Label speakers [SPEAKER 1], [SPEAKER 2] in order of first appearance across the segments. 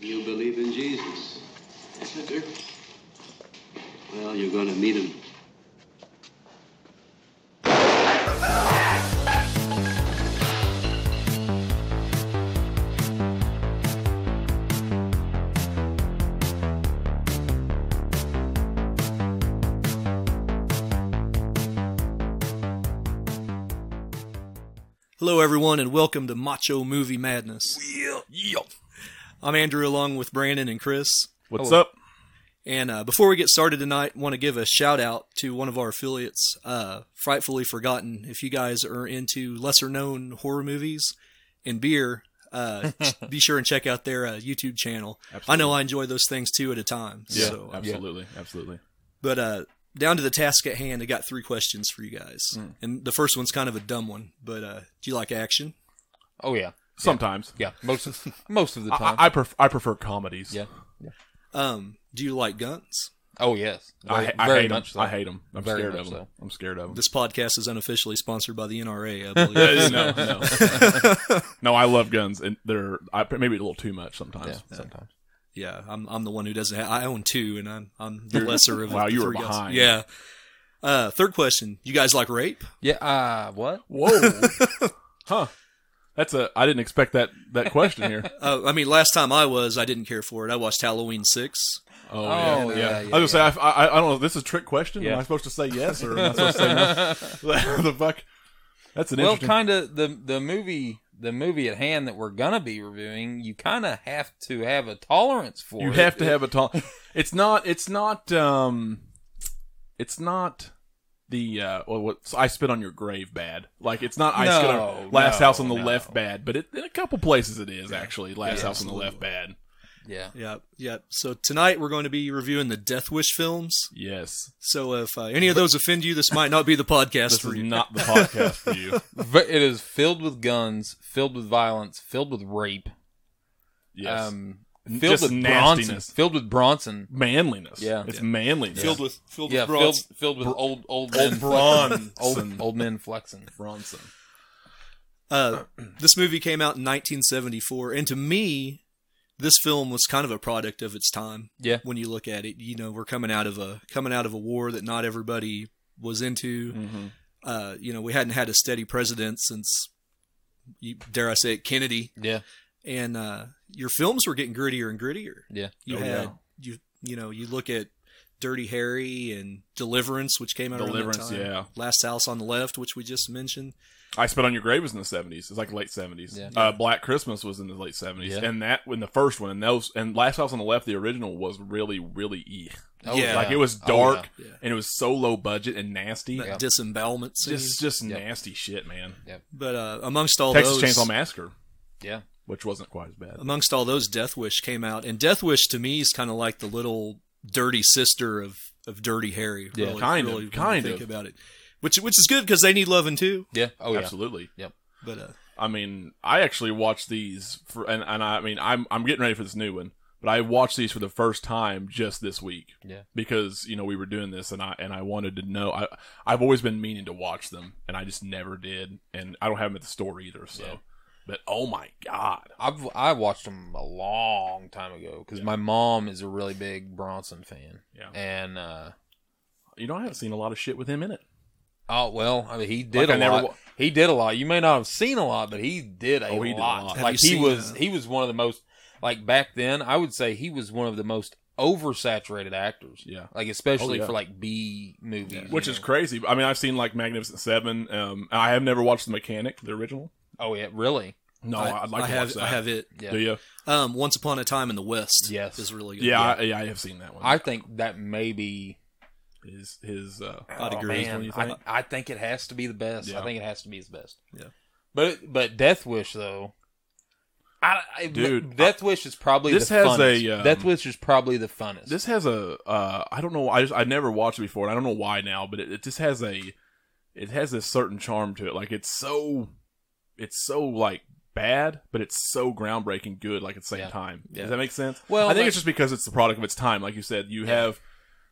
[SPEAKER 1] You believe in Jesus? Well, you're going to meet him.
[SPEAKER 2] Hello, everyone, and welcome to Macho Movie Madness. I'm Andrew, along with Brandon and Chris.
[SPEAKER 3] What's
[SPEAKER 4] Hello.
[SPEAKER 3] up?
[SPEAKER 2] And uh, before we get started tonight, want to give a shout out to one of our affiliates, uh, Frightfully Forgotten. If you guys are into lesser known horror movies and beer, uh, ch- be sure and check out their uh, YouTube channel. I know I enjoy those things two at a time.
[SPEAKER 3] Yeah,
[SPEAKER 2] so, uh,
[SPEAKER 3] absolutely, absolutely.
[SPEAKER 2] But uh, down to the task at hand, I got three questions for you guys.
[SPEAKER 3] Hmm.
[SPEAKER 2] And the first one's kind of a dumb one, but uh, do you like action?
[SPEAKER 4] Oh yeah,
[SPEAKER 3] Sometimes,
[SPEAKER 4] yeah. Most of most of the
[SPEAKER 3] I,
[SPEAKER 4] time.
[SPEAKER 3] I, I, pref- I prefer comedies.
[SPEAKER 4] yeah.
[SPEAKER 2] Um, do you like guns?
[SPEAKER 4] Oh yes.
[SPEAKER 3] I,
[SPEAKER 4] Very,
[SPEAKER 3] I
[SPEAKER 4] very
[SPEAKER 3] hate them.
[SPEAKER 4] much so.
[SPEAKER 3] I hate them. I'm
[SPEAKER 4] Very
[SPEAKER 3] scared
[SPEAKER 4] much
[SPEAKER 3] of them.
[SPEAKER 4] so.
[SPEAKER 3] I'm scared of them.
[SPEAKER 2] This podcast is unofficially sponsored by the NRA, I believe.
[SPEAKER 3] no, no, no. I love guns, and they're I, maybe a little too much
[SPEAKER 4] Yeah,
[SPEAKER 3] sometimes.
[SPEAKER 4] sometimes.
[SPEAKER 2] Yeah, I'm I'm the one who doesn't. Have, I own two, and I'm I'm the lesser of
[SPEAKER 3] wow,
[SPEAKER 2] the
[SPEAKER 3] you were
[SPEAKER 2] three guys.
[SPEAKER 3] behind.
[SPEAKER 2] Yeah. Uh, third question: You guys like rape?
[SPEAKER 4] Yeah. Uh, what?
[SPEAKER 3] Whoa, huh? That's a. I didn't expect that that question here.
[SPEAKER 2] Uh, I mean, last time I was, I didn't care for it. I watched Halloween six.
[SPEAKER 3] Oh,
[SPEAKER 4] yeah, yeah,
[SPEAKER 3] I was
[SPEAKER 4] yeah,
[SPEAKER 3] gonna say I, I, I don't know. This is a trick question.
[SPEAKER 4] Yeah.
[SPEAKER 3] Am I supposed to say yes or am I supposed to say no? the fuck? That's an
[SPEAKER 4] well,
[SPEAKER 3] interesting.
[SPEAKER 4] kind of the the movie the movie at hand that we're gonna be reviewing. You kind of have to have a tolerance for.
[SPEAKER 3] You
[SPEAKER 4] it.
[SPEAKER 3] have to have a tall. It's not. It's not. Um, it's not the uh, well, what I spit on your grave bad. Like it's not I spit
[SPEAKER 4] No,
[SPEAKER 3] on last
[SPEAKER 4] no,
[SPEAKER 3] house on the
[SPEAKER 4] no.
[SPEAKER 3] left bad, but it, in a couple places it is actually last
[SPEAKER 4] Yeah,
[SPEAKER 3] house on the left bad.
[SPEAKER 4] Yeah.
[SPEAKER 2] Yeah, yeah. So tonight we're going to be reviewing the Death Wish films.
[SPEAKER 3] Yes,
[SPEAKER 2] So if uh, any of those offend you, this might not be the podcast
[SPEAKER 3] this
[SPEAKER 2] for
[SPEAKER 3] is
[SPEAKER 2] you.
[SPEAKER 3] not the podcast for you.
[SPEAKER 4] V- It is filled with guns, filled with violence, filled with rape.
[SPEAKER 3] Yes,
[SPEAKER 4] Um,
[SPEAKER 3] N-
[SPEAKER 4] filled
[SPEAKER 3] just
[SPEAKER 4] with Bronson.
[SPEAKER 3] nastiness.
[SPEAKER 4] Filled with Bronson.
[SPEAKER 3] manliness.
[SPEAKER 4] Yeah.
[SPEAKER 3] it's manliness.
[SPEAKER 2] with filled
[SPEAKER 4] yeah, filled, filled with old old men flexing. old, old men flexing.
[SPEAKER 3] Bronson.
[SPEAKER 2] Uh, this movie came out in 1974, and to me, this film was kind of a product of its time.
[SPEAKER 4] Yeah.
[SPEAKER 2] when you look at it, you know, we're coming out of a coming out of a war that not everybody was into.
[SPEAKER 3] Mm-hmm.
[SPEAKER 2] Uh, you know, we hadn't had a steady president since, you, dare I say, it, Kennedy,
[SPEAKER 4] Yeah,
[SPEAKER 2] and uh, your films were getting grittier and grittier.
[SPEAKER 4] yeah,
[SPEAKER 2] You
[SPEAKER 3] Oh,
[SPEAKER 2] had
[SPEAKER 3] yeah.
[SPEAKER 2] you you know you look at Dirty Harry and Deliverance, which came out around that
[SPEAKER 3] Deliverance,
[SPEAKER 2] time.
[SPEAKER 3] yeah.
[SPEAKER 2] Last House on the Left, which we just mentioned.
[SPEAKER 3] I Spit on Your Grave was in the seventies. It's like late seventies.
[SPEAKER 4] Yeah.
[SPEAKER 3] Uh, Black Christmas was in the late seventies,
[SPEAKER 4] Yeah.
[SPEAKER 3] and that when the first one and those and Last House on the Left, the original was really really e.
[SPEAKER 4] Oh,
[SPEAKER 2] Yeah.
[SPEAKER 3] Like it was
[SPEAKER 4] Oh,
[SPEAKER 3] dark
[SPEAKER 2] yeah. Yeah.
[SPEAKER 3] and it was so low budget and nasty.
[SPEAKER 2] That disembowelment scene.
[SPEAKER 3] Just just
[SPEAKER 4] Yeah.
[SPEAKER 3] nasty shit, man.
[SPEAKER 2] but uh, amongst all
[SPEAKER 3] Texas
[SPEAKER 2] those,
[SPEAKER 3] Chainsaw Massacre,
[SPEAKER 4] yeah,
[SPEAKER 3] which wasn't quite as bad.
[SPEAKER 2] amongst all those, Death Wish came out, and Death Wish to me is kind of like the little dirty sister of of Dirty Harry.
[SPEAKER 4] Yeah,
[SPEAKER 2] really,
[SPEAKER 3] kind of,
[SPEAKER 2] really, when you
[SPEAKER 3] kind
[SPEAKER 2] think
[SPEAKER 3] of.
[SPEAKER 2] about it, which which is good because they need loving too.
[SPEAKER 4] yeah. Oh yeah,
[SPEAKER 3] Absolutely.
[SPEAKER 2] But uh,
[SPEAKER 3] I mean, I actually watched these for, and, and I mean, I'm I'm getting ready for this new one, but I watched these for the first time just this week.
[SPEAKER 4] Yeah.
[SPEAKER 3] Because you know we were doing this, and I and I wanted to know. I I've always been meaning to watch them, and I just never did, and I don't have them at the store either. So,
[SPEAKER 4] Yeah.
[SPEAKER 3] but oh my god,
[SPEAKER 4] I've I watched them a long time ago because my mom is a really big Bronson fan.
[SPEAKER 3] Yeah.
[SPEAKER 4] and uh,
[SPEAKER 3] you know I haven't seen a lot of shit with him in it.
[SPEAKER 4] oh well, I mean he did
[SPEAKER 3] Like, I
[SPEAKER 4] a
[SPEAKER 3] never
[SPEAKER 4] lot.
[SPEAKER 3] wa-
[SPEAKER 4] he did a lot. You may not have seen a lot, but he did a
[SPEAKER 3] Oh, he did a
[SPEAKER 4] lot.
[SPEAKER 3] lot.
[SPEAKER 2] Have
[SPEAKER 4] Like
[SPEAKER 2] you
[SPEAKER 4] he
[SPEAKER 2] seen,
[SPEAKER 4] was
[SPEAKER 2] uh,
[SPEAKER 4] he was one of the most like back then. I would say he was one of the most oversaturated actors.
[SPEAKER 3] Yeah.
[SPEAKER 4] like especially
[SPEAKER 3] Oh, yeah.
[SPEAKER 4] for like B movies, you
[SPEAKER 3] Which is
[SPEAKER 4] know?
[SPEAKER 3] crazy. I mean, I've seen like Magnificent Seven. Um, I have never watched The Mechanic, the original.
[SPEAKER 4] oh yeah, really.
[SPEAKER 3] No, I,
[SPEAKER 2] I,
[SPEAKER 3] would like
[SPEAKER 2] I
[SPEAKER 3] to
[SPEAKER 2] have
[SPEAKER 3] watch that.
[SPEAKER 2] I have it.
[SPEAKER 4] Yeah.
[SPEAKER 3] Do you?
[SPEAKER 2] Um, Once Upon a Time in the West.
[SPEAKER 4] Yes.
[SPEAKER 2] is really good.
[SPEAKER 3] Yeah, I, yeah, I have seen that one.
[SPEAKER 4] I think that may be.
[SPEAKER 3] his his uh,
[SPEAKER 2] I'd
[SPEAKER 4] oh,
[SPEAKER 2] agree.
[SPEAKER 4] man,
[SPEAKER 3] What do you
[SPEAKER 4] I,
[SPEAKER 3] think?
[SPEAKER 4] I think it has to be the best.
[SPEAKER 3] Yeah.
[SPEAKER 4] I think it has to be his best.
[SPEAKER 2] Yeah.
[SPEAKER 4] But but Death Wish though, I, I
[SPEAKER 3] Dude,
[SPEAKER 4] Death Wish is probably
[SPEAKER 3] this
[SPEAKER 4] the
[SPEAKER 3] has
[SPEAKER 4] funnest.
[SPEAKER 3] a, um,
[SPEAKER 4] Death Wish is probably the funnest.
[SPEAKER 3] This has a uh, I don't know I just I never watched it before and I don't know why now but it, it just has a it has this certain charm to it like it's so it's so like bad but it's so groundbreaking good like at the same
[SPEAKER 4] Yeah.
[SPEAKER 3] time
[SPEAKER 4] Yeah.
[SPEAKER 3] does that make sense
[SPEAKER 4] Well,
[SPEAKER 3] I think
[SPEAKER 4] like-
[SPEAKER 3] it's just because it's the product of its time like you said you have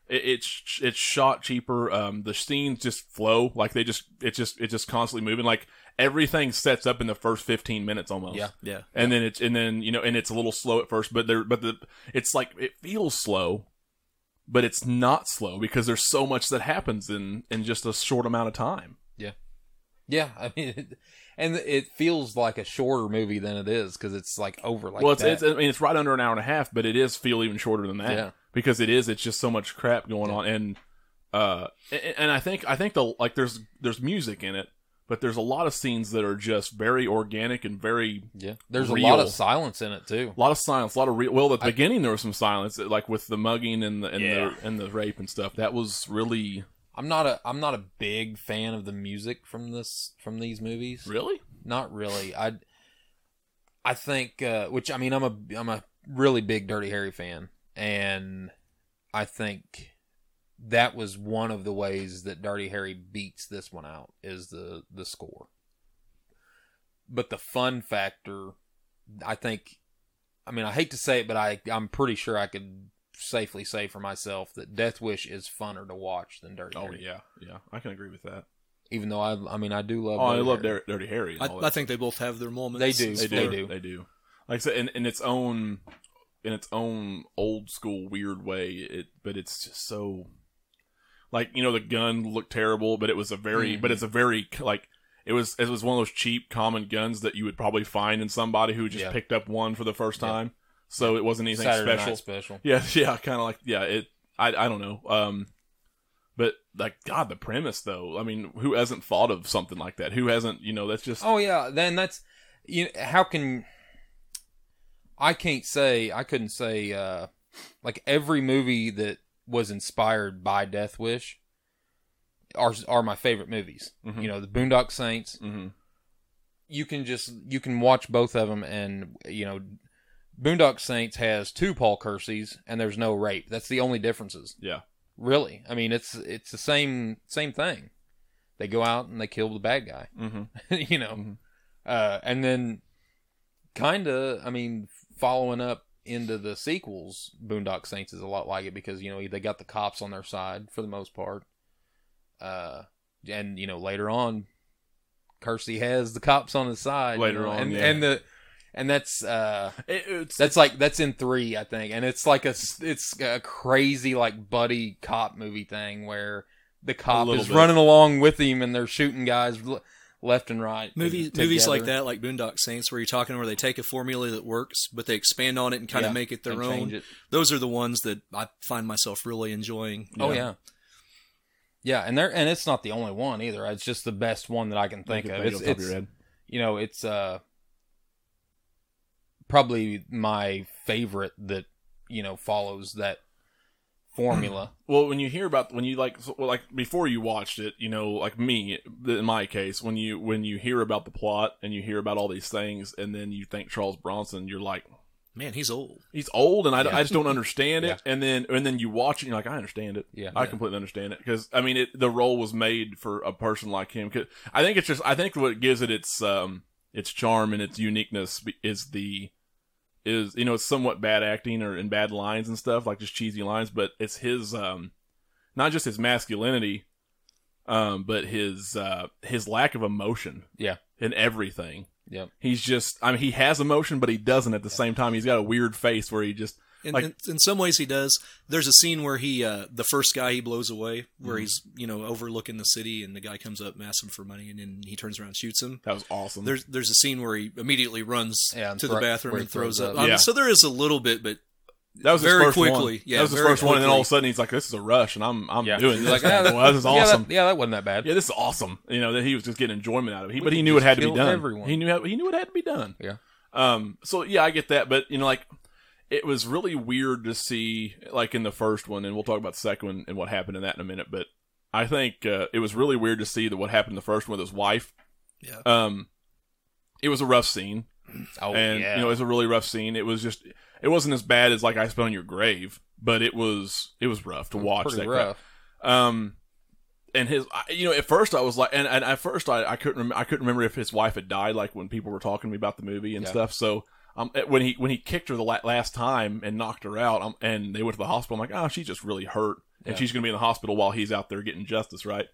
[SPEAKER 3] It, it's it's shot cheaper. Um, the scenes just flow like they just it just it just constantly moving. Like everything sets up in the first fifteen minutes almost.
[SPEAKER 4] Yeah.
[SPEAKER 2] Yeah.
[SPEAKER 3] And then it's and then you know and it's a little slow at first, but there but the it's like it feels slow, but it's not slow because there's so much that happens in in just a short amount of time.
[SPEAKER 4] Yeah, I mean, it, and it feels like a shorter movie than it is because it's like over like
[SPEAKER 3] well, it's,
[SPEAKER 4] that.
[SPEAKER 3] it's I mean it's right under an hour and a half, but it is feel even shorter than that.
[SPEAKER 4] Yeah.
[SPEAKER 3] because it is it's just so much crap going
[SPEAKER 4] Yeah.
[SPEAKER 3] on and uh and, and i think i think the like there's there's music in it but there's a lot of scenes that are just very organic and very
[SPEAKER 4] yeah, there's a lot
[SPEAKER 3] real.
[SPEAKER 4] of silence in it too.
[SPEAKER 3] a lot of silence a lot of real well at the
[SPEAKER 4] I-
[SPEAKER 3] beginning there was some silence like with the mugging and the and,
[SPEAKER 4] Yeah.
[SPEAKER 3] the and the rape and stuff that was really
[SPEAKER 4] I'm not a I'm not a big fan of the music from this from these movies.
[SPEAKER 3] really
[SPEAKER 4] Not really. I I think uh, which I mean I'm a I'm a really big Dirty Harry fan, and I think that was one of the ways that Dirty Harry beats this one out is the the score. But the fun factor, I think, I mean I hate to say it, but I I'm pretty sure I could safely say for myself that Death Wish is funner to watch than Dirty
[SPEAKER 3] oh
[SPEAKER 4] Harry.
[SPEAKER 3] yeah yeah i can agree with that
[SPEAKER 4] Even though I I mean I do love
[SPEAKER 3] oh i
[SPEAKER 4] Dirty
[SPEAKER 3] love
[SPEAKER 4] Harry.
[SPEAKER 3] Dirty, dirty harry and
[SPEAKER 2] I,
[SPEAKER 3] all
[SPEAKER 2] I
[SPEAKER 3] that
[SPEAKER 2] think they both have their moments.
[SPEAKER 4] They do.
[SPEAKER 2] It's
[SPEAKER 3] They do.
[SPEAKER 4] They
[SPEAKER 2] fair.
[SPEAKER 4] do.
[SPEAKER 3] They do. Like I said, in, in its own, in its own old school weird way. It, but it's just so, like you know, the gun looked terrible, but it was a very, but it's
[SPEAKER 4] Mm-hmm.
[SPEAKER 3] a very like it was it was one of those cheap common guns that you would probably find in somebody who just
[SPEAKER 4] Yeah.
[SPEAKER 3] picked up one for the first
[SPEAKER 4] Yeah.
[SPEAKER 3] time. So it wasn't anything
[SPEAKER 4] Saturday
[SPEAKER 3] special.
[SPEAKER 4] Night special.
[SPEAKER 3] Yeah, yeah, kind of like yeah. It, I, I don't know. Um, but like God, the premise though. I mean, who hasn't thought of something like that? Who hasn't? You know, that's just
[SPEAKER 4] Oh yeah, then that's you. How can I can't say I couldn't say uh, like every movie that was inspired by Death Wish are are my favorite movies.
[SPEAKER 3] Mhm.
[SPEAKER 4] You know, the Boondock Saints.
[SPEAKER 3] Mhm.
[SPEAKER 4] You can just you can watch both of them, and you know, Boondock Saints has two Paul Curseys, and there's no rape. That's the only differences.
[SPEAKER 3] Yeah.
[SPEAKER 4] Really, I mean, it's it's the same same thing. They go out and they kill the bad guy.
[SPEAKER 3] Mm-hmm.
[SPEAKER 4] you know.
[SPEAKER 3] Mhm.
[SPEAKER 4] Uh, and then, kind of, I mean, following up into the sequels, Boondock Saints is a lot like it because, you know, they got the cops on their side for the most part. Uh, and, you know, later on, Kersey has the cops on his side. you
[SPEAKER 3] Later
[SPEAKER 4] know,
[SPEAKER 3] on,
[SPEAKER 4] and,
[SPEAKER 3] yeah.
[SPEAKER 4] and the. And that's uh,
[SPEAKER 3] It, it's
[SPEAKER 4] that's like that's in three, I think, and it's like a s- it's a crazy like buddy cop movie thing where the cop
[SPEAKER 3] little
[SPEAKER 4] is
[SPEAKER 3] bit.
[SPEAKER 4] running along with him and they're shooting guys le- left and right.
[SPEAKER 2] Movies,
[SPEAKER 4] together.
[SPEAKER 2] movies like that, like Boondock Saints, where you're talking where they take a formula that works, but they expand on it and kind
[SPEAKER 4] Yeah,
[SPEAKER 2] of make it
[SPEAKER 4] and
[SPEAKER 2] their
[SPEAKER 4] change
[SPEAKER 2] own.
[SPEAKER 4] it.
[SPEAKER 2] Those are the ones that I find myself really enjoying.
[SPEAKER 4] Oh yeah, yeah, and they're and it's not the only one either. It's just the best one that I can think of. It's, it's you know it's uh probably my favorite that you know follows that formula.
[SPEAKER 3] Well, when you hear about when you like so- well, like before you watched it, you know, like me th- in my case, when you when you hear about the plot and you hear about all these things, and then you think Charles Bronson, you're like,
[SPEAKER 2] Man, he's old.
[SPEAKER 3] he's old, and I, d-
[SPEAKER 4] Yeah.
[SPEAKER 3] I just don't understand it. And then and then you watch it, and you're like, I understand it.
[SPEAKER 4] Yeah.
[SPEAKER 3] I
[SPEAKER 4] Yeah.
[SPEAKER 3] completely understand it because I mean, it, the role was made for a person like him. 'Cause I think it's just I think what gives it its um its charm and its uniqueness be- is the is you know it's somewhat bad acting or in bad lines and stuff like just cheesy lines, but it's his um not just his masculinity, um but his uh his lack of emotion.
[SPEAKER 4] Yeah.
[SPEAKER 3] in everything.
[SPEAKER 4] Yep.
[SPEAKER 3] He's just I mean he has emotion, but he doesn't at the same time. He's got a weird face where he just
[SPEAKER 2] In,
[SPEAKER 3] Like-
[SPEAKER 2] in, in some ways, he does. There's a scene where he, uh, the first guy he blows away, where
[SPEAKER 4] Mm-hmm.
[SPEAKER 3] Mhm.
[SPEAKER 2] he's you know overlooking the city, and the guy comes up and asks him for money, and then he turns around and shoots him.
[SPEAKER 3] that was awesome.
[SPEAKER 2] There's there's a scene where he immediately runs
[SPEAKER 4] Mm-hmm. Yeah, and
[SPEAKER 2] to
[SPEAKER 4] thro-
[SPEAKER 2] the bathroom
[SPEAKER 4] where he
[SPEAKER 2] and throws
[SPEAKER 4] throws
[SPEAKER 2] up.
[SPEAKER 4] up.
[SPEAKER 2] I mean,
[SPEAKER 3] Yeah.
[SPEAKER 2] so there is a little bit, but
[SPEAKER 3] That was his
[SPEAKER 2] Very
[SPEAKER 3] first one.
[SPEAKER 2] quickly. Yeah,
[SPEAKER 3] that was his
[SPEAKER 2] very
[SPEAKER 3] first one, and then all of a
[SPEAKER 2] quickly.
[SPEAKER 3] sudden he's like, "This is a rush, and I'm I'm doing
[SPEAKER 4] He's
[SPEAKER 3] this.
[SPEAKER 4] like,
[SPEAKER 3] now.
[SPEAKER 4] "Ah, that-
[SPEAKER 3] Well, this is
[SPEAKER 4] yeah, that-
[SPEAKER 3] awesome.
[SPEAKER 4] Yeah, that wasn't that bad.
[SPEAKER 3] Yeah, this is awesome. You know that he was just getting enjoyment out of it, He-
[SPEAKER 4] We
[SPEAKER 3] but he
[SPEAKER 4] could
[SPEAKER 3] knew it
[SPEAKER 4] just
[SPEAKER 3] had to be
[SPEAKER 4] kill
[SPEAKER 3] done.
[SPEAKER 4] everyone.
[SPEAKER 3] He knew how- he knew it had to be done.
[SPEAKER 4] Yeah.
[SPEAKER 3] Um. So yeah, I get that, but you know, like it was really weird to see, like in the first one, and we'll talk about the second one and what happened in that in a minute. But I think uh, it was really weird to see that what happened in the first one with his wife.
[SPEAKER 2] yeah,
[SPEAKER 3] Um, it was a rough scene
[SPEAKER 4] Oh
[SPEAKER 3] and
[SPEAKER 4] yeah,
[SPEAKER 3] you know it's a really rough scene. It was just it wasn't as bad as like I spit on your grave, but it was it was rough to watch.
[SPEAKER 4] pretty
[SPEAKER 3] that crap.
[SPEAKER 4] rough.
[SPEAKER 3] Um, and his I- you know at first I was like, and, and at first I, I couldn't rem- I couldn't remember if his wife had died like when people were talking to me about the movie and
[SPEAKER 4] Yeah.
[SPEAKER 3] stuff. So um, when he when he kicked her the la- last time and knocked her out, um, and they went to the hospital. I'm like, oh, she's just really hurt, and
[SPEAKER 4] Yeah.
[SPEAKER 3] she's gonna be in the hospital while he's out there getting justice, right?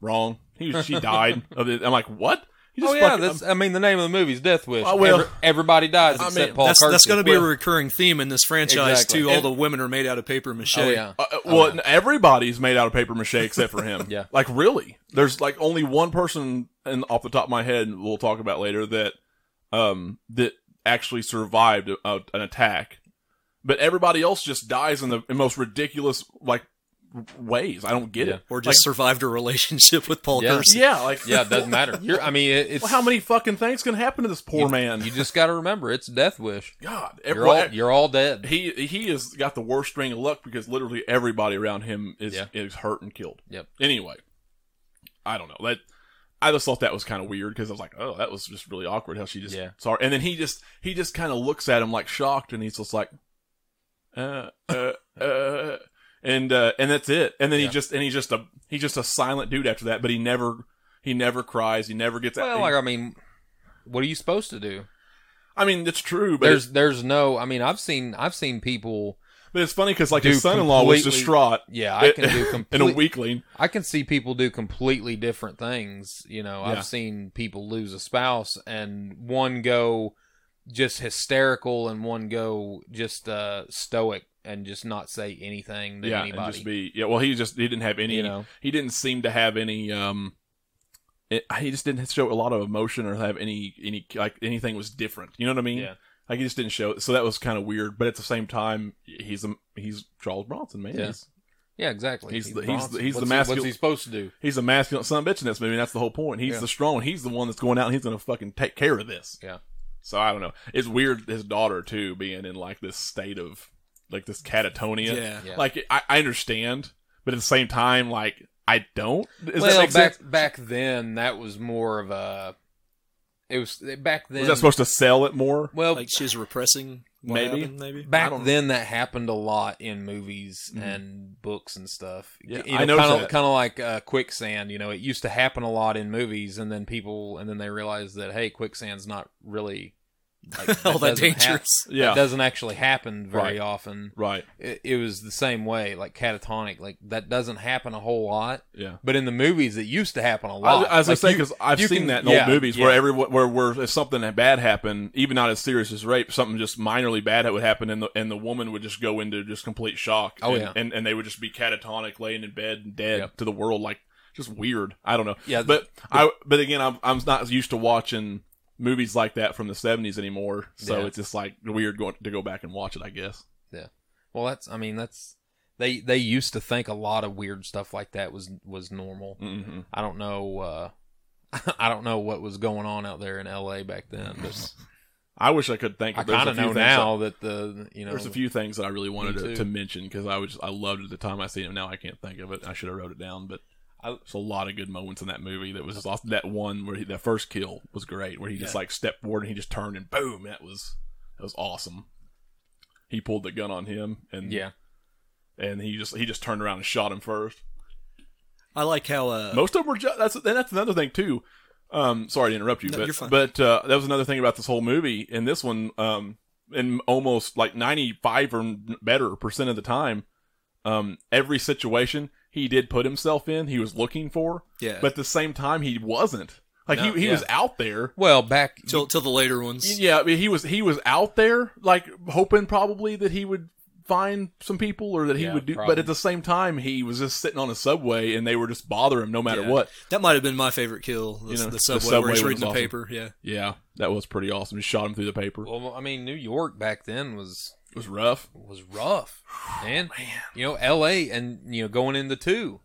[SPEAKER 3] Wrong. He was, she died. of it. I'm like, what? He
[SPEAKER 4] Oh yeah,
[SPEAKER 3] fucking-
[SPEAKER 4] that's. I mean, the name of the movie is Death Wish.
[SPEAKER 3] I will.
[SPEAKER 4] Every- everybody dies
[SPEAKER 3] I
[SPEAKER 4] except
[SPEAKER 3] mean,
[SPEAKER 4] Paul
[SPEAKER 2] that's
[SPEAKER 4] Kurtz.
[SPEAKER 2] that's going to be a
[SPEAKER 4] Well,
[SPEAKER 2] recurring theme in this franchise
[SPEAKER 4] Exactly.
[SPEAKER 2] too. All
[SPEAKER 3] And-
[SPEAKER 2] the women are made out of paper mache.
[SPEAKER 4] Oh yeah.
[SPEAKER 3] Uh, uh, well, n- everybody's made out of paper mache except for him.
[SPEAKER 4] Yeah.
[SPEAKER 3] Like really, there's like only one person, and off the top of my head, we'll talk about later that, um, that actually survived a, a- an attack, but everybody else just dies in the in most ridiculous like w- ways. I don't get it.
[SPEAKER 2] Or just survived a relationship with Paul
[SPEAKER 4] Yeah.
[SPEAKER 2] Kersey.
[SPEAKER 3] Yeah, like
[SPEAKER 4] Yeah, it doesn't matter. You're. I mean, it, it's.
[SPEAKER 3] well, how many fucking things can happen to this poor
[SPEAKER 4] you,
[SPEAKER 3] man?
[SPEAKER 4] You just got to remember, it's Death Wish.
[SPEAKER 3] God,
[SPEAKER 4] You're
[SPEAKER 3] everyone-
[SPEAKER 4] all you're all dead.
[SPEAKER 3] he he has got the worst string of luck because literally everybody around him is
[SPEAKER 4] Yeah.
[SPEAKER 3] is hurt and killed.
[SPEAKER 4] Yep.
[SPEAKER 3] Anyway, I don't know that. I just thought that was kind of weird because I was like, oh, that was just really awkward how she just
[SPEAKER 4] Yeah.
[SPEAKER 3] sorry, and then he just he just kind of looks at him like shocked, and he's just like, uh, uh, uh, and uh, and that's it. And then he
[SPEAKER 4] Yeah.
[SPEAKER 3] just and he's just a he's just a silent dude after that, but he never he never cries, he never gets.
[SPEAKER 4] Well,
[SPEAKER 3] he-
[SPEAKER 4] like I mean, what are you supposed to do?
[SPEAKER 3] I mean, it's true, but
[SPEAKER 4] There's
[SPEAKER 3] it's,
[SPEAKER 4] there's no. I mean, I've seen I've seen people.
[SPEAKER 3] but it's funny because like
[SPEAKER 4] Do
[SPEAKER 3] his son-in-law was
[SPEAKER 4] completely-
[SPEAKER 3] distraught.
[SPEAKER 4] Yeah, I can do
[SPEAKER 3] and a
[SPEAKER 4] completely.
[SPEAKER 3] weakling.
[SPEAKER 4] I can see people do completely different things. You know,
[SPEAKER 3] Yeah.
[SPEAKER 4] I've seen people lose a spouse and one go just hysterical and one go just uh, stoic and just not say anything to
[SPEAKER 3] yeah,
[SPEAKER 4] anybody.
[SPEAKER 3] and just be yeah. Well, he just he didn't have any.
[SPEAKER 4] you know,
[SPEAKER 3] He didn't seem to have any. Um, it, he just didn't show a lot of emotion or have any any like anything was different. You know what I mean?
[SPEAKER 4] Yeah.
[SPEAKER 3] Like he just didn't show it, so that was kind of weird. But at the same time, he's a, he's Charles Bronson, man.
[SPEAKER 4] Yeah.
[SPEAKER 3] He's,
[SPEAKER 4] yeah, exactly.
[SPEAKER 3] He's the- he's
[SPEAKER 4] Bronson.
[SPEAKER 3] the- he's the
[SPEAKER 4] What's he-
[SPEAKER 3] masculine-
[SPEAKER 4] What's he supposed to do?
[SPEAKER 3] he's a masculine son of a bitch in this movie. And that's the whole point. He's
[SPEAKER 4] Yeah.
[SPEAKER 3] the strong. one. He's the one that's going out and he's gonna fucking take care of this.
[SPEAKER 4] Yeah.
[SPEAKER 3] So I don't know. It's weird. His daughter too being in like this state of like this catatonia.
[SPEAKER 2] Yeah.
[SPEAKER 4] Yeah.
[SPEAKER 3] Like I, I understand, but at the same time, like I don't. Does that
[SPEAKER 4] well,
[SPEAKER 3] make
[SPEAKER 4] back
[SPEAKER 3] sense?
[SPEAKER 4] back then that was more of a. It was back then.
[SPEAKER 3] Was that supposed to sell it more?
[SPEAKER 4] well,
[SPEAKER 2] Like she's repressing. what
[SPEAKER 3] Maybe.
[SPEAKER 2] happened, maybe.
[SPEAKER 3] I
[SPEAKER 4] back
[SPEAKER 3] don't-
[SPEAKER 4] then that happened a lot in movies
[SPEAKER 3] Mhm.
[SPEAKER 4] and books and stuff
[SPEAKER 3] Yeah,
[SPEAKER 4] you know,
[SPEAKER 3] I noticed
[SPEAKER 4] kind of
[SPEAKER 3] that.
[SPEAKER 4] kind of like uh, quicksand you know it used to happen a lot in movies and then people and then they realized that hey quicksand's not really like,
[SPEAKER 2] All that
[SPEAKER 4] doesn't hap-
[SPEAKER 2] dangerous.
[SPEAKER 4] that
[SPEAKER 3] Yeah,
[SPEAKER 4] doesn't actually happen
[SPEAKER 3] Right.
[SPEAKER 4] very often
[SPEAKER 3] right.
[SPEAKER 4] it, it was the same way like catatonic like that doesn't happen a whole lot
[SPEAKER 3] Yeah.
[SPEAKER 4] but in the movies it used to happen a
[SPEAKER 3] I,
[SPEAKER 4] lot
[SPEAKER 3] I was
[SPEAKER 4] Like,
[SPEAKER 3] gonna say
[SPEAKER 4] you-
[SPEAKER 3] because I've
[SPEAKER 4] you
[SPEAKER 3] seen
[SPEAKER 4] can-
[SPEAKER 3] that in
[SPEAKER 4] yeah,
[SPEAKER 3] old movies where
[SPEAKER 4] yeah.
[SPEAKER 3] every where where if something that bad happened, even not as serious as rape, something just minorly bad that would happen, and the and the woman would just go into just complete shock.
[SPEAKER 4] Oh,
[SPEAKER 3] and,
[SPEAKER 4] yeah.
[SPEAKER 3] and and they would just be catatonic, laying in bed and dead
[SPEAKER 4] Yep.
[SPEAKER 3] to the world, like just weird. I don't know.
[SPEAKER 4] yeah
[SPEAKER 3] but I but again I'm I'm not used to watching movies like that from the 70s anymore so
[SPEAKER 4] Yeah.
[SPEAKER 3] it's just like weird going to go back and watch it I guess
[SPEAKER 4] Well, that's I mean that's they they used to think a lot of weird stuff like that was was normal.
[SPEAKER 3] mm-hmm.
[SPEAKER 4] I don't know uh I don't know what was going on out there in LA back then, but
[SPEAKER 3] I wish I could think
[SPEAKER 4] I
[SPEAKER 3] there's a
[SPEAKER 4] kind of
[SPEAKER 3] few
[SPEAKER 4] know
[SPEAKER 3] things that-
[SPEAKER 4] now that the you know
[SPEAKER 3] there's a few things that I really wanted
[SPEAKER 4] Me
[SPEAKER 3] to,
[SPEAKER 4] too.
[SPEAKER 3] to mention because I was just, I loved it at the time I seen it now I can't think of it I should have wrote it down but
[SPEAKER 4] I-
[SPEAKER 3] there's a lot of good moments in that movie that was just awesome. that one where he, that first kill was great where he just
[SPEAKER 2] Yeah.
[SPEAKER 3] like stepped forward and he just turned and boom that was that was awesome he pulled the gun on him and
[SPEAKER 4] yeah
[SPEAKER 3] and he just he just turned around and shot him first
[SPEAKER 2] I like how uh,
[SPEAKER 3] Most of them were. Ju- that's and that's another thing too. Um, sorry to interrupt you,
[SPEAKER 2] No,
[SPEAKER 3] but
[SPEAKER 2] you're fine.
[SPEAKER 3] but uh, that was another thing about this whole movie. And this one, um, in almost like ninety five or n- better percent of the time, um, every situation he did put himself in, he was looking for.
[SPEAKER 2] yeah,
[SPEAKER 3] But at the same time, he wasn't. Like
[SPEAKER 4] No,
[SPEAKER 3] he he
[SPEAKER 4] yeah.
[SPEAKER 3] was out there.
[SPEAKER 4] well back
[SPEAKER 2] till till the later ones.
[SPEAKER 3] Yeah, I mean, he was he was out there, like hoping probably that he would find some people or that he
[SPEAKER 4] Yeah,
[SPEAKER 3] would do. But
[SPEAKER 4] probably.
[SPEAKER 3] at the same time, he was just sitting on a subway, and they were just bother him no matter
[SPEAKER 2] Yeah.
[SPEAKER 3] what.
[SPEAKER 2] That might have been my favorite kill. The,
[SPEAKER 3] You know,
[SPEAKER 2] the
[SPEAKER 3] the
[SPEAKER 2] subway,
[SPEAKER 3] subway
[SPEAKER 2] where he's
[SPEAKER 3] was
[SPEAKER 2] reading the
[SPEAKER 3] awesome.
[SPEAKER 2] paper. Yeah,
[SPEAKER 3] Yeah, that was pretty awesome. Just shot him through the paper.
[SPEAKER 4] well I mean New York back then was
[SPEAKER 3] It was rough.
[SPEAKER 4] was rough. And you know LA and you know going into 2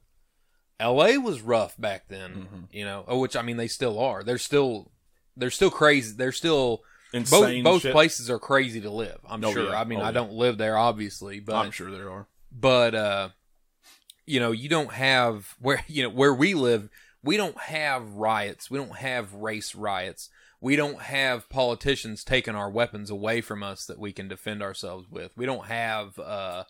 [SPEAKER 4] LA was rough back then,
[SPEAKER 3] Mhm.
[SPEAKER 4] you know, oh, which I mean they still are. They're still they're still crazy. They're still
[SPEAKER 3] Insane.
[SPEAKER 4] both both
[SPEAKER 3] shit.
[SPEAKER 4] places are crazy to live. I'm
[SPEAKER 3] Oh,
[SPEAKER 4] sure.
[SPEAKER 3] yeah.
[SPEAKER 4] I mean,
[SPEAKER 3] Oh,
[SPEAKER 4] I
[SPEAKER 3] yeah.
[SPEAKER 4] don't live there obviously, but
[SPEAKER 3] I'm sure there are.
[SPEAKER 4] but uh, you know, you don't have where you know where we live. We don't have riots. We don't have race riots. We don't have politicians taking our weapons away from us that we can defend ourselves with. We don't have uh,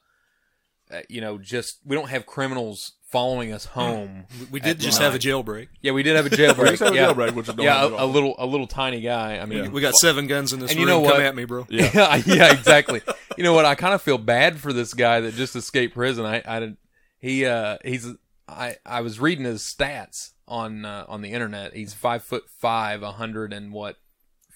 [SPEAKER 4] uh, you know, just we don't have criminals following us home.
[SPEAKER 2] Hmm. We- We did
[SPEAKER 4] At
[SPEAKER 2] just
[SPEAKER 4] night.
[SPEAKER 2] have a jailbreak.
[SPEAKER 4] Yeah, we did have a
[SPEAKER 3] We
[SPEAKER 4] jailbreak.
[SPEAKER 3] just have a
[SPEAKER 4] yeah,
[SPEAKER 3] jailbreak, which I don't
[SPEAKER 4] yeah,
[SPEAKER 3] have at
[SPEAKER 4] a,
[SPEAKER 3] all.
[SPEAKER 4] a little, a little tiny guy. I mean,
[SPEAKER 2] We got seven guns in this
[SPEAKER 4] And you
[SPEAKER 2] room.
[SPEAKER 4] know
[SPEAKER 2] Come
[SPEAKER 4] what?
[SPEAKER 2] at me, bro.
[SPEAKER 3] Yeah.
[SPEAKER 4] yeah, yeah, exactly. you know what? I kind of feel bad for this guy that just escaped prison. I, I didn't. He, uh, he's. I, I was reading his stats on uh, on the internet. He's five foot five, a hundred and what,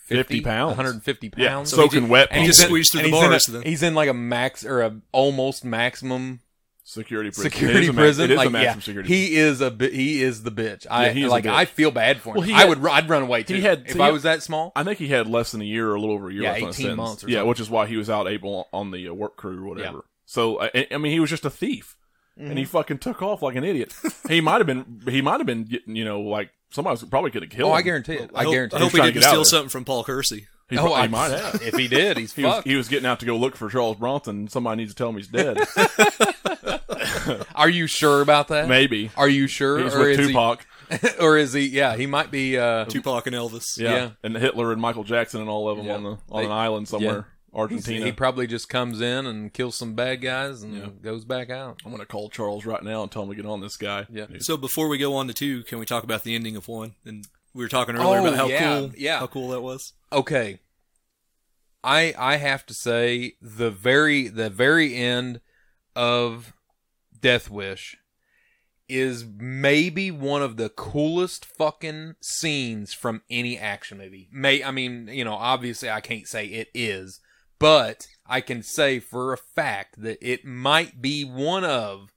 [SPEAKER 3] 50 pounds.
[SPEAKER 4] one hundred and fifty pounds.
[SPEAKER 3] Yeah,
[SPEAKER 4] So
[SPEAKER 3] soaking
[SPEAKER 4] he's-
[SPEAKER 3] wet.
[SPEAKER 4] and
[SPEAKER 2] He
[SPEAKER 3] on
[SPEAKER 2] just
[SPEAKER 4] he's in-
[SPEAKER 2] squeezed through
[SPEAKER 4] and
[SPEAKER 2] the
[SPEAKER 4] he's in
[SPEAKER 2] bars
[SPEAKER 4] a-
[SPEAKER 2] then.
[SPEAKER 4] He's in like a max or a almost maximum
[SPEAKER 3] security prison. It
[SPEAKER 4] security
[SPEAKER 3] is a ma-
[SPEAKER 4] prison.
[SPEAKER 3] It is
[SPEAKER 4] like,
[SPEAKER 3] a maximum
[SPEAKER 4] yeah,
[SPEAKER 3] security. prison.
[SPEAKER 4] he is a bi- he is the bitch. I
[SPEAKER 3] Yeah, he is a
[SPEAKER 4] like.
[SPEAKER 3] bitch.
[SPEAKER 4] I feel bad for him.
[SPEAKER 3] Well, he
[SPEAKER 4] I
[SPEAKER 3] had-
[SPEAKER 4] would. ru- I'd run away too.
[SPEAKER 3] he had-
[SPEAKER 4] if
[SPEAKER 3] he
[SPEAKER 4] I
[SPEAKER 3] had-
[SPEAKER 4] was that small.
[SPEAKER 3] I think he had less than a year or a little over a year
[SPEAKER 4] Yeah,
[SPEAKER 3] left on his
[SPEAKER 4] 18
[SPEAKER 3] sentence.
[SPEAKER 4] months or
[SPEAKER 3] yeah,
[SPEAKER 4] something.
[SPEAKER 3] which is why he was out able on the uh, work crew or whatever. So uh, I, I mean, he was just a thief, and
[SPEAKER 4] Mm-hmm.
[SPEAKER 3] he fucking took off like an idiot. he might have been. He might have been. getting, You know, like somebody was, probably could have killed.
[SPEAKER 4] Oh,
[SPEAKER 3] him.
[SPEAKER 4] I guarantee it. I
[SPEAKER 2] hope,
[SPEAKER 4] guarantee.
[SPEAKER 2] I
[SPEAKER 4] it.
[SPEAKER 2] hope he
[SPEAKER 3] trying to
[SPEAKER 2] didn't
[SPEAKER 3] get out
[SPEAKER 2] steal
[SPEAKER 3] of there.
[SPEAKER 2] something from Paul Kersey.
[SPEAKER 3] He,
[SPEAKER 4] Oh,
[SPEAKER 3] pro- he
[SPEAKER 4] I-
[SPEAKER 3] might have.
[SPEAKER 4] If he did, he's
[SPEAKER 3] He was,
[SPEAKER 4] fucked.
[SPEAKER 3] he was getting out to go look for Charles Bronson. Somebody needs to tell him he's dead.
[SPEAKER 4] Are you sure about that?
[SPEAKER 3] Maybe
[SPEAKER 4] Are you sure?
[SPEAKER 3] he's
[SPEAKER 4] or
[SPEAKER 3] with
[SPEAKER 4] is
[SPEAKER 3] Tupac.
[SPEAKER 4] He, or is he? Yeah, he might be. Uh,
[SPEAKER 2] Tupac and Elvis.
[SPEAKER 3] Yeah.
[SPEAKER 4] Yeah.
[SPEAKER 3] and Hitler and Michael Jackson and all of them
[SPEAKER 4] Yeah.
[SPEAKER 3] on the on
[SPEAKER 4] They-
[SPEAKER 3] an island somewhere, Argentina.
[SPEAKER 4] he probably just comes in and kills some bad guys and
[SPEAKER 3] Yeah.
[SPEAKER 4] goes back out.
[SPEAKER 3] I'm gonna call Charles right now and tell him to get on this guy.
[SPEAKER 4] Yeah.
[SPEAKER 2] So before we go on to two, can we talk about the ending of one? And we were talking earlier
[SPEAKER 4] Oh,
[SPEAKER 2] about how
[SPEAKER 4] yeah,
[SPEAKER 2] cool,
[SPEAKER 4] yeah.
[SPEAKER 2] how cool that was.
[SPEAKER 4] Okay, I I have to say the very the very end of Death Wish is maybe one of the coolest fucking scenes from any action movie. May I mean, you know, obviously I can't say it is, but I can say for a fact that it might be one of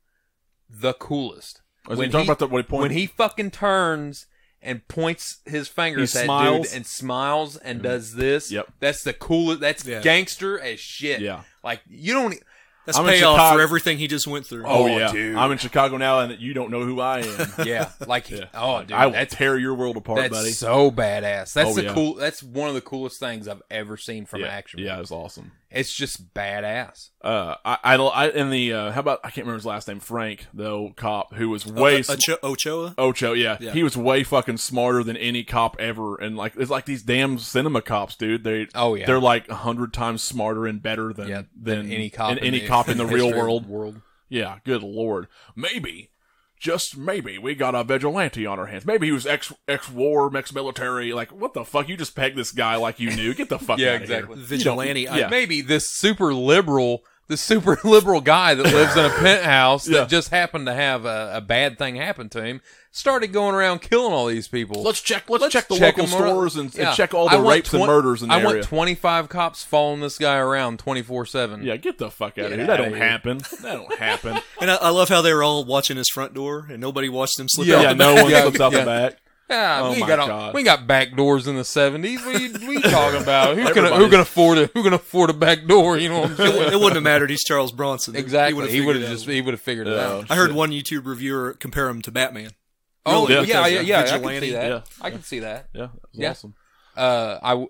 [SPEAKER 4] the coolest.
[SPEAKER 3] When
[SPEAKER 4] When
[SPEAKER 3] talking
[SPEAKER 4] he-
[SPEAKER 3] about the, when he point,
[SPEAKER 4] When he fucking turns and points his finger
[SPEAKER 3] He
[SPEAKER 4] at that
[SPEAKER 3] smiles. Mm-hmm.
[SPEAKER 4] dude and smiles and does this.
[SPEAKER 3] Yep.
[SPEAKER 4] That's the coolest. That's
[SPEAKER 2] Yeah.
[SPEAKER 4] gangster as shit.
[SPEAKER 3] yeah.
[SPEAKER 4] Like you don't. e-,
[SPEAKER 2] That's
[SPEAKER 3] I'm in
[SPEAKER 2] payoff
[SPEAKER 3] Chicago-
[SPEAKER 2] for everything he just went through.
[SPEAKER 3] Oh,
[SPEAKER 4] Oh,
[SPEAKER 3] yeah,
[SPEAKER 4] dude.
[SPEAKER 3] I'm in Chicago now, and you don't know who I am.
[SPEAKER 4] Yeah. Like
[SPEAKER 3] Yeah.
[SPEAKER 4] oh dude,
[SPEAKER 3] I will
[SPEAKER 4] that's
[SPEAKER 3] tear your world apart,
[SPEAKER 4] That's
[SPEAKER 3] buddy.
[SPEAKER 4] so badass. That's
[SPEAKER 3] Oh,
[SPEAKER 4] the
[SPEAKER 3] yeah.
[SPEAKER 4] cool. That's one of the coolest things I've ever seen from
[SPEAKER 3] yeah,
[SPEAKER 4] an action.
[SPEAKER 3] yeah,
[SPEAKER 4] movie.
[SPEAKER 3] it's awesome.
[SPEAKER 4] it's just badass.
[SPEAKER 3] Uh, I, I, I and the uh, how about I can't remember his last name, Frank, the old cop who was
[SPEAKER 2] Oh,
[SPEAKER 3] way
[SPEAKER 2] Ocho- Ochoa.
[SPEAKER 3] Ocho, yeah.
[SPEAKER 2] Yeah.
[SPEAKER 3] He was way fucking smarter than any cop ever. And like it's like these damn cinema cops, dude. They
[SPEAKER 4] Oh yeah,
[SPEAKER 3] they're like a hundred times smarter and better than
[SPEAKER 4] Yeah,
[SPEAKER 3] than,
[SPEAKER 4] any cop,
[SPEAKER 3] than Mm-hmm. any cop in the real
[SPEAKER 4] history of
[SPEAKER 3] world.
[SPEAKER 4] the World.
[SPEAKER 3] Yeah, good lord. Maybe just maybe we got a vigilante on our hands. Maybe he was ex ex war, ex military. Like what the fuck? You just pegged this guy like you knew. Get the fuck
[SPEAKER 4] Yeah,
[SPEAKER 3] outta here.
[SPEAKER 4] exactly.
[SPEAKER 2] Vigilante. I-
[SPEAKER 3] yeah.
[SPEAKER 4] Maybe this super liberal, this super liberal guy that lives in a penthouse
[SPEAKER 3] Yeah.
[SPEAKER 4] that just happened to have a, a bad thing happen to him started going around killing all these people.
[SPEAKER 3] Let's check. Let's,
[SPEAKER 4] Let's
[SPEAKER 3] check the
[SPEAKER 4] check
[SPEAKER 3] local
[SPEAKER 4] them around.
[SPEAKER 3] stores and,
[SPEAKER 4] Yeah.
[SPEAKER 3] and check all
[SPEAKER 4] I
[SPEAKER 3] the
[SPEAKER 4] want
[SPEAKER 3] rapes and
[SPEAKER 4] twen-
[SPEAKER 3] murders in the
[SPEAKER 4] I
[SPEAKER 3] area.
[SPEAKER 4] want 25 cops following this guy around 24 7.
[SPEAKER 3] yeah, get the fuck out of
[SPEAKER 4] Get
[SPEAKER 3] here. That
[SPEAKER 4] outta
[SPEAKER 3] don't
[SPEAKER 4] here.
[SPEAKER 3] happen. That don't happen.
[SPEAKER 2] And I, I love how they were all watching his front door, and nobody watched him slip
[SPEAKER 4] Yeah,
[SPEAKER 2] out
[SPEAKER 3] yeah,
[SPEAKER 2] the
[SPEAKER 3] no
[SPEAKER 2] back.
[SPEAKER 3] one
[SPEAKER 4] Yeah,
[SPEAKER 3] slips out
[SPEAKER 4] yeah.
[SPEAKER 3] the back.
[SPEAKER 4] Yeah,
[SPEAKER 3] Oh
[SPEAKER 4] Ah, we
[SPEAKER 3] my
[SPEAKER 4] got all,
[SPEAKER 3] God.
[SPEAKER 4] we got back doors in the seventies. What you, what you talking about? Who can who
[SPEAKER 3] Everybody's-
[SPEAKER 4] can afford a who can afford a back door? You know what I'm
[SPEAKER 2] It,
[SPEAKER 4] saying?
[SPEAKER 2] wou- it wouldn't have mattered. He's Charles Bronson.
[SPEAKER 4] exactly. He
[SPEAKER 2] figured
[SPEAKER 4] would have
[SPEAKER 2] it
[SPEAKER 4] just
[SPEAKER 2] out.
[SPEAKER 4] he would have figured it
[SPEAKER 3] Yeah.
[SPEAKER 4] out.
[SPEAKER 2] I heard one YouTube reviewer compare him to Batman.
[SPEAKER 4] Oh
[SPEAKER 3] Really?
[SPEAKER 4] yeah, yeah,
[SPEAKER 2] Because
[SPEAKER 4] yeah.
[SPEAKER 2] of
[SPEAKER 4] yeah, I can
[SPEAKER 2] vigilante.
[SPEAKER 4] see that.
[SPEAKER 3] Yeah.
[SPEAKER 4] I can see that.
[SPEAKER 3] Yeah, that was
[SPEAKER 4] Yeah.
[SPEAKER 3] awesome.
[SPEAKER 4] Uh, I w-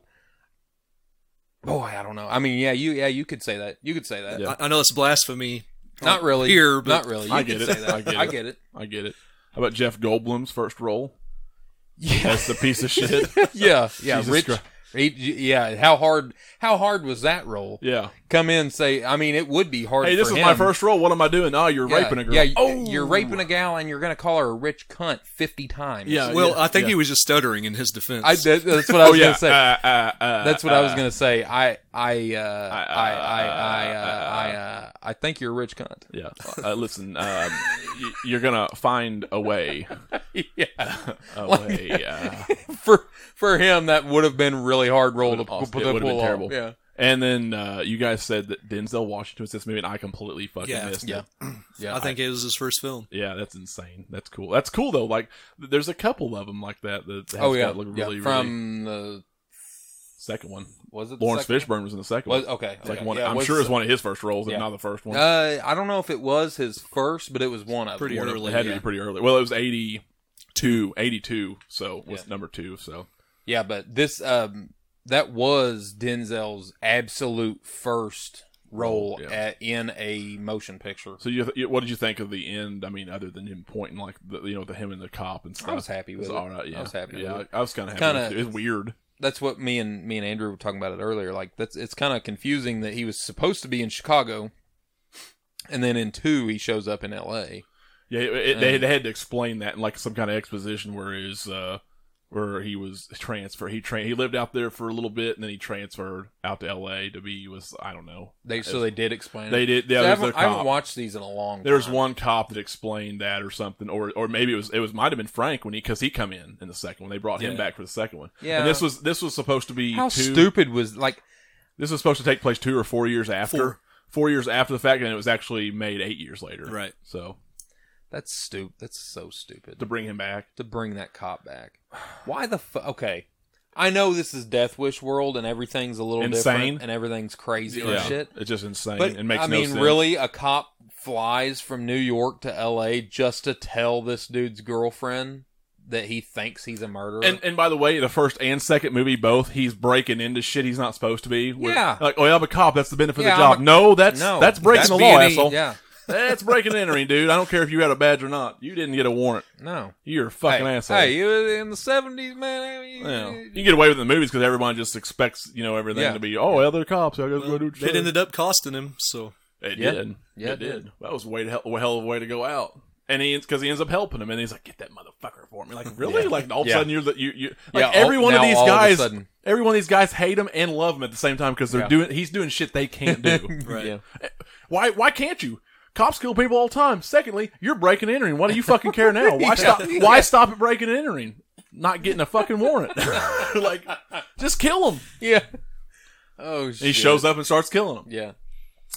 [SPEAKER 4] boy, I don't know. I mean, yeah, you yeah you could say that. You could say that.
[SPEAKER 3] Yeah.
[SPEAKER 2] I, I know it's blasphemy.
[SPEAKER 4] Not
[SPEAKER 2] on
[SPEAKER 4] really.
[SPEAKER 2] Here, but
[SPEAKER 4] Not really. You
[SPEAKER 3] I
[SPEAKER 4] could
[SPEAKER 3] get
[SPEAKER 4] say
[SPEAKER 3] it.
[SPEAKER 4] that.
[SPEAKER 3] I get
[SPEAKER 4] I
[SPEAKER 3] it.
[SPEAKER 4] get it.
[SPEAKER 3] I get it. How about Jeff Goldblum's first role?
[SPEAKER 4] Yeah.
[SPEAKER 3] That's the piece of shit.
[SPEAKER 4] yeah. Yeah.
[SPEAKER 3] Jesus
[SPEAKER 4] Rich.
[SPEAKER 3] Christ.
[SPEAKER 4] he- yeah. How hard? How hard was that role?
[SPEAKER 3] Yeah.
[SPEAKER 4] Come in, say. I mean, it would be hard.
[SPEAKER 3] Hey, this
[SPEAKER 4] for
[SPEAKER 3] is
[SPEAKER 4] him.
[SPEAKER 3] my first role. What am I doing? Oh, you're
[SPEAKER 4] Yeah,
[SPEAKER 3] raping a girl.
[SPEAKER 4] Yeah,
[SPEAKER 3] oh,
[SPEAKER 4] you're raping a gal, and you're gonna call her a rich cunt fifty times.
[SPEAKER 3] Uh, Yeah.
[SPEAKER 2] well, I think
[SPEAKER 3] yeah.
[SPEAKER 2] he was just stuttering in his defense.
[SPEAKER 4] I, that, that's what I
[SPEAKER 3] Oh
[SPEAKER 4] was
[SPEAKER 3] yeah.
[SPEAKER 4] gonna say.
[SPEAKER 3] Uh, uh, uh,
[SPEAKER 4] that's what I was
[SPEAKER 3] uh,
[SPEAKER 4] gonna say. I, I, uh, I, I, I,
[SPEAKER 3] uh,
[SPEAKER 4] uh, I, uh, I think you're a rich cunt.
[SPEAKER 3] Yeah. Uh, listen, um, y- you're gonna find a way.
[SPEAKER 4] yeah,
[SPEAKER 3] A way. Uh,
[SPEAKER 4] for for him, that would have been really hard role to,
[SPEAKER 3] Would've
[SPEAKER 4] pu-
[SPEAKER 3] lost.
[SPEAKER 4] to
[SPEAKER 3] It
[SPEAKER 4] pull
[SPEAKER 3] would've been
[SPEAKER 4] off.
[SPEAKER 3] terrible.
[SPEAKER 4] Yeah,
[SPEAKER 3] and then uh, you guys said that Denzel Washington was in this movie, and I completely fucking
[SPEAKER 2] Yeah.
[SPEAKER 3] missed
[SPEAKER 4] Yeah.
[SPEAKER 3] it.
[SPEAKER 4] yeah.
[SPEAKER 2] I think it was his first film.
[SPEAKER 3] Yeah, that's insane. That's cool. That's cool though. Like, th- there's a couple of them like that. That has
[SPEAKER 4] oh yeah,
[SPEAKER 3] got, like,
[SPEAKER 4] yeah.
[SPEAKER 3] really, really
[SPEAKER 4] From the
[SPEAKER 3] second one.
[SPEAKER 4] was it the
[SPEAKER 3] Lawrence
[SPEAKER 4] second?
[SPEAKER 3] Fishburne was in the second
[SPEAKER 4] Was
[SPEAKER 3] one.
[SPEAKER 4] okay.
[SPEAKER 3] It's like
[SPEAKER 4] okay.
[SPEAKER 3] one.
[SPEAKER 4] Yeah,
[SPEAKER 3] I'm
[SPEAKER 4] was-
[SPEAKER 3] sure it's one of his first roles,
[SPEAKER 4] Yeah.
[SPEAKER 3] if not the first one.
[SPEAKER 4] Uh, I don't know if it was his first, but it was one of
[SPEAKER 2] Pretty
[SPEAKER 4] them.
[SPEAKER 3] One of-
[SPEAKER 2] early,
[SPEAKER 3] It had to
[SPEAKER 2] yeah.
[SPEAKER 3] be pretty early. Well, it was 82, 82 so was
[SPEAKER 4] Yeah.
[SPEAKER 3] number two. So
[SPEAKER 4] Yeah, but this um that was Denzel's absolute first role
[SPEAKER 3] Oh, Yeah.
[SPEAKER 4] at, in a motion picture.
[SPEAKER 3] so you, you- what did you think of the end? I mean, other than him pointing like the, you know the him and the cop and stuff.
[SPEAKER 4] I was happy
[SPEAKER 3] It
[SPEAKER 4] with
[SPEAKER 3] was
[SPEAKER 4] it.
[SPEAKER 3] all right. Yeah,
[SPEAKER 4] I was happy.
[SPEAKER 3] Yeah,
[SPEAKER 4] with it.
[SPEAKER 3] I, I was kind of happy.
[SPEAKER 4] Kinda-
[SPEAKER 3] with it. It's weird.
[SPEAKER 4] That's what me and me and Andrew were talking about it earlier. Like that's it's kind of confusing that he was supposed to be in Chicago, and then in two he shows up in L.A.
[SPEAKER 3] Yeah, it, it- they,
[SPEAKER 4] Uh.
[SPEAKER 3] they had to explain that in like some kind of exposition where his uh where he was transferred. He tra- he lived out there for a little bit and then he transferred out to L.A. to be with I don't know.
[SPEAKER 4] They so they did explain.
[SPEAKER 3] They
[SPEAKER 4] it.
[SPEAKER 3] did. Yeah,
[SPEAKER 4] So I,
[SPEAKER 3] there's
[SPEAKER 4] haven't,
[SPEAKER 3] a
[SPEAKER 4] I haven't
[SPEAKER 3] cop.
[SPEAKER 4] watched these in a long.
[SPEAKER 3] There's
[SPEAKER 4] time.
[SPEAKER 3] one cop that explained that or something, or or maybe it was it was might have been Frank when he because he come in in the second one. They brought him
[SPEAKER 4] Yeah.
[SPEAKER 3] back for the second one.
[SPEAKER 4] Yeah.
[SPEAKER 3] and this was this was supposed to be
[SPEAKER 4] How
[SPEAKER 3] two,
[SPEAKER 4] stupid was like
[SPEAKER 3] This was supposed to take place two or four years after.
[SPEAKER 2] Four.
[SPEAKER 3] Four years after the fact, and it was actually made eight years later.
[SPEAKER 2] Right.
[SPEAKER 3] So
[SPEAKER 4] that's stupid. That's so stupid
[SPEAKER 3] to bring him back,
[SPEAKER 4] to bring that cop back. Why the fu- okay? I know this is Death Wish world and everything's a little
[SPEAKER 3] Insane.
[SPEAKER 4] different and everything's crazy
[SPEAKER 3] yeah,
[SPEAKER 4] and shit.
[SPEAKER 3] it's just insane.
[SPEAKER 4] But
[SPEAKER 3] it makes
[SPEAKER 4] I
[SPEAKER 3] no
[SPEAKER 4] mean,
[SPEAKER 3] sense.
[SPEAKER 4] really, a cop flies from New York to L.A. just to tell this dude's girlfriend that he thinks he's a murderer.
[SPEAKER 3] And and by the way, the first and second movie both he's breaking into shit he's not supposed to be. with-
[SPEAKER 4] Yeah.
[SPEAKER 3] like oh yeah, I'm a cop. That's the benefit
[SPEAKER 4] Yeah,
[SPEAKER 3] of the job.
[SPEAKER 4] I'm a-
[SPEAKER 3] no, that's
[SPEAKER 4] no,
[SPEAKER 3] that's breaking
[SPEAKER 4] that's
[SPEAKER 3] the law,
[SPEAKER 4] being-
[SPEAKER 3] asshole.
[SPEAKER 4] Yeah,
[SPEAKER 3] That's breaking and entering, dude. I don't care if you had a badge or not. You didn't get a warrant.
[SPEAKER 4] no.
[SPEAKER 3] You're a fucking
[SPEAKER 4] hey,
[SPEAKER 3] asshole.
[SPEAKER 4] Hey, you was in the seventies, man. I mean,
[SPEAKER 3] Yeah.
[SPEAKER 4] you-
[SPEAKER 3] You can get away with it in the movies because everyone just expects you know everything
[SPEAKER 4] Yeah.
[SPEAKER 3] to be oh other cops. I guess
[SPEAKER 2] Well,
[SPEAKER 3] go do what you
[SPEAKER 2] it
[SPEAKER 3] say."
[SPEAKER 2] ended up costing him. So
[SPEAKER 3] It
[SPEAKER 4] Yeah.
[SPEAKER 3] did.
[SPEAKER 4] Yeah,
[SPEAKER 3] it,
[SPEAKER 4] it
[SPEAKER 3] did. That was way to hell, a hell of a way to go out. And he because he ends up helping him, and he's like, "Get that motherfucker for me!" Like, really?
[SPEAKER 4] Yeah.
[SPEAKER 3] Like all of a
[SPEAKER 4] Yeah.
[SPEAKER 3] sudden you're the you you like
[SPEAKER 4] Yeah, all-
[SPEAKER 3] every one of
[SPEAKER 4] now
[SPEAKER 3] these
[SPEAKER 4] all of a
[SPEAKER 3] guys,
[SPEAKER 4] sudden.
[SPEAKER 3] every one of these guys hate him and love him at the same time because they're
[SPEAKER 4] Yeah.
[SPEAKER 3] doing he's doing shit they can't do.
[SPEAKER 2] right.
[SPEAKER 4] Yeah.
[SPEAKER 3] why why can't you? Cops kill people all the time. Secondly, you're breaking and entering. Why do you fucking care now? Why stop? Why stop at breaking and entering? Not getting a fucking warrant. like, just kill him.
[SPEAKER 4] Yeah. Oh shit.
[SPEAKER 3] He shows up and starts killing him.
[SPEAKER 4] Yeah.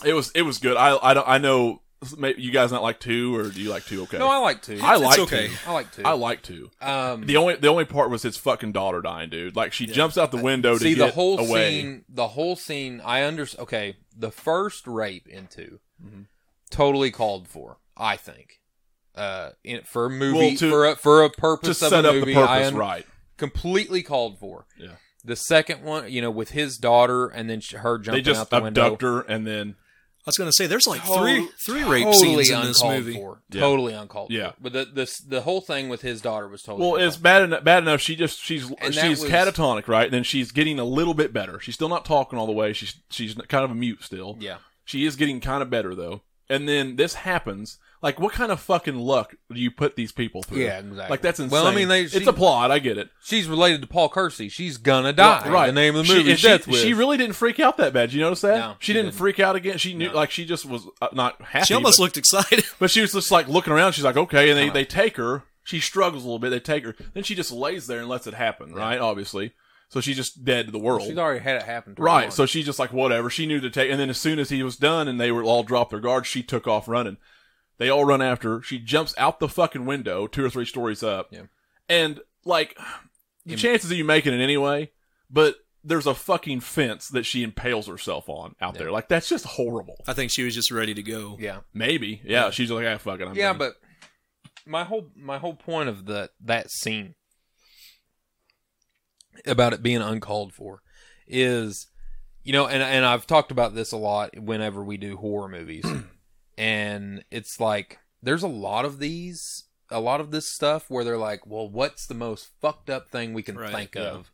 [SPEAKER 3] It was it was good. I I don't I know maybe you guys not like two or do you like two? Okay,
[SPEAKER 4] No, I like to.
[SPEAKER 3] I like
[SPEAKER 2] okay.
[SPEAKER 3] two.
[SPEAKER 4] I like to.
[SPEAKER 3] I like two.
[SPEAKER 4] um,
[SPEAKER 3] The only the only part was his fucking daughter dying, dude. Like she jumps out the window to
[SPEAKER 4] see the
[SPEAKER 3] get
[SPEAKER 4] whole
[SPEAKER 3] away.
[SPEAKER 4] scene. The whole scene. I under. Okay, the first rape into totally called for. I think. Uh, in, for a movie
[SPEAKER 3] Well, to-
[SPEAKER 4] for a, for a
[SPEAKER 3] to
[SPEAKER 4] purpose of
[SPEAKER 3] set
[SPEAKER 4] a
[SPEAKER 3] up
[SPEAKER 4] movie,
[SPEAKER 3] the purpose
[SPEAKER 4] I un-
[SPEAKER 3] right.
[SPEAKER 4] completely called for.
[SPEAKER 3] Yeah.
[SPEAKER 4] The second one, you know, with his daughter and then sh- her
[SPEAKER 3] They
[SPEAKER 4] jumping
[SPEAKER 3] just
[SPEAKER 4] out the window.
[SPEAKER 3] abduct her and then
[SPEAKER 2] I was gonna say there's like
[SPEAKER 4] Tot-
[SPEAKER 2] three three rape
[SPEAKER 4] totally
[SPEAKER 2] scenes in this
[SPEAKER 4] uncalled
[SPEAKER 2] movie.
[SPEAKER 4] For.
[SPEAKER 3] Yeah.
[SPEAKER 4] Totally uncalled
[SPEAKER 3] Yeah.
[SPEAKER 4] for. But the, the the whole thing with his daughter was totally
[SPEAKER 3] well, it's bad enough. Bad enough. She just she's
[SPEAKER 4] And that
[SPEAKER 3] she's
[SPEAKER 4] was-
[SPEAKER 3] catatonic, right? And then she's getting a little bit better. She's still not talking all the way. She's she's kind of a mute still.
[SPEAKER 4] yeah.
[SPEAKER 3] She is getting kind of better though. And then this happens. Like, what kind of fucking luck do you put these people through?
[SPEAKER 4] Yeah, exactly.
[SPEAKER 3] Like that's insane.
[SPEAKER 4] Well, I mean, they- she-
[SPEAKER 3] it's a plot. I get it.
[SPEAKER 4] She's related to Paul Kersey. She's gonna die.
[SPEAKER 3] Right.
[SPEAKER 4] The name of the
[SPEAKER 3] She-
[SPEAKER 4] movie
[SPEAKER 3] and
[SPEAKER 4] is
[SPEAKER 3] she,
[SPEAKER 4] Death Wish.
[SPEAKER 3] she really didn't freak out that bad. Did You notice that?
[SPEAKER 4] No,
[SPEAKER 3] she,
[SPEAKER 4] she
[SPEAKER 3] didn't,
[SPEAKER 4] didn't.
[SPEAKER 3] freak out again. She knew,
[SPEAKER 4] No.
[SPEAKER 3] like, she just was uh, not happy.
[SPEAKER 2] She almost
[SPEAKER 3] but,
[SPEAKER 2] looked excited.
[SPEAKER 3] but she was just like looking around. She's like, okay, and they they take her. She struggles a little bit. They take her. Then she just lays there and lets it happen. Right? Obviously. So she's just dead to the world.
[SPEAKER 4] She's already had it happen. To her
[SPEAKER 3] Right,
[SPEAKER 4] once.
[SPEAKER 3] so she just like whatever. She knew to take, and then as soon as he was done, and they were all dropped their guards, she took off running. They all run after her. She jumps out the fucking window, two or three stories up,
[SPEAKER 4] Yeah.
[SPEAKER 3] and like the
[SPEAKER 4] Im-
[SPEAKER 3] chances of you making it anyway. But there's a fucking fence that she impales herself on out there. Like that's just horrible.
[SPEAKER 2] I think she was just ready to go.
[SPEAKER 4] yeah,
[SPEAKER 3] Maybe, yeah. She's like, ah, fuck it. I'm
[SPEAKER 4] yeah,
[SPEAKER 3] done."
[SPEAKER 4] but my whole my whole point of the that scene about it being uncalled for is you know and and I've talked about this a lot whenever we do horror movies and it's like there's a lot of these a lot of this stuff where they're like well what's the most fucked up thing we can
[SPEAKER 2] Right,
[SPEAKER 4] think
[SPEAKER 3] yeah.
[SPEAKER 4] of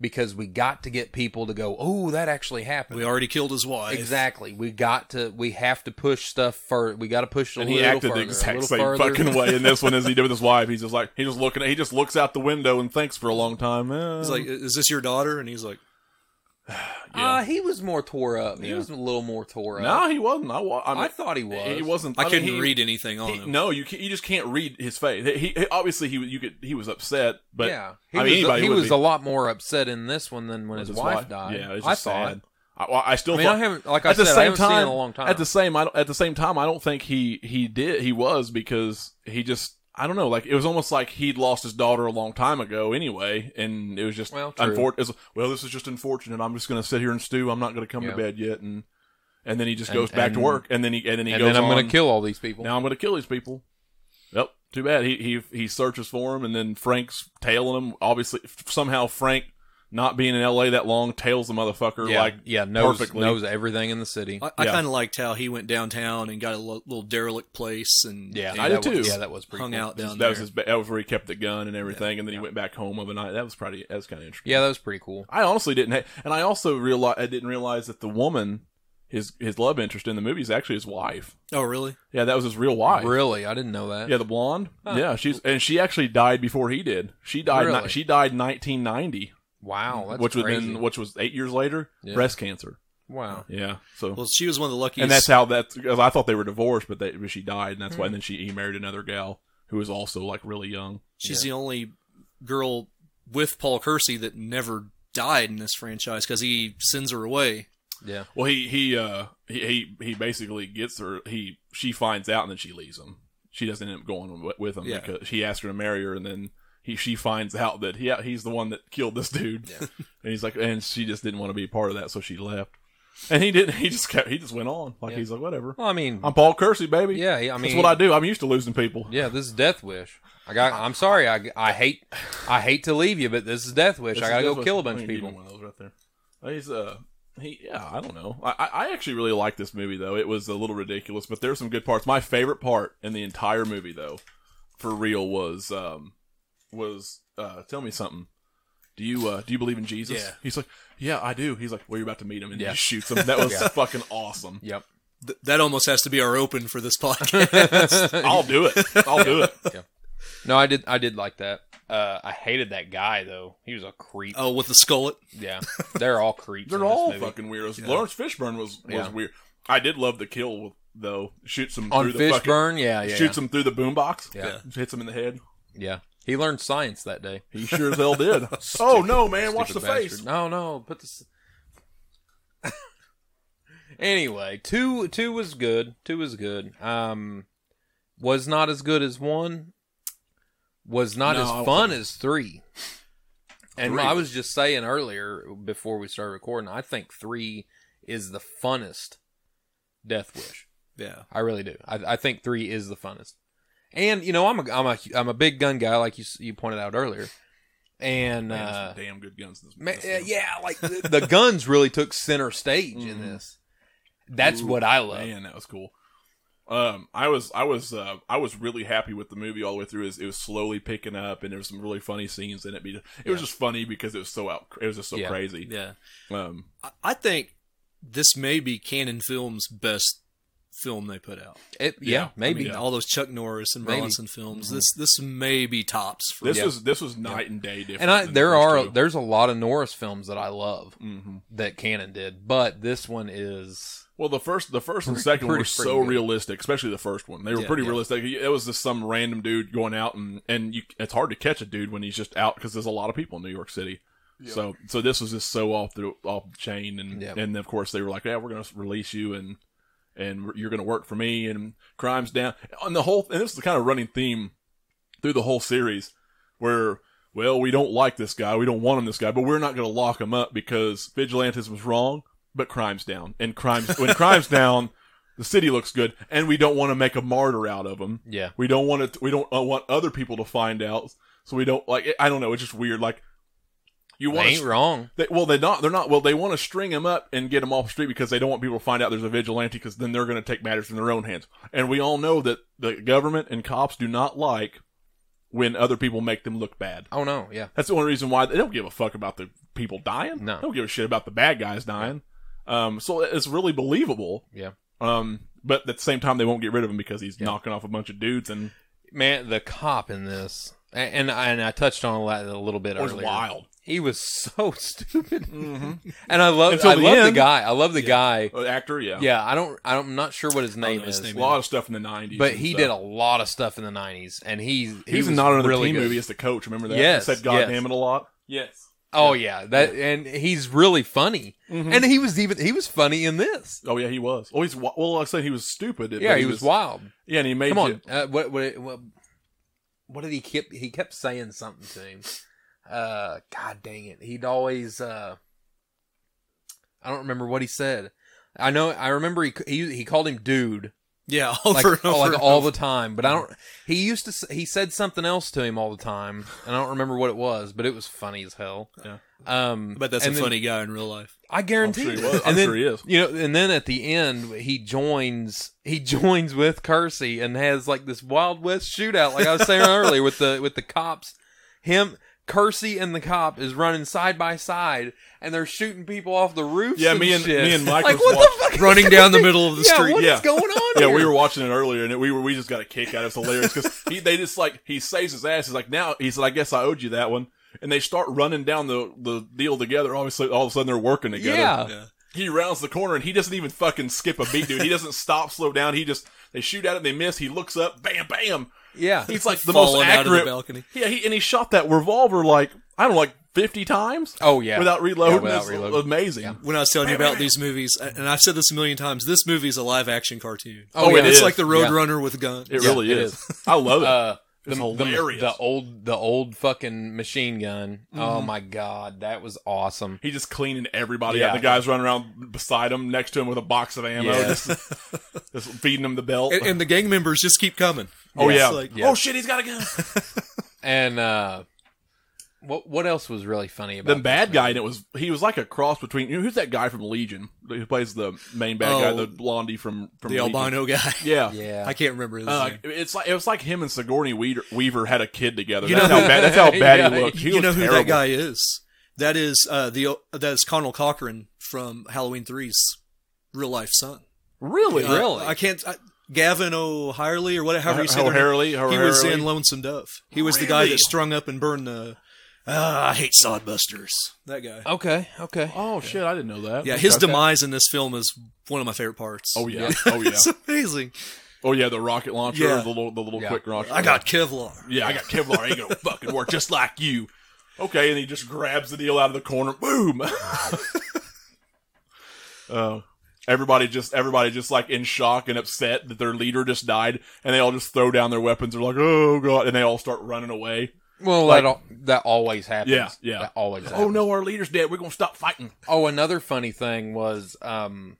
[SPEAKER 4] because we got to get people to go oh that actually happened
[SPEAKER 2] We already killed his wife.
[SPEAKER 4] Exactly. We got to. We have to push stuff further. We got to push a
[SPEAKER 3] and
[SPEAKER 4] little
[SPEAKER 3] he acted
[SPEAKER 4] further,
[SPEAKER 3] the
[SPEAKER 4] a
[SPEAKER 3] exact
[SPEAKER 4] little
[SPEAKER 3] same
[SPEAKER 4] further.
[SPEAKER 3] fucking way in this one as he did with his wife. He's just like, he just looking, he just looks out the window and thinks for a long time. Eh.
[SPEAKER 2] He's like, "Is this your daughter?" And he's like,
[SPEAKER 4] Uh, he was more tore up. He
[SPEAKER 3] Yeah.
[SPEAKER 4] was a little more tore up.
[SPEAKER 3] no, he wasn't. I, wa- I,
[SPEAKER 4] I,
[SPEAKER 3] mean,
[SPEAKER 4] thought he was.
[SPEAKER 3] He wasn't.
[SPEAKER 2] "I,
[SPEAKER 3] mean,
[SPEAKER 2] couldn't
[SPEAKER 3] he-
[SPEAKER 2] read anything on
[SPEAKER 3] he-
[SPEAKER 2] him."
[SPEAKER 3] no, you can, you just can't read his face. He, he obviously he was- you could he was upset, but
[SPEAKER 4] yeah, he
[SPEAKER 3] I mean,
[SPEAKER 4] was.
[SPEAKER 3] anybody
[SPEAKER 4] he
[SPEAKER 3] would
[SPEAKER 4] was
[SPEAKER 3] be.
[SPEAKER 4] a lot more upset in this one than when
[SPEAKER 3] with
[SPEAKER 4] his, wife, died.
[SPEAKER 3] Yeah, it's
[SPEAKER 4] I
[SPEAKER 3] just
[SPEAKER 4] thought.
[SPEAKER 3] sad. I, well, I still
[SPEAKER 4] I mean,
[SPEAKER 3] thought,
[SPEAKER 4] I haven't. Like I
[SPEAKER 3] at the
[SPEAKER 4] said, I
[SPEAKER 3] same
[SPEAKER 4] haven't seen it
[SPEAKER 3] time
[SPEAKER 4] in a long time.
[SPEAKER 3] at the same I don't, at the same time I don't think he he did he was because he just I don't know like it was almost like he'd lost his daughter a long time ago anyway, and it was just
[SPEAKER 4] Well, true.
[SPEAKER 3] unfor- it was, well this is just unfortunate. I'm just gonna sit here and stew. I'm not gonna come
[SPEAKER 4] Yeah.
[SPEAKER 3] to bed yet, and and then he just
[SPEAKER 4] And-
[SPEAKER 3] goes back to
[SPEAKER 4] and-
[SPEAKER 3] work, and then he and then he
[SPEAKER 4] and
[SPEAKER 3] goes
[SPEAKER 4] then I'm
[SPEAKER 3] on,
[SPEAKER 4] gonna kill all these people.
[SPEAKER 3] now I'm going to kill these people. Yep. Too bad. He he he searches for him, and then Frank's tailing him. Obviously, f- somehow Frank, not being in L.A. that long, tails the motherfucker.
[SPEAKER 4] yeah,
[SPEAKER 3] Like
[SPEAKER 4] yeah, knows
[SPEAKER 3] perfectly.
[SPEAKER 4] knows everything in the city.
[SPEAKER 2] I, I
[SPEAKER 3] Yeah.
[SPEAKER 2] kind of liked how he went downtown and got a lo- little derelict place and
[SPEAKER 4] yeah,
[SPEAKER 2] and
[SPEAKER 3] I
[SPEAKER 4] that
[SPEAKER 3] did
[SPEAKER 4] was-
[SPEAKER 3] too.
[SPEAKER 4] Yeah, that was pretty
[SPEAKER 2] hung
[SPEAKER 4] cool.
[SPEAKER 2] out down
[SPEAKER 3] that
[SPEAKER 2] there.
[SPEAKER 3] was his, ba- that was where he kept the gun and everything, and then he went back home of a night. That was pretty. That was kind of interesting.
[SPEAKER 4] Yeah, that was pretty cool.
[SPEAKER 3] I honestly didn't, ha- and I also realized I didn't realize that the woman his his love interest in the movie is actually his wife.
[SPEAKER 2] Oh, really?
[SPEAKER 3] Yeah, that was his real wife.
[SPEAKER 4] Really, I didn't know that.
[SPEAKER 3] Yeah, the blonde.
[SPEAKER 4] Huh.
[SPEAKER 3] Yeah, she's and she actually died before he did. She died. ni-
[SPEAKER 4] Really?
[SPEAKER 3] she died 1990,
[SPEAKER 4] Wow, that's
[SPEAKER 3] which was
[SPEAKER 4] crazy.
[SPEAKER 3] then which was eight years later.
[SPEAKER 4] Yeah.
[SPEAKER 3] Breast cancer.
[SPEAKER 4] wow.
[SPEAKER 3] Yeah. So
[SPEAKER 2] Well, she was one of the luckiest.
[SPEAKER 3] and that's how that. Cause I thought they were divorced, but, they, but she died, and that's
[SPEAKER 4] Hmm.
[SPEAKER 3] why. And then she he married another gal who was also like really young.
[SPEAKER 2] she's the only girl with Paul Kersey that never died in this franchise because he sends her away.
[SPEAKER 4] Yeah.
[SPEAKER 3] Well, he he uh he he, he basically gets her. He she finds out and then she leaves him. She doesn't end up going wi- with him
[SPEAKER 2] Yeah.
[SPEAKER 3] because he asked her to marry her, and then he she finds out that he he's the one that killed this dude.
[SPEAKER 4] Yeah.
[SPEAKER 3] and he's like, and she just didn't want to be a part of that, so she left. And he didn't. He just kept. He just went on like
[SPEAKER 4] Yeah.
[SPEAKER 3] he's like whatever.
[SPEAKER 4] Well, I mean,
[SPEAKER 3] I'm Paul Kersey, baby.
[SPEAKER 4] yeah, yeah, I mean,
[SPEAKER 3] that's what I do. I'm used to losing people.
[SPEAKER 4] yeah, this is Death Wish. I got. I'm sorry. I, I hate. I hate to leave you, but this is Death Wish.
[SPEAKER 3] This
[SPEAKER 4] I
[SPEAKER 3] is
[SPEAKER 4] gotta go
[SPEAKER 3] definitely-
[SPEAKER 4] kill a
[SPEAKER 3] I
[SPEAKER 4] bunch of
[SPEAKER 3] mean, you need
[SPEAKER 4] people.
[SPEAKER 3] One of those right there. He's uh, he yeah. I don't know. I I- I actually really like this movie though. It was a little ridiculous, but there's some good parts. My favorite part in the entire movie though, for real, was um, was uh, tell me something. Do you uh, do you believe in Jesus?
[SPEAKER 2] Yeah.
[SPEAKER 3] He's like, yeah, I do. He's like, well, you're about to meet him, and
[SPEAKER 4] Yeah.
[SPEAKER 3] he shoots him. That was
[SPEAKER 4] Yeah.
[SPEAKER 3] fucking awesome.
[SPEAKER 4] Yep.
[SPEAKER 2] Th- that almost has to be our open for this podcast.
[SPEAKER 3] I'll do it. I'll do it.
[SPEAKER 4] No, I did. I did like that. Uh, I hated that guy though. He was a creep.
[SPEAKER 2] oh, with the skullet.
[SPEAKER 4] Yeah, they're all creeps.
[SPEAKER 3] They're
[SPEAKER 4] in this
[SPEAKER 3] all
[SPEAKER 4] movie.
[SPEAKER 3] fucking weirdos.
[SPEAKER 2] Yeah.
[SPEAKER 3] Lawrence Fishburne was was
[SPEAKER 4] Yeah.
[SPEAKER 3] weird. I did love the kill though. Shoots him
[SPEAKER 4] on
[SPEAKER 3] through the fucking
[SPEAKER 4] Fishburne. Yeah, yeah,
[SPEAKER 3] shoots him through the boombox.
[SPEAKER 4] Yeah.
[SPEAKER 3] hits him in the head.
[SPEAKER 4] yeah. He learned science that day.
[SPEAKER 3] He sure as hell did. oh no, man! Watch the
[SPEAKER 4] Stupid bastard.
[SPEAKER 3] face.
[SPEAKER 4] No, no, put this. anyway, two two was good. Two was good. Um, was not as good as one. Was not
[SPEAKER 3] No, I
[SPEAKER 4] as
[SPEAKER 3] don't
[SPEAKER 4] fun as three. And
[SPEAKER 3] Three
[SPEAKER 4] I
[SPEAKER 3] was-
[SPEAKER 4] was just saying earlier before we started recording, I think three is the funnest Death Wish.
[SPEAKER 2] Yeah.
[SPEAKER 4] I really do. I, I think three is the funnest. And you know, I'm a I'm a I'm a big gun guy, like you s- you pointed out earlier. And
[SPEAKER 3] Man,
[SPEAKER 4] uh,
[SPEAKER 3] there's some damn good guns. In this,
[SPEAKER 4] Ma-
[SPEAKER 3] this film.
[SPEAKER 4] uh, yeah, like the, the guns really took center stage in
[SPEAKER 3] Mhm.
[SPEAKER 4] this. That's
[SPEAKER 3] Ooh,
[SPEAKER 4] what I love.
[SPEAKER 3] man, that was cool. Um, I was, I was, uh, I was really happy with the movie all the way through. Is it was slowly picking up, and there was some really funny scenes in it. Be- It was
[SPEAKER 4] Yeah.
[SPEAKER 3] just funny because it was so out. It was just so
[SPEAKER 4] Yeah.
[SPEAKER 3] crazy.
[SPEAKER 2] Yeah.
[SPEAKER 3] Um,
[SPEAKER 2] I, I think this may be Canon Films' best film they put out.
[SPEAKER 4] It, yeah,
[SPEAKER 3] Yeah, I
[SPEAKER 4] maybe.
[SPEAKER 3] mean,
[SPEAKER 2] All those Chuck Norris and
[SPEAKER 4] Maybe. Mm-hmm.
[SPEAKER 2] Bronson films. This this may be tops for
[SPEAKER 3] this
[SPEAKER 2] me.
[SPEAKER 3] was this was night and day different.
[SPEAKER 4] and I
[SPEAKER 3] than
[SPEAKER 4] there
[SPEAKER 3] the
[SPEAKER 4] are
[SPEAKER 3] first two.
[SPEAKER 4] there's a lot of Norris films that I love
[SPEAKER 3] Mhm.
[SPEAKER 4] that Cannon did, but this one is
[SPEAKER 3] Well, the first, the first and
[SPEAKER 4] Pretty-
[SPEAKER 3] second
[SPEAKER 4] pretty
[SPEAKER 3] were
[SPEAKER 4] freaking
[SPEAKER 3] so
[SPEAKER 4] good.
[SPEAKER 3] realistic, especially the first one. They were
[SPEAKER 2] Yeah,
[SPEAKER 3] pretty
[SPEAKER 4] yeah.
[SPEAKER 3] realistic. It was just some random dude going out, and and you, it's hard to catch a dude when he's just out because there's a lot of people in New York City. So, so this was just so off the off the chain, and
[SPEAKER 4] Yeah.
[SPEAKER 3] and of course they were like, yeah, we're gonna release you, and and you're gonna work for me, and crimes down, and the whole, and this is the kind of running theme through the whole series where. Well, we don't like this guy. We don't want him, this guy, but we're not going to lock him up because vigilantism is wrong, but crime's down. And crime's, when crime's down, the city looks good, and we don't want to make a martyr out of him.
[SPEAKER 4] yeah.
[SPEAKER 3] We don't want to. We don't uh, want other people to find out. So we don't like. I don't know. It's just weird. Like you
[SPEAKER 4] They
[SPEAKER 3] want.
[SPEAKER 4] ain't
[SPEAKER 3] to,
[SPEAKER 4] wrong.
[SPEAKER 3] they, well, they're not. They're not. Well, they want to string him up and get him off the street because they don't want people to find out there's a vigilante. Because then they're going to take matters in their own hands. And we all know that the government and cops do not like when other people make them look bad.
[SPEAKER 4] Oh no, yeah.
[SPEAKER 3] That's the only reason why they don't give a fuck about the people dying.
[SPEAKER 4] No.
[SPEAKER 3] They don't give a shit about the bad guys dying. Um, so it's really believable.
[SPEAKER 4] Yeah.
[SPEAKER 3] Um, but at the same time, they won't get rid of him because he's knocking off a bunch of dudes and
[SPEAKER 4] Man, the cop in this a- and I- and I touched on a lot- a little bit
[SPEAKER 3] it was
[SPEAKER 4] earlier.
[SPEAKER 3] wild.
[SPEAKER 4] He was so stupid,
[SPEAKER 3] Mm-hmm.
[SPEAKER 4] and I love
[SPEAKER 3] Until
[SPEAKER 4] I
[SPEAKER 3] the
[SPEAKER 4] love the
[SPEAKER 3] end.
[SPEAKER 4] guy. I love the guy.
[SPEAKER 3] Actor, yeah.
[SPEAKER 4] Yeah, I don't I don't, I'm not sure what his
[SPEAKER 2] don't
[SPEAKER 4] name
[SPEAKER 2] know his
[SPEAKER 4] is.
[SPEAKER 2] name
[SPEAKER 3] A lot of stuff in the 90s.
[SPEAKER 4] But
[SPEAKER 3] and
[SPEAKER 4] he
[SPEAKER 3] stuff.
[SPEAKER 4] did a lot of stuff in the '90s, and he's he
[SPEAKER 3] He's
[SPEAKER 4] was
[SPEAKER 3] not another
[SPEAKER 4] really
[SPEAKER 3] team
[SPEAKER 4] good.
[SPEAKER 3] movie as the coach. Remember that?
[SPEAKER 4] Yes,
[SPEAKER 3] He said "God
[SPEAKER 4] yes.
[SPEAKER 3] damn it" a lot.
[SPEAKER 1] Yes.
[SPEAKER 4] Oh yeah, that and he's really funny, Mm-hmm.
[SPEAKER 3] Mm-hmm.
[SPEAKER 4] and he was even he was funny in this.
[SPEAKER 3] Oh yeah, he was. Oh, he's wi- well. I said he was stupid.
[SPEAKER 4] Yeah,
[SPEAKER 3] but
[SPEAKER 4] he was wild.
[SPEAKER 3] Yeah, and he made
[SPEAKER 4] Come on,
[SPEAKER 3] you-
[SPEAKER 4] uh, what, what what what did he keep? He kept saying something to him. Uh, God dang it, he'd always. Uh, I don't remember what he said. I know I remember he he, he called him dude
[SPEAKER 2] yeah, over
[SPEAKER 4] like,
[SPEAKER 2] and
[SPEAKER 4] oh,
[SPEAKER 2] over.
[SPEAKER 4] like
[SPEAKER 2] and
[SPEAKER 4] all
[SPEAKER 2] over.
[SPEAKER 4] the time, but I don't. He used to. s- He said something else to him all the time, and I don't remember what it was, but it was funny as hell.
[SPEAKER 3] Yeah.
[SPEAKER 4] Um,
[SPEAKER 2] But that's a
[SPEAKER 4] and then-
[SPEAKER 2] funny guy in real life.
[SPEAKER 4] I
[SPEAKER 3] I'm
[SPEAKER 4] guarantee.
[SPEAKER 3] sure he
[SPEAKER 4] it.
[SPEAKER 3] was.
[SPEAKER 4] And
[SPEAKER 3] I'm
[SPEAKER 4] then,
[SPEAKER 3] sure he is.
[SPEAKER 4] You know, and then at the end, he joins. He joins with Kersey and has like this Wild West shootout, like I was saying earlier, with the with the cops. Him Kersey and the cop is running side by side, and they're shooting people off the roofs.
[SPEAKER 3] Yeah, me and-
[SPEAKER 4] shit.
[SPEAKER 3] me and Mike
[SPEAKER 4] Like
[SPEAKER 3] was
[SPEAKER 4] what
[SPEAKER 3] watching-
[SPEAKER 4] the fuck? is
[SPEAKER 2] Running down the
[SPEAKER 4] happening?
[SPEAKER 2] middle of the
[SPEAKER 4] yeah,
[SPEAKER 2] street.
[SPEAKER 4] What is
[SPEAKER 3] Yeah.
[SPEAKER 4] going on?
[SPEAKER 3] Yeah,
[SPEAKER 4] here?
[SPEAKER 3] we were watching it earlier, and it, we were we just got a kick out. of it. It's hilarious because he they just like he saves his ass. He's like, now he said, I guess I owed you that one. And they start running down the the deal together. Obviously, all of a sudden they're working together.
[SPEAKER 4] Yeah.
[SPEAKER 2] Yeah.
[SPEAKER 3] He rounds the corner and he doesn't even fucking skip a beat, dude. He doesn't stop, slow down. He just they shoot at him, they miss. He looks up, bam, bam.
[SPEAKER 4] Yeah,
[SPEAKER 3] He's like the most
[SPEAKER 2] Falling out of the
[SPEAKER 3] accurate.
[SPEAKER 2] balcony.
[SPEAKER 3] yeah, he and he shot that revolver like I don't know, like fifty times.
[SPEAKER 4] Oh, yeah.
[SPEAKER 3] without reloading.
[SPEAKER 4] Yeah, without
[SPEAKER 3] It's
[SPEAKER 4] reloading.
[SPEAKER 3] Amazing.
[SPEAKER 4] Yeah.
[SPEAKER 2] When I was telling you about these movies, and I've said this a million times, this movie's a live action cartoon.
[SPEAKER 4] Oh,
[SPEAKER 3] Oh, yeah.
[SPEAKER 2] And it's
[SPEAKER 3] is.
[SPEAKER 2] like the Road
[SPEAKER 4] Yeah.
[SPEAKER 2] Runner with guns.
[SPEAKER 3] It
[SPEAKER 4] Yeah,
[SPEAKER 3] really
[SPEAKER 4] it
[SPEAKER 3] is. I love it.
[SPEAKER 4] uh, the,
[SPEAKER 3] It's
[SPEAKER 4] the-
[SPEAKER 3] hilarious.
[SPEAKER 4] the old the old fucking machine gun. Oh my god, that was awesome.
[SPEAKER 3] He just cleaning everybody
[SPEAKER 4] Yeah.
[SPEAKER 3] out. The guys running around beside him, next to him with a box of ammo,
[SPEAKER 4] Yeah.
[SPEAKER 3] just, just feeding him the belt.
[SPEAKER 2] And, and the gang members just keep coming.
[SPEAKER 3] oh
[SPEAKER 2] It's
[SPEAKER 3] yeah.
[SPEAKER 2] like-
[SPEAKER 3] Oh shit, he's got a gun.
[SPEAKER 4] And uh, what what else was really funny about
[SPEAKER 3] the bad guy, and it was he was like a cross between. You know, who's that guy from Legion? Who plays the main bad guy,
[SPEAKER 2] Oh.
[SPEAKER 3] the blondie from from
[SPEAKER 2] the
[SPEAKER 3] Legion.
[SPEAKER 2] albino guy.
[SPEAKER 3] Yeah.
[SPEAKER 4] this? Yeah,
[SPEAKER 2] I can't remember his
[SPEAKER 3] Uh,
[SPEAKER 2] name.
[SPEAKER 3] it's like it was like him and Sigourney Weaver, Weaver had a kid together.
[SPEAKER 2] You
[SPEAKER 3] that's,
[SPEAKER 2] know
[SPEAKER 3] how
[SPEAKER 2] who-
[SPEAKER 3] bad, that's how bad
[SPEAKER 4] Yeah.
[SPEAKER 3] he looked. He
[SPEAKER 2] you
[SPEAKER 3] looked
[SPEAKER 2] know who that
[SPEAKER 3] terrible.
[SPEAKER 2] guy is? That is uh, the that is Connell Cochran from Halloween 3's real life son.
[SPEAKER 3] Really,
[SPEAKER 2] Uh, I can't. I, Gavin O'Hirely or whatever. However you say their name.
[SPEAKER 3] O'Harely,
[SPEAKER 2] He was
[SPEAKER 3] O'Harely.
[SPEAKER 2] in Lonesome Dove. He was the guy
[SPEAKER 3] Really?
[SPEAKER 2] that strung up and burned the. Ah, I hate sodbusters. That guy.
[SPEAKER 4] Okay, okay.
[SPEAKER 3] Oh shit, I didn't know that.
[SPEAKER 2] yeah, his
[SPEAKER 3] Okay.
[SPEAKER 2] demise in this film is one of my favorite parts.
[SPEAKER 3] Oh yeah, oh yeah,
[SPEAKER 2] it's amazing.
[SPEAKER 3] oh yeah. The rocket launcher,
[SPEAKER 2] Yeah.
[SPEAKER 3] the little, the little
[SPEAKER 4] Yeah.
[SPEAKER 3] quick launcher.
[SPEAKER 2] I got Kevlar.
[SPEAKER 3] Yeah, I got Kevlar. Ain't gonna fucking work just like you. Okay, and he just grabs the deal out of the corner. Boom. uh, everybody just everybody just like in shock and upset that their leader just died, and they all just throw down their weapons. They're like, "Oh god!" and they all start running away.
[SPEAKER 4] Well,
[SPEAKER 3] Like-
[SPEAKER 4] that al- that always happens.
[SPEAKER 3] Yeah, yeah.
[SPEAKER 4] That always. Happens.
[SPEAKER 3] Oh no, our leader's dead. We're gonna stop fighting.
[SPEAKER 4] Oh, another funny thing was um,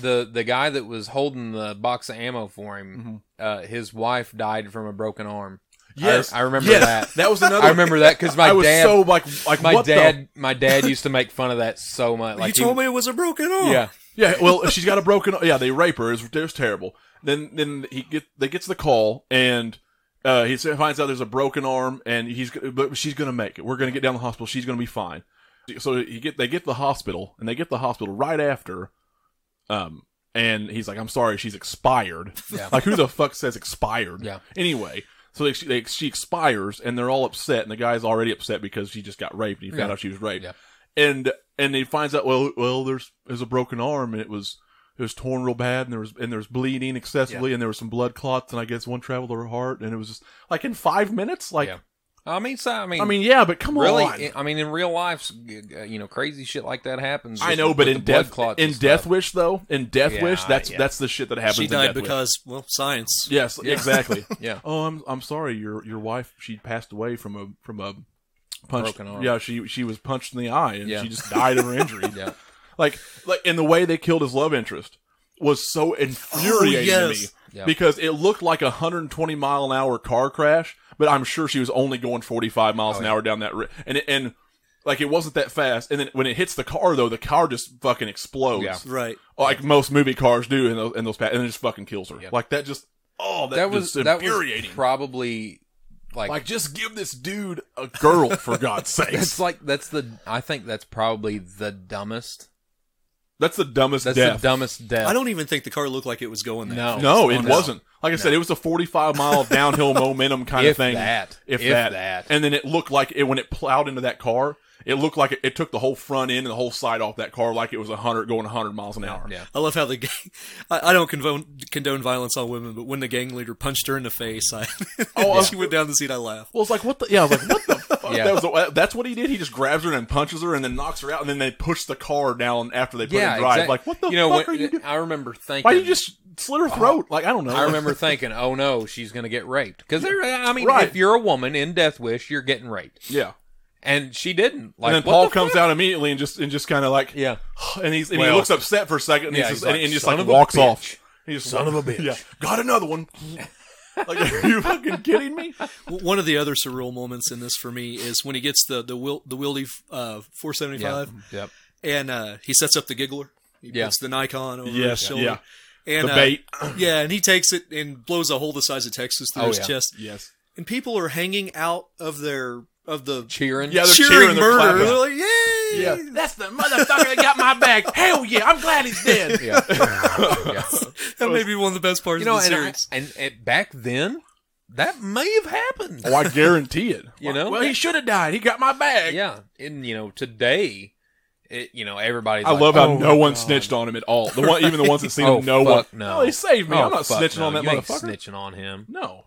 [SPEAKER 4] the the guy that was holding the box of ammo for him. Uh, his wife died from a broken arm. I- I, remember
[SPEAKER 3] Yes.
[SPEAKER 4] that.
[SPEAKER 3] That was another.
[SPEAKER 4] I remember that because my
[SPEAKER 3] I was
[SPEAKER 4] dad,
[SPEAKER 3] so like like
[SPEAKER 4] my
[SPEAKER 3] what the-
[SPEAKER 4] dad, my dad used to make fun of that so much. Like
[SPEAKER 2] you told me it was a broken arm.
[SPEAKER 4] yeah,
[SPEAKER 3] Yeah, well, she's got a broken. Yeah, they rape her. It's, it's terrible. Then, then he get they gets the call, and uh, he sa- finds out there's a broken arm, and he's g- but she's gonna make it. We're gonna get down to the hospital. She's gonna be fine. So he get they get to the hospital, and they get to the hospital right after. Um, and he's like, "I'm sorry, she's expired."
[SPEAKER 4] Yeah.
[SPEAKER 3] Like, who the fuck says expired?
[SPEAKER 4] Yeah.
[SPEAKER 3] Anyway. So they, she- they, she expires, and they're all upset, and the guy's already upset because she just got raped. And he found
[SPEAKER 4] Yeah.
[SPEAKER 3] out she was raped,
[SPEAKER 4] Yeah.
[SPEAKER 3] and and he finds out well, well, there's there's a broken arm, and it was it was torn real bad, and there was and there was bleeding excessively, and there was some blood clots, and I guess one traveled to her heart, and it was just like in five minutes, like
[SPEAKER 4] Yeah. I mean, so, I mean,
[SPEAKER 3] I mean, yeah, but come
[SPEAKER 4] really,
[SPEAKER 3] on,
[SPEAKER 4] I mean, in real life, uh, you know, crazy shit like that happens.
[SPEAKER 3] I
[SPEAKER 4] just
[SPEAKER 3] know,
[SPEAKER 4] with
[SPEAKER 3] but
[SPEAKER 4] the
[SPEAKER 3] in
[SPEAKER 4] blood
[SPEAKER 3] death
[SPEAKER 4] clots
[SPEAKER 3] in
[SPEAKER 4] and
[SPEAKER 3] Death
[SPEAKER 4] stuff.
[SPEAKER 3] Wish though, in Death
[SPEAKER 4] Yeah,
[SPEAKER 3] Wish, that's
[SPEAKER 4] yeah.
[SPEAKER 3] that's the shit that happens.
[SPEAKER 2] She
[SPEAKER 3] in
[SPEAKER 2] died
[SPEAKER 3] Death Wish.
[SPEAKER 2] because well, science.
[SPEAKER 3] Yes,
[SPEAKER 4] Yeah.
[SPEAKER 3] exactly.
[SPEAKER 4] yeah,
[SPEAKER 3] Oh, I'm I'm sorry. Your your wife she passed away from a from a punch.
[SPEAKER 4] Broken arm.
[SPEAKER 3] Yeah, she she was punched in the eye and
[SPEAKER 4] Yeah.
[SPEAKER 3] she just died of her injury.
[SPEAKER 4] yeah.
[SPEAKER 3] Like like and the way they killed his love interest was so infuriating
[SPEAKER 2] Oh,
[SPEAKER 3] to me
[SPEAKER 2] yes.
[SPEAKER 4] Yeah.
[SPEAKER 3] because it looked like a 120 mile an hour car crash, but I'm sure she was only going 45 miles
[SPEAKER 4] Oh,
[SPEAKER 3] an
[SPEAKER 4] yeah.
[SPEAKER 3] hour down that ri- and it- and like it wasn't that fast. And then when it hits the car though, the car just fucking explodes.
[SPEAKER 4] Yeah.
[SPEAKER 2] Right.
[SPEAKER 3] Like most movie cars do in those in those pa- and it just fucking kills her.
[SPEAKER 4] Yep.
[SPEAKER 3] Like that just oh that,
[SPEAKER 4] That was
[SPEAKER 3] just
[SPEAKER 4] that was
[SPEAKER 3] infuriating.
[SPEAKER 4] probably like,
[SPEAKER 3] Like, just give this dude a girl, for God's
[SPEAKER 4] that's
[SPEAKER 3] sakes.
[SPEAKER 4] like that's the I think that's probably the dumbest.
[SPEAKER 3] That's the dumbest
[SPEAKER 4] That's
[SPEAKER 3] death.
[SPEAKER 4] the dumbest death.
[SPEAKER 2] I don't even think the car looked like it was going there.
[SPEAKER 4] No.
[SPEAKER 3] no, it
[SPEAKER 4] No.
[SPEAKER 3] wasn't. Like I said, it was a 45 mile downhill momentum kind
[SPEAKER 4] if
[SPEAKER 3] of thing.
[SPEAKER 4] that
[SPEAKER 3] if, that.
[SPEAKER 4] that
[SPEAKER 3] And then it looked like it, when it plowed into that car, it looked like it, it took the whole front end and the whole side off that car like it was 100 going 100 miles an hour.
[SPEAKER 4] yeah
[SPEAKER 2] I love how the gang. I, I don't condone, condone violence on women, but when the gang leader punched her in the face, I,
[SPEAKER 3] Oh,
[SPEAKER 2] she went down the seat. I laughed.
[SPEAKER 3] Well, it's like what the yeah. I was like, what the fuck?
[SPEAKER 4] Yeah.
[SPEAKER 3] That was the- that's what he did. He just grabs her and punches her, and then knocks her out, and then they push the car down after they put
[SPEAKER 4] yeah
[SPEAKER 3] it in drive.
[SPEAKER 4] exact-
[SPEAKER 3] Like what the
[SPEAKER 4] you know
[SPEAKER 3] fuck
[SPEAKER 4] when-
[SPEAKER 3] are you doing?
[SPEAKER 4] I remember thinking
[SPEAKER 3] Why do you just slit her throat? like I don't know.
[SPEAKER 4] I remember thinking oh no she's gonna get raped because I mean
[SPEAKER 3] Right.
[SPEAKER 4] if you're a woman in Death Wish you're getting raped
[SPEAKER 3] Yeah.
[SPEAKER 4] and she didn't like
[SPEAKER 3] and then
[SPEAKER 4] what
[SPEAKER 3] Paul
[SPEAKER 4] the
[SPEAKER 3] comes
[SPEAKER 4] fuck?
[SPEAKER 3] out immediately and just and just kind of like
[SPEAKER 4] yeah
[SPEAKER 3] and he's and
[SPEAKER 4] Well-
[SPEAKER 3] he looks upset for a second and he's
[SPEAKER 4] Yeah, he's
[SPEAKER 3] just,
[SPEAKER 4] like,
[SPEAKER 3] and, and just
[SPEAKER 4] "Son
[SPEAKER 3] like
[SPEAKER 4] of a
[SPEAKER 3] walks
[SPEAKER 4] bitch."
[SPEAKER 3] off. He's just
[SPEAKER 4] Son
[SPEAKER 3] like,
[SPEAKER 4] of a bitch.
[SPEAKER 3] Yeah, got another one. like are you fucking kidding me?
[SPEAKER 2] W- One of the other surreal moments in this for me is when he gets the the will the wieldy uh, 475
[SPEAKER 4] yep
[SPEAKER 2] and uh, he sets up the giggler. He
[SPEAKER 4] Yeah.
[SPEAKER 2] puts the Nikon over
[SPEAKER 3] Yes,
[SPEAKER 2] his shoulder.
[SPEAKER 3] yeah.
[SPEAKER 2] And,
[SPEAKER 3] the
[SPEAKER 2] uh,
[SPEAKER 3] bait.
[SPEAKER 2] yeah, and he takes it and blows a hole the size of Texas through
[SPEAKER 4] Oh,
[SPEAKER 2] his
[SPEAKER 4] yeah.
[SPEAKER 2] chest.
[SPEAKER 3] Yes.
[SPEAKER 2] And people are hanging out of their of the
[SPEAKER 4] cheering.
[SPEAKER 3] Yeah, they're
[SPEAKER 2] cheering,
[SPEAKER 3] cheering, they're
[SPEAKER 2] murder.
[SPEAKER 3] clapping.
[SPEAKER 2] They're like, yay!
[SPEAKER 3] Yeah.
[SPEAKER 4] that's the motherfucker that got my bag. Hell yeah, I'm glad he's dead. Yeah, Yeah.
[SPEAKER 2] That may be one of the best parts
[SPEAKER 4] you know,
[SPEAKER 2] of the
[SPEAKER 4] and, I-
[SPEAKER 2] series.
[SPEAKER 4] and and back then, that may have happened.
[SPEAKER 3] Oh, I guarantee it.
[SPEAKER 4] You know?
[SPEAKER 3] Well, he should have died. He got my bag.
[SPEAKER 4] yeah, and you know today, it you know everybody's.
[SPEAKER 3] I
[SPEAKER 4] like,
[SPEAKER 3] love how
[SPEAKER 4] "Oh
[SPEAKER 3] no
[SPEAKER 4] my
[SPEAKER 3] one
[SPEAKER 4] God."
[SPEAKER 3] snitched on him at all. The one, even the ones that seen
[SPEAKER 4] Oh,
[SPEAKER 3] him, no
[SPEAKER 4] fuck
[SPEAKER 3] one.
[SPEAKER 4] no.
[SPEAKER 3] he saved me.
[SPEAKER 4] Oh,
[SPEAKER 3] I'm not
[SPEAKER 4] fuck
[SPEAKER 3] snitching
[SPEAKER 4] no.
[SPEAKER 3] on that
[SPEAKER 4] you ain't
[SPEAKER 3] motherfucker.
[SPEAKER 4] snitching on him.
[SPEAKER 3] no,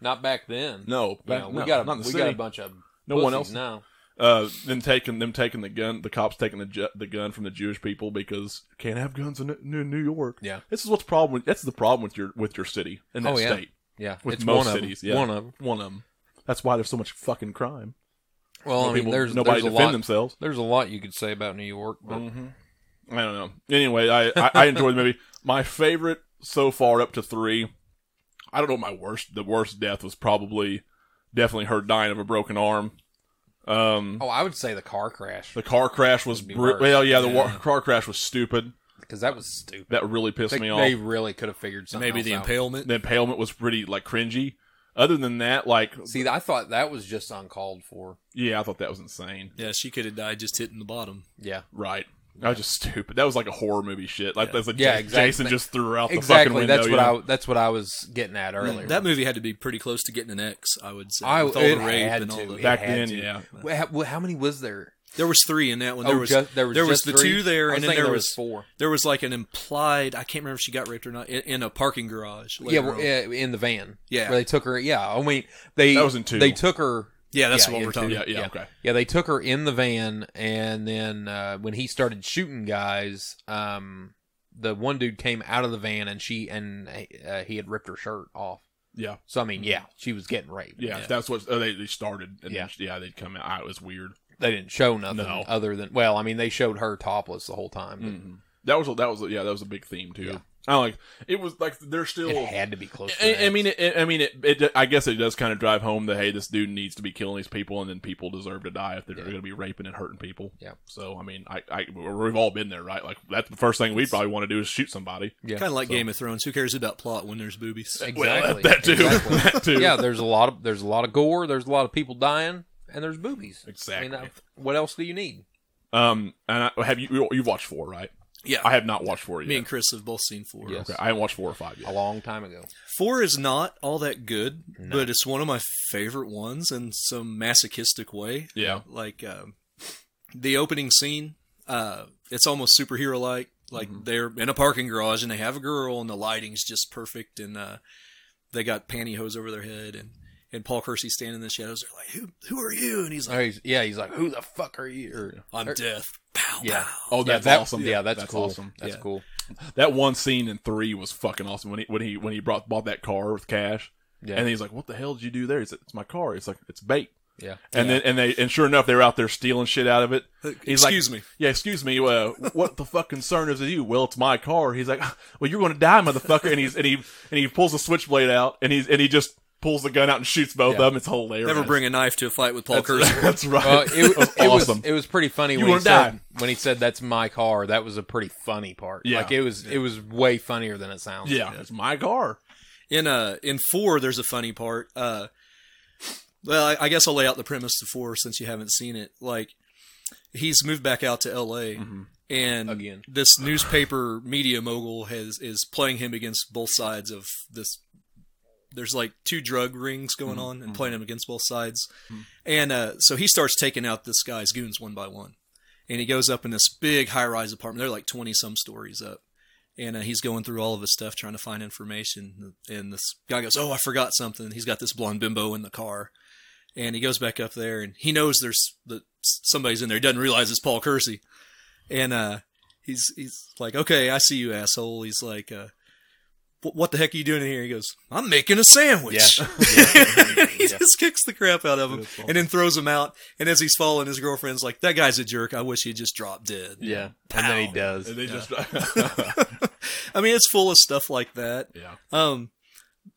[SPEAKER 4] Not back then.
[SPEAKER 3] no,
[SPEAKER 4] You know,
[SPEAKER 3] back-
[SPEAKER 4] we
[SPEAKER 3] no,
[SPEAKER 4] got a
[SPEAKER 3] not in the
[SPEAKER 4] we
[SPEAKER 3] city.
[SPEAKER 4] got a bunch of
[SPEAKER 3] No one
[SPEAKER 4] pussies
[SPEAKER 3] else.
[SPEAKER 4] now.
[SPEAKER 3] Uh, them taking them taking the gun, the cops taking the ju- the gun from the Jewish people because can't have guns in New New York.
[SPEAKER 4] Yeah.
[SPEAKER 3] this is what's problem. With, that's the problem with your with your city and that
[SPEAKER 4] Oh, yeah.
[SPEAKER 3] state
[SPEAKER 4] Yeah,
[SPEAKER 3] with
[SPEAKER 4] it's
[SPEAKER 3] most
[SPEAKER 4] one
[SPEAKER 3] cities.
[SPEAKER 4] Of them.
[SPEAKER 3] Yeah,
[SPEAKER 4] One of them.
[SPEAKER 3] one of 'em. That's why there's so much fucking crime.
[SPEAKER 4] Well, I mean,
[SPEAKER 3] people,
[SPEAKER 4] there's
[SPEAKER 3] nobody
[SPEAKER 4] there's a
[SPEAKER 3] defend
[SPEAKER 4] lot,
[SPEAKER 3] themselves. Mm-hmm.
[SPEAKER 4] There's a lot you could say about New York, but
[SPEAKER 3] I don't know. Anyway, I, I, I enjoyed the movie. My favorite so far up to three. I don't know my worst the worst death was probably definitely her dying of a broken arm. Um
[SPEAKER 4] oh, I would say the car crash
[SPEAKER 3] the car crash was
[SPEAKER 4] Would be
[SPEAKER 3] br-
[SPEAKER 4] worse.
[SPEAKER 3] well yeah, the wa-
[SPEAKER 4] Yeah.
[SPEAKER 3] car crash was stupid.
[SPEAKER 4] because that was stupid.
[SPEAKER 3] That really pissed
[SPEAKER 4] They,
[SPEAKER 3] me off.
[SPEAKER 4] they really could have figured something.
[SPEAKER 2] Maybe the
[SPEAKER 4] else out.
[SPEAKER 2] impalement.
[SPEAKER 3] the impalement was pretty like cringy. Other than that, like
[SPEAKER 4] See, I thought that was just uncalled for.
[SPEAKER 3] yeah, I thought that was insane.
[SPEAKER 2] Yeah, she could have died just hitting the bottom.
[SPEAKER 4] Yeah,
[SPEAKER 3] Right. That was just stupid. That was like a horror movie shit. Like that's like
[SPEAKER 4] Yeah,
[SPEAKER 3] Ja-
[SPEAKER 4] exactly.
[SPEAKER 3] Jason just threw out the fucking
[SPEAKER 4] exactly.
[SPEAKER 3] window.
[SPEAKER 4] That's
[SPEAKER 3] you
[SPEAKER 4] what
[SPEAKER 3] know?
[SPEAKER 4] I that's what I was getting at earlier.
[SPEAKER 2] That movie had to be pretty close to getting an X, I would say.
[SPEAKER 4] I-
[SPEAKER 2] with all
[SPEAKER 4] it
[SPEAKER 2] the rape
[SPEAKER 4] had
[SPEAKER 2] and all
[SPEAKER 4] to.
[SPEAKER 2] the,
[SPEAKER 4] It
[SPEAKER 3] back
[SPEAKER 4] had
[SPEAKER 3] then,
[SPEAKER 4] to.
[SPEAKER 3] yeah.
[SPEAKER 4] Well, how, well, how many was there?
[SPEAKER 2] There was three in that one. There
[SPEAKER 4] oh,
[SPEAKER 2] was
[SPEAKER 4] just, there was
[SPEAKER 2] there was
[SPEAKER 4] just
[SPEAKER 2] the
[SPEAKER 4] three?
[SPEAKER 2] two there,
[SPEAKER 4] I
[SPEAKER 2] and
[SPEAKER 4] was
[SPEAKER 2] then
[SPEAKER 4] thinking
[SPEAKER 2] there
[SPEAKER 4] was,
[SPEAKER 2] was
[SPEAKER 4] four.
[SPEAKER 2] there was like an implied. I can't remember if she got raped or not in, in a parking garage. later
[SPEAKER 4] Yeah, well,
[SPEAKER 2] on.
[SPEAKER 4] yeah, in the van.
[SPEAKER 2] Yeah.
[SPEAKER 4] where they took her. Yeah, I mean they
[SPEAKER 3] That was in two.
[SPEAKER 4] They took her.
[SPEAKER 2] Yeah, that's
[SPEAKER 4] yeah,
[SPEAKER 2] what
[SPEAKER 4] yeah,
[SPEAKER 2] we're talking.
[SPEAKER 3] yeah,
[SPEAKER 2] about.
[SPEAKER 3] yeah,
[SPEAKER 4] Oh, yeah.
[SPEAKER 3] okay.
[SPEAKER 4] Yeah, they took her in the van, and then uh, when he started shooting guys, um, the one dude came out of the van, and she and uh, he had ripped her shirt off.
[SPEAKER 3] Yeah,
[SPEAKER 4] So I mean, yeah, she was getting raped.
[SPEAKER 3] Mm-hmm. yeah,
[SPEAKER 2] Yeah.
[SPEAKER 3] that's what uh, they they started. And
[SPEAKER 4] Yeah.
[SPEAKER 3] yeah, yeah, they'd come out. Ah, it was weird.
[SPEAKER 4] they didn't show nothing
[SPEAKER 3] No.
[SPEAKER 4] other than well, I mean, they showed her topless the whole time. but
[SPEAKER 3] That was a- that was a- yeah, that was a big theme too.
[SPEAKER 4] Mm-hmm. Yeah.
[SPEAKER 3] I like it was like they're still.
[SPEAKER 4] It had to be close. To
[SPEAKER 3] Mm-hmm. I, I
[SPEAKER 4] that.
[SPEAKER 3] mean, it, it- I mean, it, it. I guess it does kind of drive home that hey, this dude needs to be killing these people, and then people deserve to die if they're
[SPEAKER 4] Yeah.
[SPEAKER 3] going to be raping and hurting people.
[SPEAKER 4] Yeah.
[SPEAKER 3] So I mean, I, I we've all been there, right? Like that's the first thing we'd probably want to do is shoot somebody.
[SPEAKER 4] yeah,
[SPEAKER 2] Kind of like
[SPEAKER 4] so-
[SPEAKER 2] Game of Thrones. Who cares about plot when there's boobies?
[SPEAKER 4] Exactly.
[SPEAKER 3] Well, that too.
[SPEAKER 4] Exactly.
[SPEAKER 3] that too.
[SPEAKER 4] yeah, there's a lot of there's a lot of gore. There's a lot of people dying, and there's boobies.
[SPEAKER 3] Exactly.
[SPEAKER 4] I mean, that- what else do you need?
[SPEAKER 3] Um, and I, have you you- you've watched four, right?
[SPEAKER 2] Yeah,
[SPEAKER 3] I have not watched four yet.
[SPEAKER 2] me and Chris have both seen four.
[SPEAKER 4] Yes.
[SPEAKER 3] okay, I haven't watched four or five yet.
[SPEAKER 4] A long time ago.
[SPEAKER 2] Four is not all that good, but it's one of my favorite ones in some masochistic way.
[SPEAKER 3] Yeah.
[SPEAKER 2] Like um, the opening scene, uh, it's almost superhero like. Like
[SPEAKER 3] Mm-hmm.
[SPEAKER 2] they're in a parking garage and they have a girl and the lighting's just perfect and uh, they got pantyhose over their head and, and Paul Kersey standing in the shadows. They're like, "Who who are you?" And he's like,
[SPEAKER 4] Oh, he's- yeah, he's like, "Who the fuck are you?" Or-
[SPEAKER 2] "I'm
[SPEAKER 3] Er,
[SPEAKER 4] or-
[SPEAKER 2] Death." Pow
[SPEAKER 4] Yeah.
[SPEAKER 2] pow.
[SPEAKER 3] Oh,
[SPEAKER 4] yeah,
[SPEAKER 3] that's
[SPEAKER 4] that-
[SPEAKER 3] awesome.
[SPEAKER 4] Yeah, that's, cool.
[SPEAKER 3] awesome.
[SPEAKER 4] That's
[SPEAKER 2] Yeah.
[SPEAKER 4] cool.
[SPEAKER 3] That one scene in three was fucking awesome when he when he when he brought bought that car with cash.
[SPEAKER 4] Yeah.
[SPEAKER 3] And he's like, "What the hell did you do there?" He's like, "It's my car." It's like, "It's bait."
[SPEAKER 4] Yeah.
[SPEAKER 3] And then and they and sure enough, they're out there stealing shit out of it. He's like-
[SPEAKER 2] Uh, Excuse me.
[SPEAKER 3] Yeah, excuse me. Uh, what the fuck concern is it you? Well, it's my car. He's like, "Ah, "Well, you're going to die, motherfucker." And he's and he and he pulls a switchblade out and he's and he just pulls the gun out and shoots both
[SPEAKER 4] Yeah.
[SPEAKER 3] of them. It's hilarious.
[SPEAKER 2] Never bring a knife to a fight with Paul Kersey.
[SPEAKER 3] That's, that's right.
[SPEAKER 4] Well, it, it was
[SPEAKER 3] That's awesome.
[SPEAKER 4] It was pretty funny
[SPEAKER 3] You
[SPEAKER 4] when he
[SPEAKER 3] wanna
[SPEAKER 4] said
[SPEAKER 3] die.
[SPEAKER 4] when he said that's my car. That was a pretty funny part.
[SPEAKER 3] Yeah.
[SPEAKER 4] Like it was it was way funnier than it sounds.
[SPEAKER 3] yeah, it's my car.
[SPEAKER 2] in uh in four there's a funny part uh well I, I guess i'll lay out the premise to four since you haven't seen it like he's moved back out to la
[SPEAKER 3] Mm.
[SPEAKER 2] and
[SPEAKER 4] Again.
[SPEAKER 2] this newspaper media mogul has is playing him against both sides of this there's like two drug rings going on and playing him against both sides and uh so he starts taking out this guy's goons one by one and he goes up in this big high-rise apartment they're like 20 some stories up and uh, he's going through all of his stuff trying to find information and this guy goes oh i forgot something he's got this blonde bimbo in the car and he goes back up there and he knows there's that somebody's in there he doesn't realize it's paul kersey and uh he's he's like okay i see you asshole he's like uh "Wh- what the heck are you doing in here? He goes, I'm making a sandwich.
[SPEAKER 4] Yeah.
[SPEAKER 2] he just kicks the crap out of him and then throws him out. And as he's falling, his girlfriend's like, That guy's a jerk. I wish he'd just dropped dead.
[SPEAKER 4] Yeah. And then he
[SPEAKER 2] Pow.
[SPEAKER 4] does.
[SPEAKER 3] And they just
[SPEAKER 2] I mean, it's full of stuff like that.
[SPEAKER 3] yeah.
[SPEAKER 2] Um,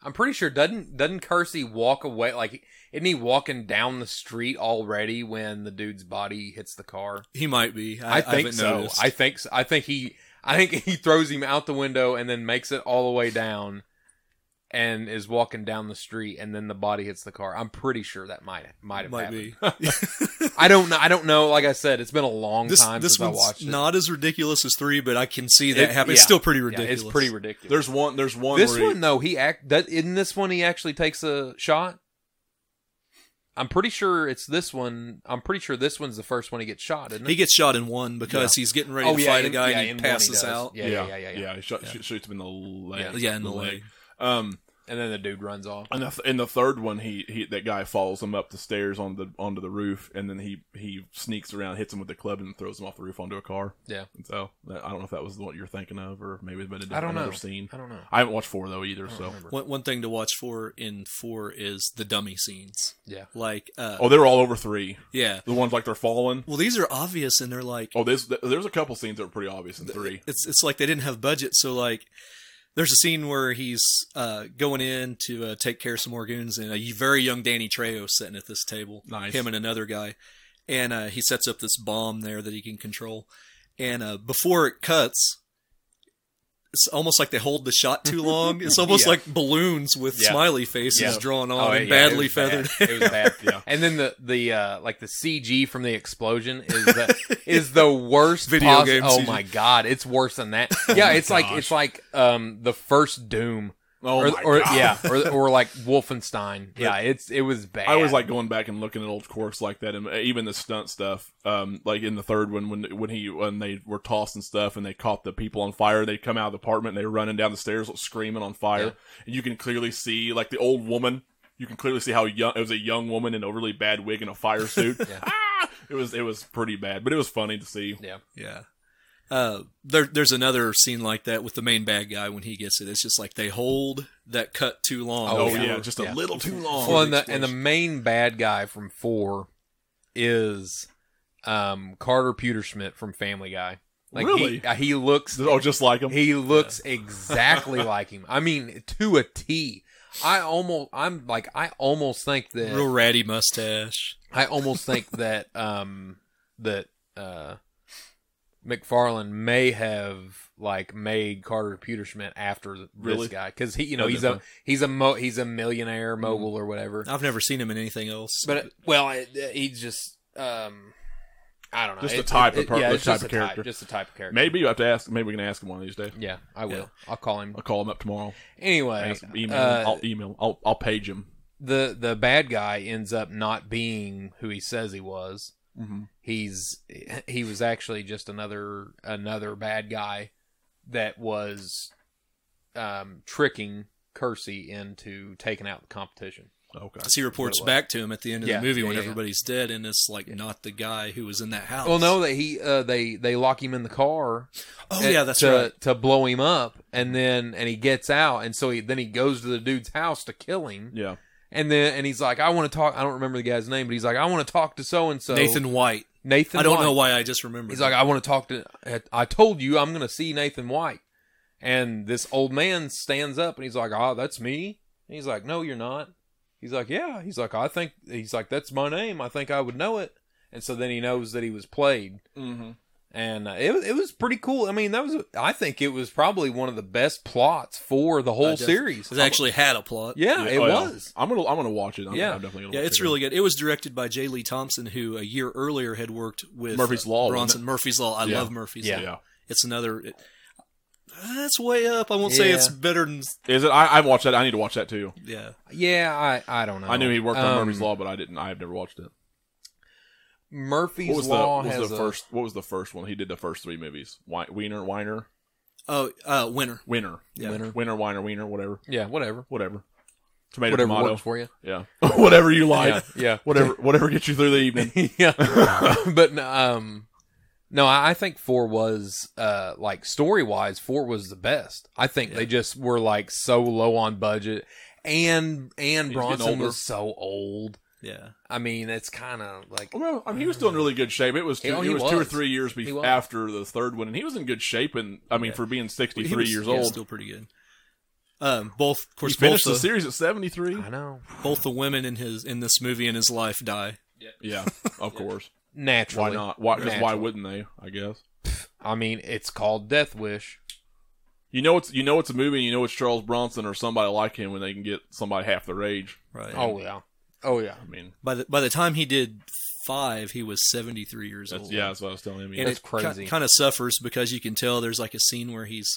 [SPEAKER 4] I'm pretty sure doesn't doesn't Kersey walk away like isn't he walking down the street already when the dude's body hits the car?
[SPEAKER 2] he might be. I,
[SPEAKER 4] I, think
[SPEAKER 2] haven't
[SPEAKER 4] so.
[SPEAKER 2] Noticed.
[SPEAKER 4] I think so. I think he I think he throws him out the window and then makes it all the way down and is walking down the street, and then the body hits the car. I'm pretty sure that might might have
[SPEAKER 2] might
[SPEAKER 4] happened.
[SPEAKER 2] be.
[SPEAKER 4] I don't know. I don't know. Like I said, it's been a long
[SPEAKER 2] this
[SPEAKER 4] time
[SPEAKER 2] this
[SPEAKER 4] since I
[SPEAKER 2] one's
[SPEAKER 4] watched it.
[SPEAKER 2] not as ridiculous as three, but I can see that
[SPEAKER 4] It-
[SPEAKER 2] happen. It's
[SPEAKER 4] yeah.
[SPEAKER 2] still pretty
[SPEAKER 4] Yeah,
[SPEAKER 2] ridiculous.
[SPEAKER 4] it's pretty ridiculous.
[SPEAKER 3] There's one. There's one.
[SPEAKER 4] this
[SPEAKER 3] where he-
[SPEAKER 4] one though, he act that in this one he actually takes a shot. I'm pretty sure it's this one. I'm pretty sure this one's the first one he gets shot, isn't it?
[SPEAKER 2] He gets shot in one because he's getting ready to fight
[SPEAKER 4] in-
[SPEAKER 2] a guy
[SPEAKER 4] Oh, yeah, in
[SPEAKER 2] and
[SPEAKER 4] one
[SPEAKER 2] he
[SPEAKER 4] he
[SPEAKER 2] passes
[SPEAKER 4] does.
[SPEAKER 2] out.
[SPEAKER 4] Yeah, yeah, yeah, yeah. yeah.
[SPEAKER 3] He shot,
[SPEAKER 2] Yeah.
[SPEAKER 3] sh- shoots him in the leg.
[SPEAKER 2] Yeah, in the leg.
[SPEAKER 3] Um,
[SPEAKER 4] And then the dude runs off.
[SPEAKER 3] and the th- and the third one, he, he that guy follows him up the stairs on the onto the roof, and then he he sneaks around, hits him with the club, and throws him off the roof onto a car.
[SPEAKER 4] Yeah.
[SPEAKER 3] And so that, I don't know if that was what you're thinking of, or maybe it's been a
[SPEAKER 4] I don't
[SPEAKER 3] another
[SPEAKER 4] know.
[SPEAKER 3] scene.
[SPEAKER 4] I don't know.
[SPEAKER 3] I haven't watched four though either.
[SPEAKER 4] I don't
[SPEAKER 3] So
[SPEAKER 4] remember.
[SPEAKER 2] One, one thing to watch for in four is the dummy scenes.
[SPEAKER 4] Yeah.
[SPEAKER 2] Like, uh,
[SPEAKER 3] oh, they were all over three.
[SPEAKER 2] yeah.
[SPEAKER 3] The ones like they're falling.
[SPEAKER 2] Well, these are obvious, and they're like,
[SPEAKER 3] Oh, there's there's a couple scenes that were pretty obvious in three.
[SPEAKER 2] it's it's like they didn't have budget. So like, there's a scene where he's uh, going in to uh, take care of some more goons, and a very young Danny Trejo sitting at this table,
[SPEAKER 3] Nice.
[SPEAKER 2] him and another guy, and uh, he sets up this bomb there that he can control, and uh, before it cuts. It's almost like they hold the shot too long. It's almost
[SPEAKER 4] Yeah.
[SPEAKER 2] like balloons with
[SPEAKER 4] Yeah.
[SPEAKER 2] smiley faces
[SPEAKER 4] Yeah.
[SPEAKER 2] drawn on
[SPEAKER 4] Oh,
[SPEAKER 2] and
[SPEAKER 4] yeah,
[SPEAKER 2] badly
[SPEAKER 4] it was bad.
[SPEAKER 2] feathered.
[SPEAKER 4] It was bad.
[SPEAKER 3] Yeah.
[SPEAKER 4] And then the the uh, like the CG from the explosion is the is the worst
[SPEAKER 2] Video
[SPEAKER 4] possi-
[SPEAKER 2] game
[SPEAKER 4] Oh
[SPEAKER 2] CG.
[SPEAKER 4] my god, it's worse than that. Yeah,
[SPEAKER 3] Oh my
[SPEAKER 4] it's like it's like um the first Doom
[SPEAKER 3] Oh
[SPEAKER 4] or,
[SPEAKER 3] my
[SPEAKER 4] or
[SPEAKER 3] God.
[SPEAKER 4] yeah or, or like Wolfenstein. Yeah, it's it was bad.
[SPEAKER 3] I always like going back and looking at old quirks like that, and even the stunt stuff. Um, like in the third one, when when he when they were tossing stuff and they caught the people on fire, they come out of the apartment and they're running down the stairs screaming on fire,
[SPEAKER 4] Yeah.
[SPEAKER 3] and you can clearly see like the old woman. You can clearly see how young it was a young woman in a really bad wig and a fire suit.
[SPEAKER 4] Yeah.
[SPEAKER 3] ah! It was it was pretty bad, but it was funny to see.
[SPEAKER 4] yeah.
[SPEAKER 2] Yeah. Uh, there, there's another scene like that with the main bad guy when he gets it. It's just like they hold that cut too long.
[SPEAKER 3] Oh,
[SPEAKER 4] Oh,
[SPEAKER 3] yeah.
[SPEAKER 4] yeah.
[SPEAKER 3] just a
[SPEAKER 4] Yeah.
[SPEAKER 3] little too long.
[SPEAKER 4] Well, and the and the main bad guy from four is um Carter Peterschmidt from Family Guy. Like
[SPEAKER 3] Really?
[SPEAKER 4] he, uh, he looks
[SPEAKER 3] oh, just like him.
[SPEAKER 4] He looks exactly like him. I mean, to a T. I almost, I'm like, I almost think that,
[SPEAKER 2] real ratty mustache.
[SPEAKER 4] I almost think that, um, that, uh, McFarlane may have like made Carter Peterschmidt after this
[SPEAKER 3] Really? Mm-hmm.
[SPEAKER 4] guy because he, you know,
[SPEAKER 3] Oh,
[SPEAKER 4] he's a
[SPEAKER 3] definitely.
[SPEAKER 4] he's a mo- he's a millionaire mogul or whatever.
[SPEAKER 2] I've never seen him in anything else.
[SPEAKER 4] But uh, well, it, it- he's just, um, I don't know,
[SPEAKER 3] Just
[SPEAKER 4] It-
[SPEAKER 3] the type of
[SPEAKER 4] it-
[SPEAKER 3] per-
[SPEAKER 4] yeah,
[SPEAKER 3] the
[SPEAKER 4] it's just
[SPEAKER 3] type of
[SPEAKER 4] a
[SPEAKER 3] character.
[SPEAKER 4] just the type of character.
[SPEAKER 3] maybe you have to ask. Maybe we can ask him one of these days.
[SPEAKER 4] yeah, I will.
[SPEAKER 2] Yeah.
[SPEAKER 4] I'll call him
[SPEAKER 3] I'll call him up tomorrow.
[SPEAKER 4] anyway.
[SPEAKER 3] Ask him, email.
[SPEAKER 4] uh,
[SPEAKER 3] him. I'll email. I'll I'll page him.
[SPEAKER 4] the the bad guy ends up not being who he says he was.
[SPEAKER 3] Mm-hmm.
[SPEAKER 4] He's he was actually just another another bad guy that was um, tricking Kersey into taking out the competition.
[SPEAKER 3] Okay.
[SPEAKER 2] 'Cause he reports
[SPEAKER 4] Well,
[SPEAKER 2] back to him at the end of
[SPEAKER 4] yeah,
[SPEAKER 2] the movie
[SPEAKER 4] yeah,
[SPEAKER 2] when
[SPEAKER 4] yeah.
[SPEAKER 2] everybody's dead, and it's like not the guy who was in that house.
[SPEAKER 4] Well, no, that he uh, they they lock him in the car.
[SPEAKER 2] Oh
[SPEAKER 4] at-
[SPEAKER 2] yeah, that's
[SPEAKER 4] to,
[SPEAKER 2] right.
[SPEAKER 4] To blow him up, and then and he gets out, and so he then he goes to the dude's house to kill him,
[SPEAKER 3] Yeah.
[SPEAKER 4] and then and he's like, I want to talk. I don't remember the guy's name, but he's like, I want to talk to so and so
[SPEAKER 2] Nathan White.
[SPEAKER 4] Nathan.
[SPEAKER 2] I don't
[SPEAKER 4] White."
[SPEAKER 2] know why I just remembered.
[SPEAKER 4] He's like, I want to talk to. I told you I'm going to see Nathan White. And this old man stands up and he's like, Oh, that's me. And he's like, No, you're not. He's like, Yeah. He's like, I think, he's like, That's my name. I think I would know it. And so then he knows that he was played.
[SPEAKER 3] Mm-hmm.
[SPEAKER 4] And uh, it, was- it was pretty cool. I mean, that was, I think it was probably one of the best plots for the whole
[SPEAKER 2] def-
[SPEAKER 4] series.
[SPEAKER 2] it actually had a plot.
[SPEAKER 4] yeah, it
[SPEAKER 3] oh,
[SPEAKER 4] was.
[SPEAKER 3] I'm gonna I'm gonna watch it. I'm,
[SPEAKER 4] Yeah.
[SPEAKER 3] I'm definitely gonna.
[SPEAKER 2] Yeah,
[SPEAKER 3] watch
[SPEAKER 2] it's
[SPEAKER 3] it.
[SPEAKER 2] really good. It was directed by J. Lee Thompson, who a year earlier had worked with
[SPEAKER 3] Murphy's
[SPEAKER 2] uh,
[SPEAKER 3] Law, wasn't
[SPEAKER 2] Bronson. Murphy's Law. I
[SPEAKER 3] Yeah.
[SPEAKER 2] love Murphy's
[SPEAKER 4] Yeah.
[SPEAKER 2] Law.
[SPEAKER 3] Yeah.
[SPEAKER 2] It's another. It, that's way up. I won't say it's
[SPEAKER 4] Yeah.
[SPEAKER 2] better than.
[SPEAKER 3] Is it? I, I've watched that. I need to watch that too.
[SPEAKER 2] Yeah.
[SPEAKER 4] Yeah, I, I don't know.
[SPEAKER 3] I knew he worked on
[SPEAKER 4] Um,
[SPEAKER 3] Murphy's Law, but I didn't. I have never watched it.
[SPEAKER 4] Murphy's
[SPEAKER 3] What was the
[SPEAKER 4] Law
[SPEAKER 3] what was
[SPEAKER 4] has
[SPEAKER 3] the
[SPEAKER 4] a-
[SPEAKER 3] first? What was the first one? He did the first three movies. Wi- Wiener, Weiner,
[SPEAKER 2] Oh, uh, winner.
[SPEAKER 3] Winner,
[SPEAKER 2] Yeah.
[SPEAKER 4] Winner.
[SPEAKER 3] Winner, Weiner, Wiener, whatever,
[SPEAKER 4] Yeah, whatever.
[SPEAKER 3] whatever. Tomato,
[SPEAKER 4] Whatever
[SPEAKER 3] tomato.
[SPEAKER 4] works for you.
[SPEAKER 3] Yeah, whatever you like.
[SPEAKER 4] Yeah, yeah.
[SPEAKER 3] Whatever, whatever gets you through the evening.
[SPEAKER 4] yeah. but no, um, no, I I think four was uh like story wise, four was the best. I think they just were like so low on budget, and and
[SPEAKER 3] He's getting
[SPEAKER 4] Bronson
[SPEAKER 3] older.
[SPEAKER 4] was so old.
[SPEAKER 2] Yeah.
[SPEAKER 4] I mean, it's kind of like
[SPEAKER 3] Well, I mean, he was still in really good shape. It was two,
[SPEAKER 4] Oh,
[SPEAKER 3] it
[SPEAKER 4] he
[SPEAKER 3] was, two or
[SPEAKER 4] was.
[SPEAKER 3] three years
[SPEAKER 4] He
[SPEAKER 3] before
[SPEAKER 4] was.
[SPEAKER 3] after the third one, and he was in good shape. And I mean, for being sixty
[SPEAKER 2] He
[SPEAKER 3] three
[SPEAKER 2] was-
[SPEAKER 3] years
[SPEAKER 2] yeah,
[SPEAKER 3] old,
[SPEAKER 2] Still pretty good. Um, both, of
[SPEAKER 3] he
[SPEAKER 2] course, both
[SPEAKER 3] finished the
[SPEAKER 2] the,
[SPEAKER 3] series at seventy three.
[SPEAKER 4] I know
[SPEAKER 2] both the women in his in this movie in his life die.
[SPEAKER 3] Yeah, of course.
[SPEAKER 4] naturally.
[SPEAKER 3] Why not? Why? Because why
[SPEAKER 4] Naturally.
[SPEAKER 3] wouldn't they? I guess.
[SPEAKER 4] I mean, it's called Death Wish.
[SPEAKER 3] You know it's you know it's a movie. and You know it's Charles Bronson or somebody like him when they can get somebody half their age.
[SPEAKER 2] Right.
[SPEAKER 4] Oh yeah. Oh yeah.
[SPEAKER 3] I mean,
[SPEAKER 2] By the by the time he did five, he was seventy three years
[SPEAKER 3] that's,
[SPEAKER 2] old.
[SPEAKER 3] yeah, that's what I was telling him.
[SPEAKER 2] and
[SPEAKER 3] Yeah.
[SPEAKER 4] That's
[SPEAKER 2] it crazy.
[SPEAKER 4] crazy.
[SPEAKER 2] kind of suffers because you can tell there's like a scene where he's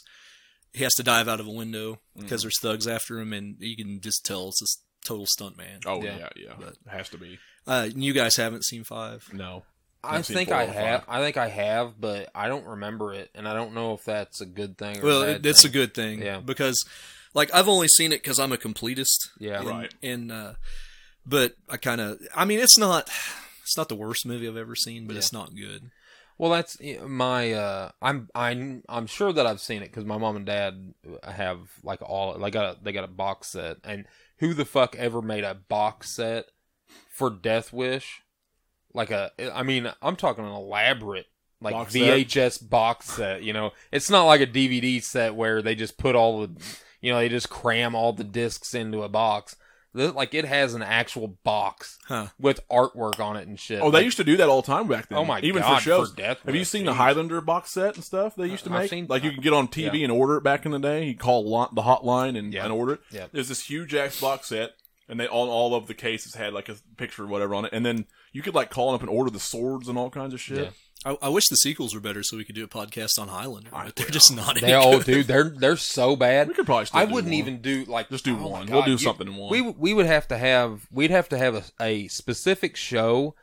[SPEAKER 2] he has to dive out of a window
[SPEAKER 4] Mm.
[SPEAKER 2] because there's thugs after him, and you can just tell it's this total stunt man.
[SPEAKER 3] Oh yeah,
[SPEAKER 4] Yeah.
[SPEAKER 3] yeah,
[SPEAKER 2] But-
[SPEAKER 3] It has to be.
[SPEAKER 2] Uh, and you guys haven't seen five.
[SPEAKER 3] No,
[SPEAKER 4] I
[SPEAKER 3] I've seen
[SPEAKER 4] think
[SPEAKER 3] four
[SPEAKER 4] I
[SPEAKER 3] or
[SPEAKER 4] have.
[SPEAKER 3] five.
[SPEAKER 4] I think I have, but I don't remember it, and I don't know if that's a good thing. Or
[SPEAKER 2] Well,
[SPEAKER 4] a
[SPEAKER 2] it,
[SPEAKER 4] bad
[SPEAKER 2] it's a
[SPEAKER 4] thing.
[SPEAKER 2] good thing
[SPEAKER 4] Yeah.
[SPEAKER 2] because like I've only seen it because I'm a completist.
[SPEAKER 4] Yeah.
[SPEAKER 2] and,
[SPEAKER 3] Right.
[SPEAKER 2] And uh, but I kind of I mean it's not it's not the worst movie I've ever seen, but it's not good.
[SPEAKER 4] Well, that's eh, my. Uh, I'm I'm I'm sure that I've seen it because my mom and dad have like all they got a, they got a box set, and who the fuck ever made a box set for Death Wish? Like a, I mean, I'm talking an elaborate like
[SPEAKER 3] Box set?
[SPEAKER 4] VHS box set. You know, it's not like a DVD set where they just put all the, you know, they just cram all the discs into a box. Th- Like it has an actual box
[SPEAKER 2] Huh.
[SPEAKER 4] with artwork on it and shit.
[SPEAKER 3] Oh, they
[SPEAKER 4] Like,
[SPEAKER 3] used to do that all the time back then.
[SPEAKER 4] Oh my
[SPEAKER 3] even
[SPEAKER 4] God,
[SPEAKER 3] for shows.
[SPEAKER 4] for Death
[SPEAKER 3] Have you
[SPEAKER 4] Wish,
[SPEAKER 3] seen the
[SPEAKER 4] jeez.
[SPEAKER 3] Highlander box set and stuff they used to
[SPEAKER 4] I- I've
[SPEAKER 3] make?
[SPEAKER 4] seen-
[SPEAKER 3] like you could get on TV
[SPEAKER 4] yeah.
[SPEAKER 3] and order it back in the day. You call lot, the hotline and,
[SPEAKER 4] Yeah.
[SPEAKER 3] and order it.
[SPEAKER 4] Yeah.
[SPEAKER 3] There's this huge ass box set, and they all all of the cases had like a picture or whatever on it, and then you could like call up and order the swords and all kinds of shit.
[SPEAKER 4] Yeah.
[SPEAKER 2] I, I wish the sequels were better so we could do a podcast on Highlander, but they're just not. any
[SPEAKER 4] They all
[SPEAKER 2] good.
[SPEAKER 4] dude, they're they're so bad.
[SPEAKER 3] We could probably. Still
[SPEAKER 4] I
[SPEAKER 3] do
[SPEAKER 4] wouldn't
[SPEAKER 3] one.
[SPEAKER 4] even do like oh
[SPEAKER 3] Just do
[SPEAKER 4] one.
[SPEAKER 3] one. We'll do something in one.
[SPEAKER 4] We we would have to have we'd have to have a, a specific show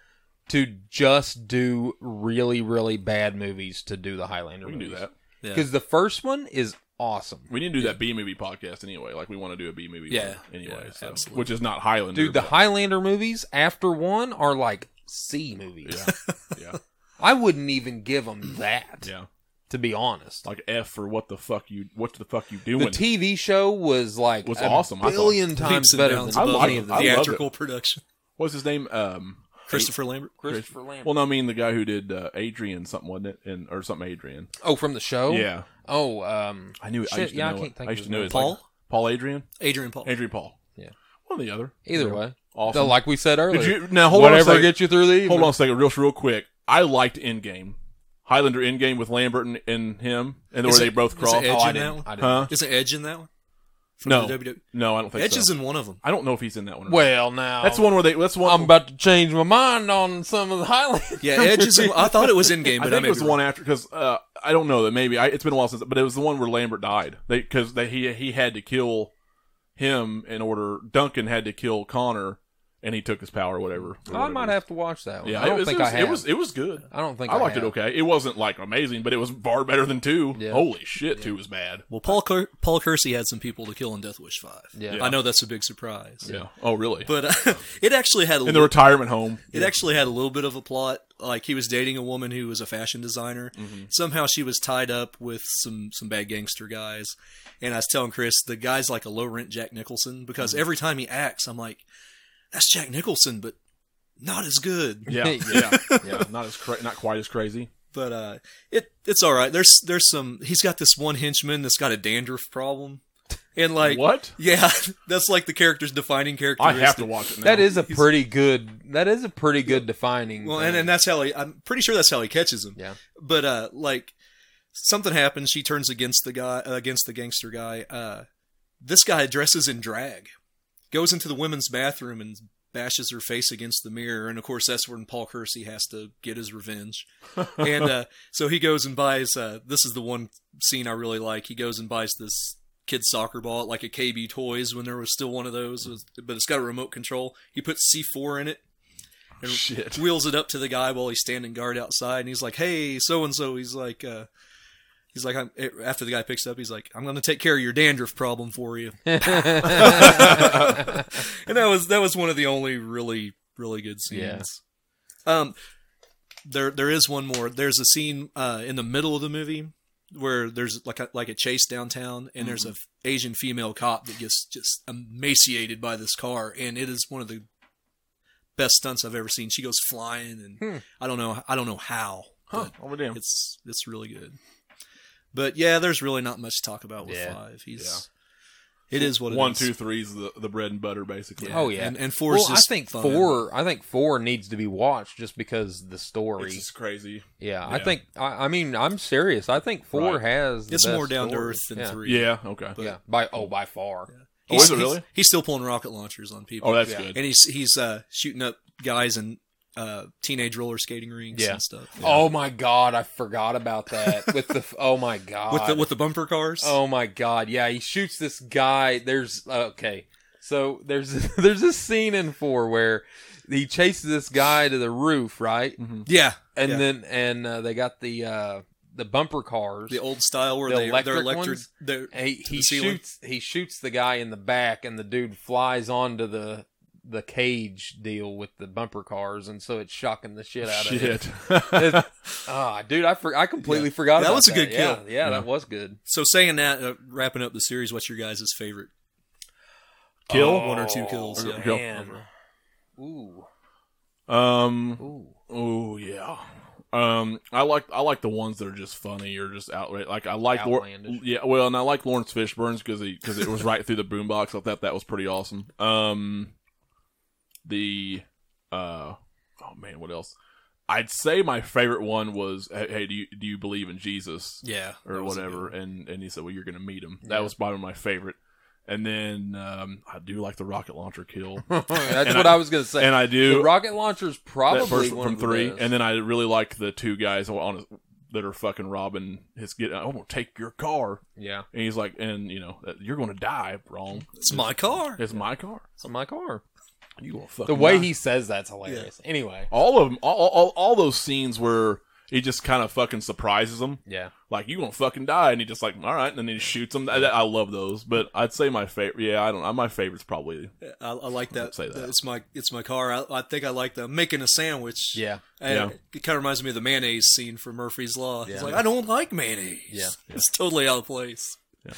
[SPEAKER 4] to just do really really bad movies to do the Highlander.
[SPEAKER 3] We can do that.
[SPEAKER 2] Yeah.
[SPEAKER 4] because the first one is awesome,
[SPEAKER 3] We need to do that B movie podcast anyway. Like we want to do a B movie.
[SPEAKER 2] Yeah.
[SPEAKER 3] one anyway,
[SPEAKER 2] Yeah,
[SPEAKER 3] so-
[SPEAKER 2] absolutely.
[SPEAKER 3] which is not Highlander.
[SPEAKER 4] dude. The
[SPEAKER 3] but-
[SPEAKER 4] Highlander movies after one are like C movies.
[SPEAKER 3] yeah, yeah,
[SPEAKER 4] I wouldn't even give them that
[SPEAKER 3] yeah.
[SPEAKER 4] to be honest.
[SPEAKER 3] Like F for what the fuck you? What the fuck you
[SPEAKER 4] the
[SPEAKER 3] doing?
[SPEAKER 4] TV show was like
[SPEAKER 3] Was
[SPEAKER 4] a
[SPEAKER 3] awesome, I thought.
[SPEAKER 4] billion times
[SPEAKER 2] Leaps and
[SPEAKER 4] better
[SPEAKER 2] bounds
[SPEAKER 4] than
[SPEAKER 2] above
[SPEAKER 3] I
[SPEAKER 4] any
[SPEAKER 3] like-
[SPEAKER 4] of the
[SPEAKER 3] I love
[SPEAKER 2] theatrical production.
[SPEAKER 3] What's his name? Um,
[SPEAKER 2] Christopher Lambert.
[SPEAKER 4] Christopher Lambert.
[SPEAKER 3] Well, no, I mean the guy who did uh, Adrian something, wasn't it? And or something Adrian.
[SPEAKER 4] oh, from the show.
[SPEAKER 3] Yeah,
[SPEAKER 4] Oh, um,
[SPEAKER 3] I knew. It. I
[SPEAKER 4] Shit,
[SPEAKER 3] used to
[SPEAKER 4] yeah, I
[SPEAKER 3] know it.
[SPEAKER 4] can't think
[SPEAKER 3] I
[SPEAKER 4] of
[SPEAKER 3] used
[SPEAKER 4] his
[SPEAKER 3] to know
[SPEAKER 4] name. Oh.
[SPEAKER 3] his like-
[SPEAKER 2] Paul?
[SPEAKER 3] Paul Adrian.
[SPEAKER 2] Adrian Paul.
[SPEAKER 3] Adrian Paul.
[SPEAKER 4] Yeah.
[SPEAKER 3] One or the other.
[SPEAKER 4] either
[SPEAKER 3] Yeah.
[SPEAKER 4] way.
[SPEAKER 3] Awesome.
[SPEAKER 4] So, like we said earlier,
[SPEAKER 3] Did you now hold on a
[SPEAKER 4] whatever
[SPEAKER 3] second?
[SPEAKER 4] gets you through the evening.
[SPEAKER 3] hold on a second, real real quick. I liked Endgame, Highlander Endgame with Lambert and, and him, and
[SPEAKER 2] Is
[SPEAKER 3] where they
[SPEAKER 2] it-
[SPEAKER 3] both
[SPEAKER 2] is it
[SPEAKER 3] crawl.
[SPEAKER 2] Edge
[SPEAKER 4] Oh, I
[SPEAKER 2] in that
[SPEAKER 4] didn't.
[SPEAKER 2] one?
[SPEAKER 4] I didn't.
[SPEAKER 3] Huh?
[SPEAKER 2] Isn't Edge in that one? From
[SPEAKER 3] No, uh,
[SPEAKER 2] the WWE?
[SPEAKER 3] no, I don't think
[SPEAKER 2] Edge
[SPEAKER 3] so.
[SPEAKER 2] is in one of them.
[SPEAKER 3] I don't know if he's in that one. Or not.
[SPEAKER 4] Well, now
[SPEAKER 3] that's the one where they. That's the one.
[SPEAKER 4] I'm about to change my mind on some of the highlights.
[SPEAKER 2] Yeah, Edge is. In, I thought it was in game,
[SPEAKER 3] I
[SPEAKER 2] but
[SPEAKER 3] think
[SPEAKER 2] I,
[SPEAKER 3] it was the one after because uh, I don't know that maybe I, it's been a while since, but it was the one where Lambert died. They because they he he had to kill him in order. Duncan had to kill Connor, and he took his power or whatever. or
[SPEAKER 4] I
[SPEAKER 3] whatever.
[SPEAKER 4] might have to watch that one.
[SPEAKER 3] Yeah,
[SPEAKER 4] I don't
[SPEAKER 3] it was,
[SPEAKER 4] think
[SPEAKER 3] it was,
[SPEAKER 4] I have.
[SPEAKER 3] It was it was good.
[SPEAKER 4] I don't think
[SPEAKER 3] I
[SPEAKER 4] I
[SPEAKER 3] liked
[SPEAKER 4] have.
[SPEAKER 3] it okay. It wasn't like amazing, but it was far better than two.
[SPEAKER 4] Yeah.
[SPEAKER 3] Holy shit, two was bad.
[SPEAKER 2] Well, Paul Cur- Paul Kersey had some people to kill in Death Wish Five.
[SPEAKER 4] Yeah.
[SPEAKER 2] I know that's a big surprise.
[SPEAKER 3] Yeah. Oh really?
[SPEAKER 2] But uh, it actually had a
[SPEAKER 3] in the
[SPEAKER 2] little,
[SPEAKER 3] retirement home.
[SPEAKER 2] it actually had a little bit of a plot. Like he was dating a woman who was a fashion designer. Somehow she was tied up with some some bad gangster guys. And I was telling Chris the guy's like a low rent Jack Nicholson because every time he acts, I'm like, that's Jack Nicholson, but not as good.
[SPEAKER 3] Yeah, yeah, yeah. Not as cra- not quite as crazy.
[SPEAKER 2] But uh, it it's all right. There's there's some. He's got this one henchman that's got a dandruff problem, and like
[SPEAKER 3] what?
[SPEAKER 2] Yeah, that's like the character's defining
[SPEAKER 3] I
[SPEAKER 2] characteristic.
[SPEAKER 3] have to watch it. Now.
[SPEAKER 4] That is a pretty good. That is a pretty good defining.
[SPEAKER 2] Well,
[SPEAKER 4] thing.
[SPEAKER 2] and, and that's how he. I'm pretty sure that's how he catches him.
[SPEAKER 4] Yeah.
[SPEAKER 2] But uh, like something happens. She turns against the guy uh, against the gangster guy. Uh, this guy dresses in drag, goes into the women's bathroom and bashes her face against the mirror. And of course, that's when Paul Kersey has to get his revenge. and uh, so he goes and buys. Uh, this is the one scene I really like. He goes and buys this kid's soccer ball at like a KB Toys when there was still one of those, It was- but it's got a remote control. He puts C4 in it
[SPEAKER 3] shit.
[SPEAKER 2] wheels it up to the guy while he's standing guard outside, and he's like, "Hey, so and so." He's like, uh, "He's like." I'm, after the guy picks up, he's like, "I'm going to take care of your dandruff problem for you." and that was that was one of the only really really good
[SPEAKER 4] Yeah.
[SPEAKER 2] scenes. Um, there there is one more. There's a scene uh, in the middle of the movie where there's like a, like a chase downtown, and there's a f- Asian female cop that gets just emaciated by this car, and it is one of the best stunts I've ever seen. She goes flying, and I don't know I don't know how.
[SPEAKER 3] Huh.
[SPEAKER 2] but
[SPEAKER 3] Oh damn.
[SPEAKER 2] It's it's really good. But yeah, there's really not much to talk about with
[SPEAKER 4] Yeah.
[SPEAKER 2] five. He's It is what it is.
[SPEAKER 3] One, two, three is the, the bread and butter, basically.
[SPEAKER 4] Oh, yeah.
[SPEAKER 2] and, and four is
[SPEAKER 4] well, I
[SPEAKER 2] just
[SPEAKER 4] think
[SPEAKER 2] fun.
[SPEAKER 4] four. I think four needs to be watched just because the story.
[SPEAKER 3] It's just crazy.
[SPEAKER 4] yeah, I
[SPEAKER 3] yeah.
[SPEAKER 4] think. I, I mean, I'm serious. I think four
[SPEAKER 3] Right.
[SPEAKER 4] has. The
[SPEAKER 2] It's
[SPEAKER 4] best
[SPEAKER 2] more down to
[SPEAKER 4] story.
[SPEAKER 2] earth than
[SPEAKER 4] yeah.
[SPEAKER 2] three.
[SPEAKER 3] Yeah. Okay.
[SPEAKER 2] But- Hmm.
[SPEAKER 4] yeah, by oh, by far.
[SPEAKER 3] Oh,
[SPEAKER 2] He's-
[SPEAKER 3] is it
[SPEAKER 2] he's-
[SPEAKER 3] really?
[SPEAKER 2] He's, still pulling rocket launchers on people.
[SPEAKER 3] Oh, that's
[SPEAKER 4] Yeah.
[SPEAKER 3] good.
[SPEAKER 2] and he's he's uh, shooting up guys in uh, teenage roller skating rings
[SPEAKER 4] Yeah.
[SPEAKER 2] and stuff.
[SPEAKER 4] Oh my god, I forgot about that. with the oh my god.
[SPEAKER 2] with the with the bumper cars.
[SPEAKER 4] Oh my god! Yeah, he shoots this guy. There's uh, okay. So there's there's a scene in four where he chases this guy to the roof, right?
[SPEAKER 3] Mhm.
[SPEAKER 2] yeah,
[SPEAKER 4] And
[SPEAKER 2] Yeah.
[SPEAKER 4] then and uh, they got the uh, the bumper cars.
[SPEAKER 2] the old style where
[SPEAKER 4] The
[SPEAKER 2] they
[SPEAKER 4] electric
[SPEAKER 2] they're electric.
[SPEAKER 4] ones?
[SPEAKER 2] They're,
[SPEAKER 4] And he
[SPEAKER 2] to the
[SPEAKER 4] he
[SPEAKER 2] ceiling.
[SPEAKER 4] shoots he shoots the guy in the back, and the dude flies onto the the cage deal with the bumper cars, and so it's shocking the shit out of him.
[SPEAKER 3] Shit.
[SPEAKER 4] Ah, dude, I for, I completely
[SPEAKER 2] Yeah.
[SPEAKER 4] forgot.
[SPEAKER 2] That
[SPEAKER 4] about
[SPEAKER 2] was a good
[SPEAKER 4] Yeah,
[SPEAKER 2] kill.
[SPEAKER 4] Yeah,
[SPEAKER 3] Yeah.
[SPEAKER 4] that was good.
[SPEAKER 2] so saying that, uh, wrapping up the series. What's your guys' favorite?
[SPEAKER 3] Kill?
[SPEAKER 2] One or two kills,
[SPEAKER 3] yeah.
[SPEAKER 4] Oh, Man. Ooh,
[SPEAKER 3] um.
[SPEAKER 4] ooh.
[SPEAKER 3] Oh yeah. Um, I like I like the ones that are just funny or just outright. Like I like Lor-
[SPEAKER 4] Outlandish.
[SPEAKER 3] yeah. Well, and I like Lawrence Fishburne's because he because it was right through the boombox. I thought that was pretty awesome. Um, the uh, oh man, what else? I'd say my favorite one was hey, hey do you do you believe in Jesus?
[SPEAKER 2] Yeah,
[SPEAKER 3] or
[SPEAKER 2] that was a good
[SPEAKER 3] whatever,
[SPEAKER 2] one.
[SPEAKER 3] and and he said, "Well, you're gonna meet him."
[SPEAKER 4] Yeah.
[SPEAKER 3] That was probably my favorite. And then um, I do like the rocket launcher kill,
[SPEAKER 4] That's
[SPEAKER 3] And
[SPEAKER 4] what
[SPEAKER 3] I-
[SPEAKER 4] I, was gonna say.
[SPEAKER 3] and I
[SPEAKER 4] the
[SPEAKER 3] do
[SPEAKER 4] rocket launcher's probably
[SPEAKER 3] that first
[SPEAKER 4] one
[SPEAKER 3] from
[SPEAKER 4] of the
[SPEAKER 3] three,
[SPEAKER 4] best.
[SPEAKER 3] and then I really like the two guys on that are fucking robbing his get. I'm gonna take your car,
[SPEAKER 4] yeah,
[SPEAKER 3] and he's like, and you know, you're gonna die. Wrong,
[SPEAKER 2] It's my car.
[SPEAKER 3] It's my car.
[SPEAKER 4] so my car.
[SPEAKER 3] You gonna fucking
[SPEAKER 4] The way
[SPEAKER 3] die.
[SPEAKER 4] he says that's hilarious. Anyway,
[SPEAKER 3] all of them, all, all all those scenes where he just kind of fucking surprises them.
[SPEAKER 4] yeah,
[SPEAKER 3] like you gonna fucking die, and he just like all right, and then he shoots him. I, I love those, but I'd say my favorite. Yeah, I don't. know. My favorite's probably
[SPEAKER 2] I, I like that.
[SPEAKER 3] Say that.
[SPEAKER 2] It's my it's my car. I, I think I like the making a sandwich.
[SPEAKER 4] yeah,
[SPEAKER 2] And
[SPEAKER 3] Yeah.
[SPEAKER 2] It kind of reminds me of the mayonnaise scene from Murphy's Law. It's
[SPEAKER 4] Yeah.
[SPEAKER 2] like, I don't like mayonnaise.
[SPEAKER 4] Yeah.
[SPEAKER 2] It's totally out of place.
[SPEAKER 3] Yeah.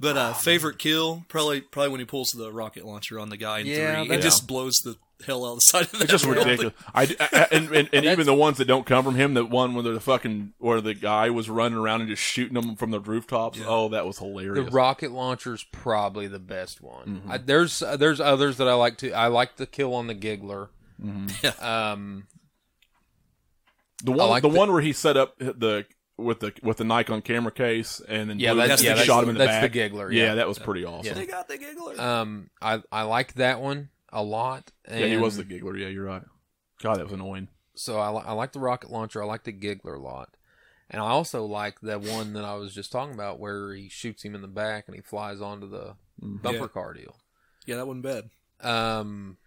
[SPEAKER 2] But uh, favorite kill probably probably when he pulls the rocket launcher on the guy in
[SPEAKER 4] Yeah,
[SPEAKER 2] three, it
[SPEAKER 4] that's-
[SPEAKER 2] just blows the hell out of the side of the
[SPEAKER 3] it's just ridiculous. I, I- and and, and even the ones that don't come from him, that one where the fucking where the guy was running around and just shooting them from the rooftops.
[SPEAKER 2] Yeah.
[SPEAKER 3] Oh, that was
[SPEAKER 4] the
[SPEAKER 3] hilarious.
[SPEAKER 4] rocket launcher's probably the best one.
[SPEAKER 3] Mhm.
[SPEAKER 2] Mm-hmm.
[SPEAKER 4] I, there's uh, there's others that I like to. I like the kill on the giggler.
[SPEAKER 3] Mhm.
[SPEAKER 4] Um,
[SPEAKER 3] The
[SPEAKER 4] I
[SPEAKER 3] one,
[SPEAKER 4] like
[SPEAKER 3] the,
[SPEAKER 4] the-
[SPEAKER 3] one where he set up the with the with the Nikon camera case and then
[SPEAKER 4] yeah,
[SPEAKER 3] blew-
[SPEAKER 4] that's
[SPEAKER 2] That's
[SPEAKER 4] yeah,
[SPEAKER 2] the-
[SPEAKER 4] that's,
[SPEAKER 3] shot him in the
[SPEAKER 4] that's
[SPEAKER 3] back.
[SPEAKER 4] giggler.
[SPEAKER 3] yeah.
[SPEAKER 4] Yeah,
[SPEAKER 3] that was pretty awesome.
[SPEAKER 2] They got the giggler.
[SPEAKER 4] um, I I like that one a lot. And
[SPEAKER 3] yeah, he was the giggler. Yeah, you're right. God, that was annoying.
[SPEAKER 4] so I, li- I like the rocket launcher. I like the giggler a lot, and I also like that one that I was just talking about where he shoots him in the back and he flies onto the
[SPEAKER 3] Mhm.
[SPEAKER 4] bumper
[SPEAKER 2] Yeah.
[SPEAKER 4] car deal.
[SPEAKER 2] yeah, that wasn't bad.
[SPEAKER 4] Um,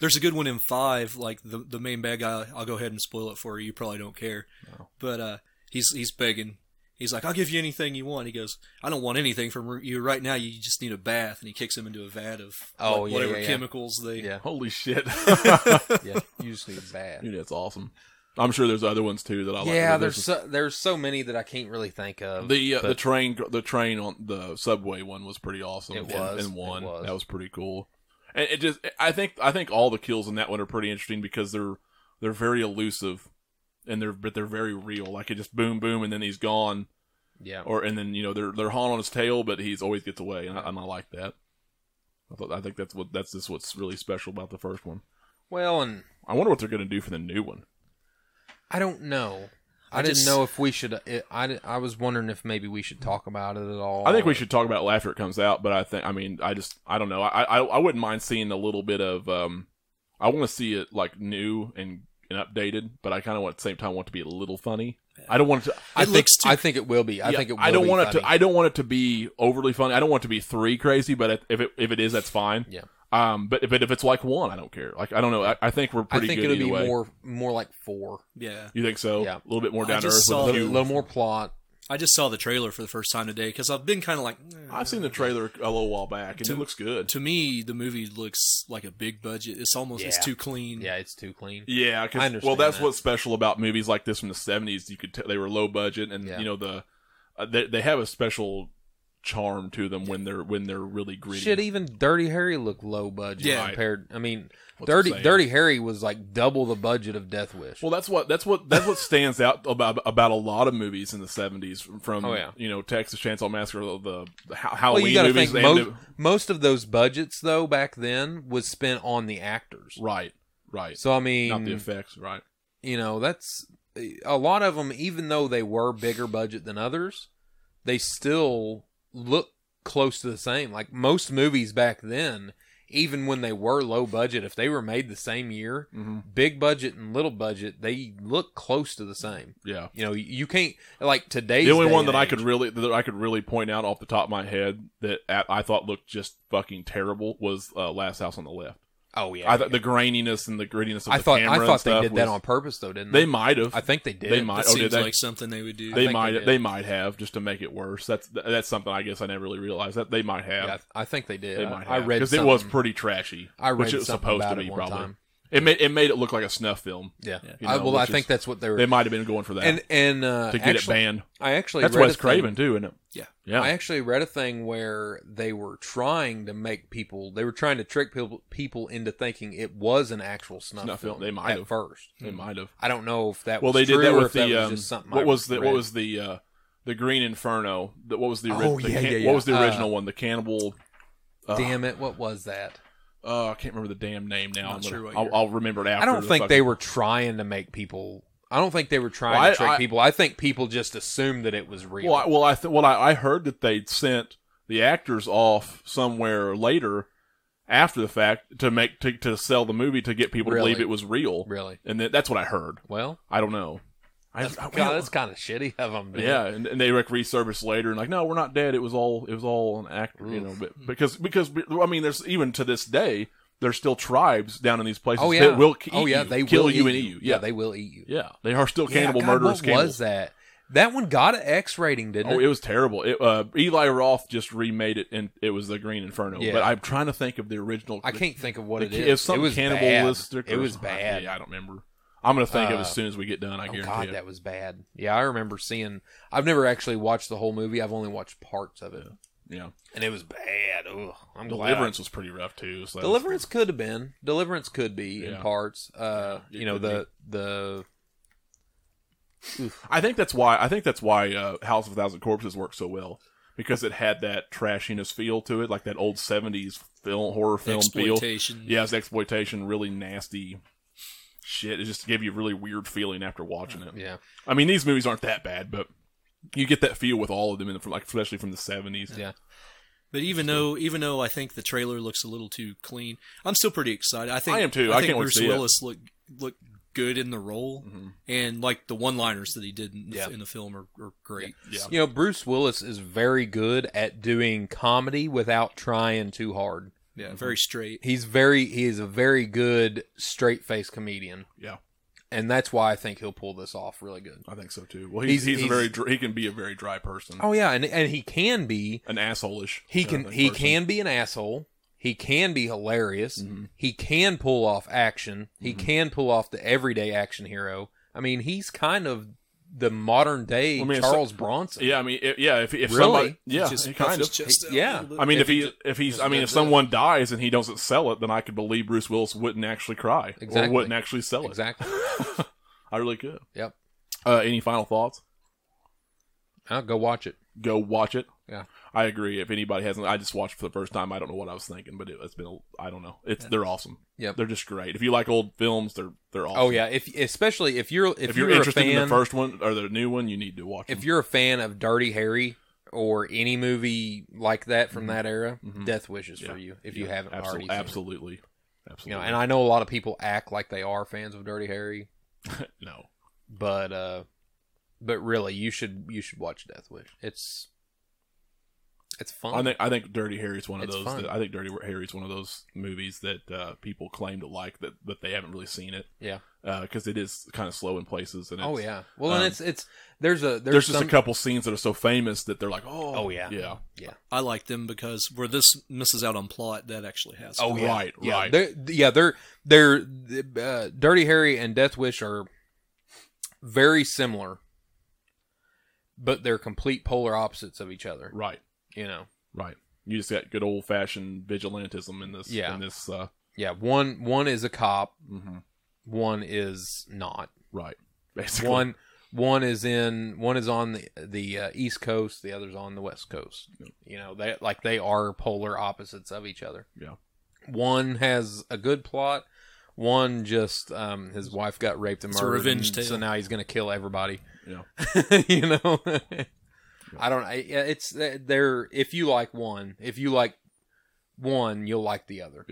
[SPEAKER 2] There's a good one in five, like the the main bad guy. I'll go ahead and spoil it for you. You probably don't care,
[SPEAKER 3] No.
[SPEAKER 2] but uh, he's he's begging. He's like, "I'll give you anything you want." He goes, "I don't want anything from you right now. You just need a bath." And he kicks him into a vat of
[SPEAKER 4] Oh,
[SPEAKER 2] like,
[SPEAKER 4] yeah,
[SPEAKER 2] whatever
[SPEAKER 4] yeah, yeah.
[SPEAKER 2] chemicals they.
[SPEAKER 4] yeah,
[SPEAKER 3] Holy shit.
[SPEAKER 4] yeah, you just need a bad.
[SPEAKER 3] Dude, that's awesome. I'm sure there's other ones too that I like.
[SPEAKER 4] yeah,
[SPEAKER 3] There's
[SPEAKER 4] there's so, there's so many that I can't really think of.
[SPEAKER 3] the uh, the
[SPEAKER 4] but-
[SPEAKER 3] train the train on the subway one was pretty awesome.
[SPEAKER 4] It
[SPEAKER 3] and-
[SPEAKER 4] was,
[SPEAKER 3] and one
[SPEAKER 4] it was.
[SPEAKER 3] that was pretty cool. And it just I think I think all the kills in that one are pretty interesting because they're they're very elusive and they're but they're very real. Like it just boom boom and then he's gone
[SPEAKER 4] yeah,
[SPEAKER 3] or and then you know they're they're hauling on his tail but he's always gets away and I, and I like that. I thought I think that's what that's just what's really special about the first one.
[SPEAKER 4] well, and
[SPEAKER 3] I wonder what they're gonna do for the new one.
[SPEAKER 4] I don't know. I,
[SPEAKER 2] I
[SPEAKER 4] didn't
[SPEAKER 2] just-
[SPEAKER 4] know if we should. It, I di- I was wondering if maybe we should talk about it at all.
[SPEAKER 3] I think we should talk about it after it comes out, but I think I mean I just I don't know. I I, I wouldn't mind seeing a little bit of um I want to see it like new and and updated, but I kind of want at the same time want it to be a little funny. I don't want it to
[SPEAKER 4] I
[SPEAKER 2] It
[SPEAKER 4] think,
[SPEAKER 2] looks too-
[SPEAKER 4] I think it will be. I
[SPEAKER 3] yeah,
[SPEAKER 4] think it. Will
[SPEAKER 3] I don't
[SPEAKER 4] be
[SPEAKER 3] want it
[SPEAKER 4] funny.
[SPEAKER 3] to I don't want it to be overly funny. I don't want it to be 3 crazy, but if it if it is that's fine.
[SPEAKER 4] Yeah.
[SPEAKER 3] Um but but if it's like 1, I don't care. Like I don't know. I, I think we're
[SPEAKER 4] I
[SPEAKER 3] pretty
[SPEAKER 4] think
[SPEAKER 3] good
[SPEAKER 4] it'll
[SPEAKER 3] either
[SPEAKER 4] be
[SPEAKER 3] way.
[SPEAKER 4] more more like four.
[SPEAKER 2] yeah.
[SPEAKER 3] you think so?
[SPEAKER 4] Yeah.
[SPEAKER 3] A little bit more
[SPEAKER 2] I
[SPEAKER 3] down to
[SPEAKER 2] just
[SPEAKER 3] earth
[SPEAKER 4] A
[SPEAKER 2] saw
[SPEAKER 3] with a
[SPEAKER 4] little,
[SPEAKER 3] few-
[SPEAKER 4] little more plot.
[SPEAKER 2] I just saw the trailer for the first time today because I've been kind of like. eh.
[SPEAKER 3] I've seen the trailer a little while back and
[SPEAKER 2] To-
[SPEAKER 3] it looks good.
[SPEAKER 2] To me, the movie looks like a big budget. It's almost it's
[SPEAKER 4] Yeah.
[SPEAKER 2] too clean.
[SPEAKER 4] Yeah, it's too clean.
[SPEAKER 3] Yeah,
[SPEAKER 4] I
[SPEAKER 3] 'cause-
[SPEAKER 4] understand
[SPEAKER 3] well, that's
[SPEAKER 4] that.
[SPEAKER 3] what's special about movies like this from the seventies. You could tell they were low budget, and
[SPEAKER 4] Yeah.
[SPEAKER 3] you know the uh, they, they have a special charm to them when they're when they're really gritty.
[SPEAKER 4] Shit, even Dirty Harry looked low budget
[SPEAKER 2] Yeah.
[SPEAKER 4] compared. I mean,
[SPEAKER 3] What's it
[SPEAKER 4] Dirty
[SPEAKER 3] saying?
[SPEAKER 4] Dirty Harry was like double the budget of Death Wish.
[SPEAKER 3] Well, that's what that's what that's what stands out about about a lot of movies in the seventies from
[SPEAKER 4] Oh, yeah.
[SPEAKER 3] you know Texas Chainsaw Massacre, the, the Ha-
[SPEAKER 4] Well,
[SPEAKER 3] Halloween
[SPEAKER 4] you got to
[SPEAKER 3] movies,
[SPEAKER 4] think
[SPEAKER 3] and
[SPEAKER 4] most, most of those budgets though back then was spent on the actors.
[SPEAKER 3] the- right, right,
[SPEAKER 4] So I
[SPEAKER 3] not the
[SPEAKER 4] mean,
[SPEAKER 3] effects, right,
[SPEAKER 4] you know, that's a lot of them. Even though they were bigger budget than others, they still look close to the same. Like most movies back then, even when they were low budget, if they were made the same year,
[SPEAKER 3] mm-hmm.
[SPEAKER 4] big budget and little budget, they look close to the same.
[SPEAKER 3] yeah.
[SPEAKER 4] You know, you can't like today's.
[SPEAKER 3] The only
[SPEAKER 4] day
[SPEAKER 3] one
[SPEAKER 4] and
[SPEAKER 3] that I
[SPEAKER 4] age-
[SPEAKER 3] could really that I could really point out off the top of my head that a- I thought looked just fucking terrible was uh, Last House on the Left.
[SPEAKER 4] Oh yeah,
[SPEAKER 3] I thought the graininess and the grittiness of
[SPEAKER 4] I
[SPEAKER 3] the
[SPEAKER 4] thought
[SPEAKER 3] camera
[SPEAKER 4] I
[SPEAKER 3] and
[SPEAKER 4] thought they
[SPEAKER 3] stuff
[SPEAKER 4] did that
[SPEAKER 3] was-
[SPEAKER 4] on purpose though, didn't they?
[SPEAKER 3] They might have.
[SPEAKER 4] I think they did.
[SPEAKER 3] they might.
[SPEAKER 2] That
[SPEAKER 3] oh, did
[SPEAKER 2] seems
[SPEAKER 3] they?
[SPEAKER 2] like something they would do.
[SPEAKER 3] they
[SPEAKER 4] think
[SPEAKER 3] might.
[SPEAKER 4] they
[SPEAKER 3] They,
[SPEAKER 4] did.
[SPEAKER 3] might have just to make it worse. That's that's something I guess I never really realized that they might have.
[SPEAKER 4] Yeah, I think they did.
[SPEAKER 3] They
[SPEAKER 4] I,
[SPEAKER 3] might
[SPEAKER 4] I
[SPEAKER 3] have
[SPEAKER 4] read
[SPEAKER 3] because it was
[SPEAKER 4] something-
[SPEAKER 3] pretty trashy.
[SPEAKER 4] I read
[SPEAKER 3] which it was
[SPEAKER 4] something
[SPEAKER 3] supposed
[SPEAKER 4] about
[SPEAKER 3] to be
[SPEAKER 4] it one
[SPEAKER 3] probably.
[SPEAKER 4] time.
[SPEAKER 3] It made it made it look like a snuff film.
[SPEAKER 4] Yeah.
[SPEAKER 2] Yeah.
[SPEAKER 3] You
[SPEAKER 4] I,
[SPEAKER 3] know,
[SPEAKER 4] well, I
[SPEAKER 3] which
[SPEAKER 4] think
[SPEAKER 3] is-
[SPEAKER 4] that's what they were.
[SPEAKER 3] They might have been going for that
[SPEAKER 4] and and uh,
[SPEAKER 3] to get it
[SPEAKER 4] actually,
[SPEAKER 3] banned.
[SPEAKER 4] I actually
[SPEAKER 3] That's
[SPEAKER 4] read
[SPEAKER 3] Wes
[SPEAKER 4] a
[SPEAKER 3] Craven
[SPEAKER 4] Thing,
[SPEAKER 3] too, isn't it?
[SPEAKER 2] Yeah.
[SPEAKER 3] yeah.
[SPEAKER 4] I actually read a thing where they were trying to make people. They were trying to trick people people into thinking it was an actual snuff,
[SPEAKER 3] Snuff film.
[SPEAKER 4] film.
[SPEAKER 3] They might
[SPEAKER 4] at
[SPEAKER 3] have.
[SPEAKER 4] first.
[SPEAKER 3] they might have.
[SPEAKER 4] I don't know if that
[SPEAKER 3] Well,
[SPEAKER 4] was
[SPEAKER 3] they did
[SPEAKER 4] true
[SPEAKER 3] that
[SPEAKER 4] or
[SPEAKER 3] with
[SPEAKER 4] if that
[SPEAKER 3] the
[SPEAKER 4] was
[SPEAKER 3] um,
[SPEAKER 4] just something. I
[SPEAKER 3] what was the what
[SPEAKER 4] read.
[SPEAKER 3] was the uh, the Green Inferno? The, what was the, ori-
[SPEAKER 4] Oh,
[SPEAKER 3] the
[SPEAKER 4] yeah,
[SPEAKER 3] can-
[SPEAKER 4] yeah, yeah.
[SPEAKER 3] what was the
[SPEAKER 4] Uh,
[SPEAKER 3] original one? The cannibal. Uh,
[SPEAKER 4] Damn it! What was that?
[SPEAKER 3] uh, I can't remember the damn name now.
[SPEAKER 2] Not
[SPEAKER 3] I'm
[SPEAKER 2] sure
[SPEAKER 3] gonna,
[SPEAKER 2] what
[SPEAKER 3] I'll,
[SPEAKER 2] year.
[SPEAKER 3] I'll remember it after.
[SPEAKER 4] I don't
[SPEAKER 3] the
[SPEAKER 4] think
[SPEAKER 3] fucking-
[SPEAKER 4] they were trying to make people. I don't think they were trying
[SPEAKER 3] Well, I-
[SPEAKER 4] to trick
[SPEAKER 3] I-
[SPEAKER 4] people. I think people just assumed that it was real.
[SPEAKER 3] Well, I, well, I th- well, I, I heard that they sent the actors off somewhere later after the fact to make to, to sell the movie to get people
[SPEAKER 4] Really?
[SPEAKER 3] to believe it was real,
[SPEAKER 4] really?
[SPEAKER 3] and that that's what I heard.
[SPEAKER 4] Well,
[SPEAKER 3] I don't know. I,
[SPEAKER 4] that's,
[SPEAKER 3] I-
[SPEAKER 4] God, that's kind of shitty of them.
[SPEAKER 3] yeah, and, and they like resurfaced later and like, no, we're not dead. It was all it was all an actor, you know. But because because I mean, there's even to this day there's still tribes down in these places
[SPEAKER 4] Oh yeah.
[SPEAKER 3] that will eat
[SPEAKER 4] oh yeah.
[SPEAKER 3] you,
[SPEAKER 4] They
[SPEAKER 3] kill
[SPEAKER 4] will
[SPEAKER 3] you
[SPEAKER 4] eat
[SPEAKER 3] and eat you. Yeah,
[SPEAKER 4] they will eat you.
[SPEAKER 3] yeah, they are still
[SPEAKER 4] Yeah,
[SPEAKER 3] cannibal
[SPEAKER 4] God,
[SPEAKER 3] murderers.
[SPEAKER 4] What
[SPEAKER 3] cannibals.
[SPEAKER 4] was that? That one got an X rating, didn't
[SPEAKER 3] Oh,
[SPEAKER 4] it?
[SPEAKER 3] it was terrible. It, uh, Eli Roth just remade it, and it was the Green Inferno.
[SPEAKER 4] Yeah.
[SPEAKER 3] But I'm trying to think of the original.
[SPEAKER 4] I can't think of what
[SPEAKER 3] the,
[SPEAKER 4] it is.
[SPEAKER 3] It's
[SPEAKER 4] it
[SPEAKER 3] something
[SPEAKER 4] was
[SPEAKER 3] cannibalistic.
[SPEAKER 4] Bad. It
[SPEAKER 3] or
[SPEAKER 4] was
[SPEAKER 3] something.
[SPEAKER 4] bad.
[SPEAKER 3] Yeah, I don't remember. I'm gonna think of it
[SPEAKER 4] Uh,
[SPEAKER 3] as soon as we get done. I
[SPEAKER 4] oh
[SPEAKER 3] guarantee
[SPEAKER 4] God,
[SPEAKER 3] it.
[SPEAKER 4] that was bad. Yeah, I remember seeing. I've never actually watched the whole movie. I've only watched parts of it,
[SPEAKER 3] yeah,
[SPEAKER 4] and it was bad. Ugh, I'm glad.
[SPEAKER 3] Deliverance was pretty rough too. So
[SPEAKER 4] Deliverance could have been. Deliverance could be in
[SPEAKER 3] Yeah.
[SPEAKER 4] parts. Uh,
[SPEAKER 3] Yeah, it
[SPEAKER 4] you know
[SPEAKER 3] could
[SPEAKER 4] the the
[SPEAKER 3] I think that's why. I think that's why uh, House of a Thousand Corpses worked so well because it had that trashiness feel to it, like that old '70s film horror film feel.
[SPEAKER 2] exploitation.
[SPEAKER 3] Yeah, it's exploitation, really nasty shit. It just gave you a really weird feeling after watching it.
[SPEAKER 4] yeah
[SPEAKER 3] I mean, these movies aren't that bad, but you get that feel with all of them, and from like especially from the seventies.
[SPEAKER 4] yeah.
[SPEAKER 2] But even though, even though I think the trailer looks a little too clean, I'm still pretty excited. I think
[SPEAKER 3] I am too. I
[SPEAKER 2] think
[SPEAKER 3] can't wait to
[SPEAKER 2] Bruce
[SPEAKER 3] see it. Mm-hmm.
[SPEAKER 2] Willis looked looked good in the role, and like the one-liners that he did in the,
[SPEAKER 4] Yeah.
[SPEAKER 2] in the film are, are great.
[SPEAKER 3] Yeah.
[SPEAKER 4] You know Bruce Willis is very good at doing comedy without trying too hard.
[SPEAKER 2] Yeah, very straight.
[SPEAKER 4] He's very he is a very good straight face comedian.
[SPEAKER 3] Yeah.
[SPEAKER 4] and that's why I think he'll pull this off really good.
[SPEAKER 3] I think so too. Well, he's he's,
[SPEAKER 4] He's-
[SPEAKER 3] a very dr- he can be a very dry person,
[SPEAKER 4] Oh yeah, and and he can be
[SPEAKER 3] an assholeish.
[SPEAKER 4] he
[SPEAKER 3] uh,
[SPEAKER 4] can he
[SPEAKER 3] person.
[SPEAKER 4] can be an asshole. He can be hilarious.
[SPEAKER 3] Mm-hmm.
[SPEAKER 4] He can pull off action. He can pull off the everyday action hero. I mean, he's kind of the modern day
[SPEAKER 3] Well, I mean, it's-
[SPEAKER 4] Charles Bronson.
[SPEAKER 3] Yeah, I mean, if, yeah, if if
[SPEAKER 4] Really?
[SPEAKER 3] somebody, yeah,
[SPEAKER 2] He just puffs
[SPEAKER 3] kind
[SPEAKER 2] his
[SPEAKER 3] of.
[SPEAKER 2] chest out a
[SPEAKER 4] Yeah.
[SPEAKER 2] little bit.
[SPEAKER 3] I mean,
[SPEAKER 4] if
[SPEAKER 3] if
[SPEAKER 4] he
[SPEAKER 3] he if he's, I mean,
[SPEAKER 4] does
[SPEAKER 3] if
[SPEAKER 4] that.
[SPEAKER 3] someone dies and he doesn't sell it, then I could believe Bruce Willis wouldn't actually cry or
[SPEAKER 4] Exactly.
[SPEAKER 3] wouldn't actually sell it.
[SPEAKER 4] Exactly.
[SPEAKER 3] I really could.
[SPEAKER 4] yep.
[SPEAKER 3] Uh, any final thoughts?
[SPEAKER 4] I'll go watch it.
[SPEAKER 3] Go watch it.
[SPEAKER 4] Yeah.
[SPEAKER 3] I agree. If anybody hasn't, I just watched it for the first time. I don't know what I was thinking, but it, it's been. a- I don't know. It's they're awesome.
[SPEAKER 4] Yep.
[SPEAKER 3] they're just great. If you like old films, they're they're awesome.
[SPEAKER 4] Oh yeah, if especially if you're if,
[SPEAKER 3] If, you're,
[SPEAKER 4] a
[SPEAKER 3] interested in
[SPEAKER 4] fan-
[SPEAKER 3] the first one or the new one, you need to watch.
[SPEAKER 4] if
[SPEAKER 3] them.
[SPEAKER 4] you're a fan of Dirty Harry or any movie like that from that era,
[SPEAKER 3] Mhm.
[SPEAKER 4] Death Wishes
[SPEAKER 3] Yeah.
[SPEAKER 4] for you if you
[SPEAKER 3] Yeah,
[SPEAKER 4] haven't
[SPEAKER 3] absol-
[SPEAKER 4] already. seen it.
[SPEAKER 3] absolutely,
[SPEAKER 4] You
[SPEAKER 3] absolutely.
[SPEAKER 4] know, and I know a lot of people act like they are fans of Dirty Harry,
[SPEAKER 3] no,
[SPEAKER 4] but uh, but really, you should you should watch Death Wish. It's it's fun.
[SPEAKER 3] I think I think Dirty Harry's one of
[SPEAKER 4] It's
[SPEAKER 3] those.
[SPEAKER 4] fun.
[SPEAKER 3] That, I think Dirty Harry's one of those movies that uh, people claim to like that, but they haven't really seen it.
[SPEAKER 4] Yeah.
[SPEAKER 3] because it is kind of slow in places. And it's,
[SPEAKER 4] oh yeah. Well,
[SPEAKER 3] um,
[SPEAKER 4] and it's it's there's a
[SPEAKER 3] there's,
[SPEAKER 4] there's,
[SPEAKER 3] just
[SPEAKER 4] some-
[SPEAKER 3] a couple scenes that are so famous that they're like, oh,
[SPEAKER 4] Oh, yeah.
[SPEAKER 3] yeah,
[SPEAKER 2] I like them because where this misses out on plot, that actually has.
[SPEAKER 4] Oh, yeah.
[SPEAKER 3] right,
[SPEAKER 4] yeah,
[SPEAKER 3] right.
[SPEAKER 4] They're, yeah, they're they're uh, Dirty Harry and Death Wish are very similar, but they're complete polar opposites of each other.
[SPEAKER 3] Right.
[SPEAKER 4] You know,
[SPEAKER 3] Right. You just got good old fashioned vigilantism in this.
[SPEAKER 4] Yeah.
[SPEAKER 3] In this. Uh,
[SPEAKER 4] yeah. One one is a cop.
[SPEAKER 3] mhm.
[SPEAKER 4] One is not.
[SPEAKER 3] Right. Basically.
[SPEAKER 4] One one is in one is on the the uh, east coast, the other's on the west coast. You know, they like they are polar opposites of each other.
[SPEAKER 3] Yeah.
[SPEAKER 4] One has a good plot. One just um, his wife got raped and
[SPEAKER 2] It's a
[SPEAKER 4] murdered,
[SPEAKER 2] revenge
[SPEAKER 4] and
[SPEAKER 2] tale.
[SPEAKER 4] so now he's going to kill everybody.
[SPEAKER 3] Yeah.
[SPEAKER 4] you know, I don't. I, yeah, it's uh, they're if you like one, if you like one, you'll like the other.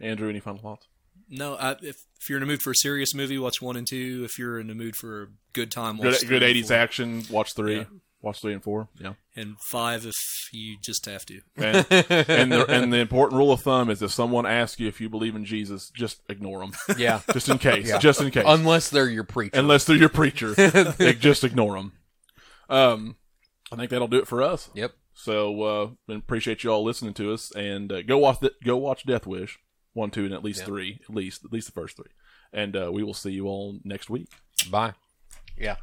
[SPEAKER 3] Andrew, any final thoughts?
[SPEAKER 2] No, I, if, if you're in the mood for a serious movie, watch one and two. If you're in the mood for a good time, watch
[SPEAKER 3] Good,
[SPEAKER 2] three
[SPEAKER 3] good
[SPEAKER 2] and
[SPEAKER 3] 80s
[SPEAKER 2] four.
[SPEAKER 3] action. Watch three.
[SPEAKER 2] Yeah.
[SPEAKER 3] Watch three and four. Yeah.
[SPEAKER 2] and five if you just have to.
[SPEAKER 3] And, and, the, and the important rule of thumb is if someone asks you if you believe in Jesus, just ignore them.
[SPEAKER 4] Yeah,
[SPEAKER 3] Just in case.
[SPEAKER 4] Yeah.
[SPEAKER 3] Just in case.
[SPEAKER 4] unless they're your preacher.
[SPEAKER 3] Unless they're your preacher. like, just ignore them. Um, I think that'll do it for us.
[SPEAKER 4] yep.
[SPEAKER 3] So uh, and appreciate you all listening to us, and uh, go watch the, go watch Death Wish one, two, and at least
[SPEAKER 4] Yeah.
[SPEAKER 3] three, at least at least the first three, and uh, we will see you all next week.
[SPEAKER 4] Bye. Yeah.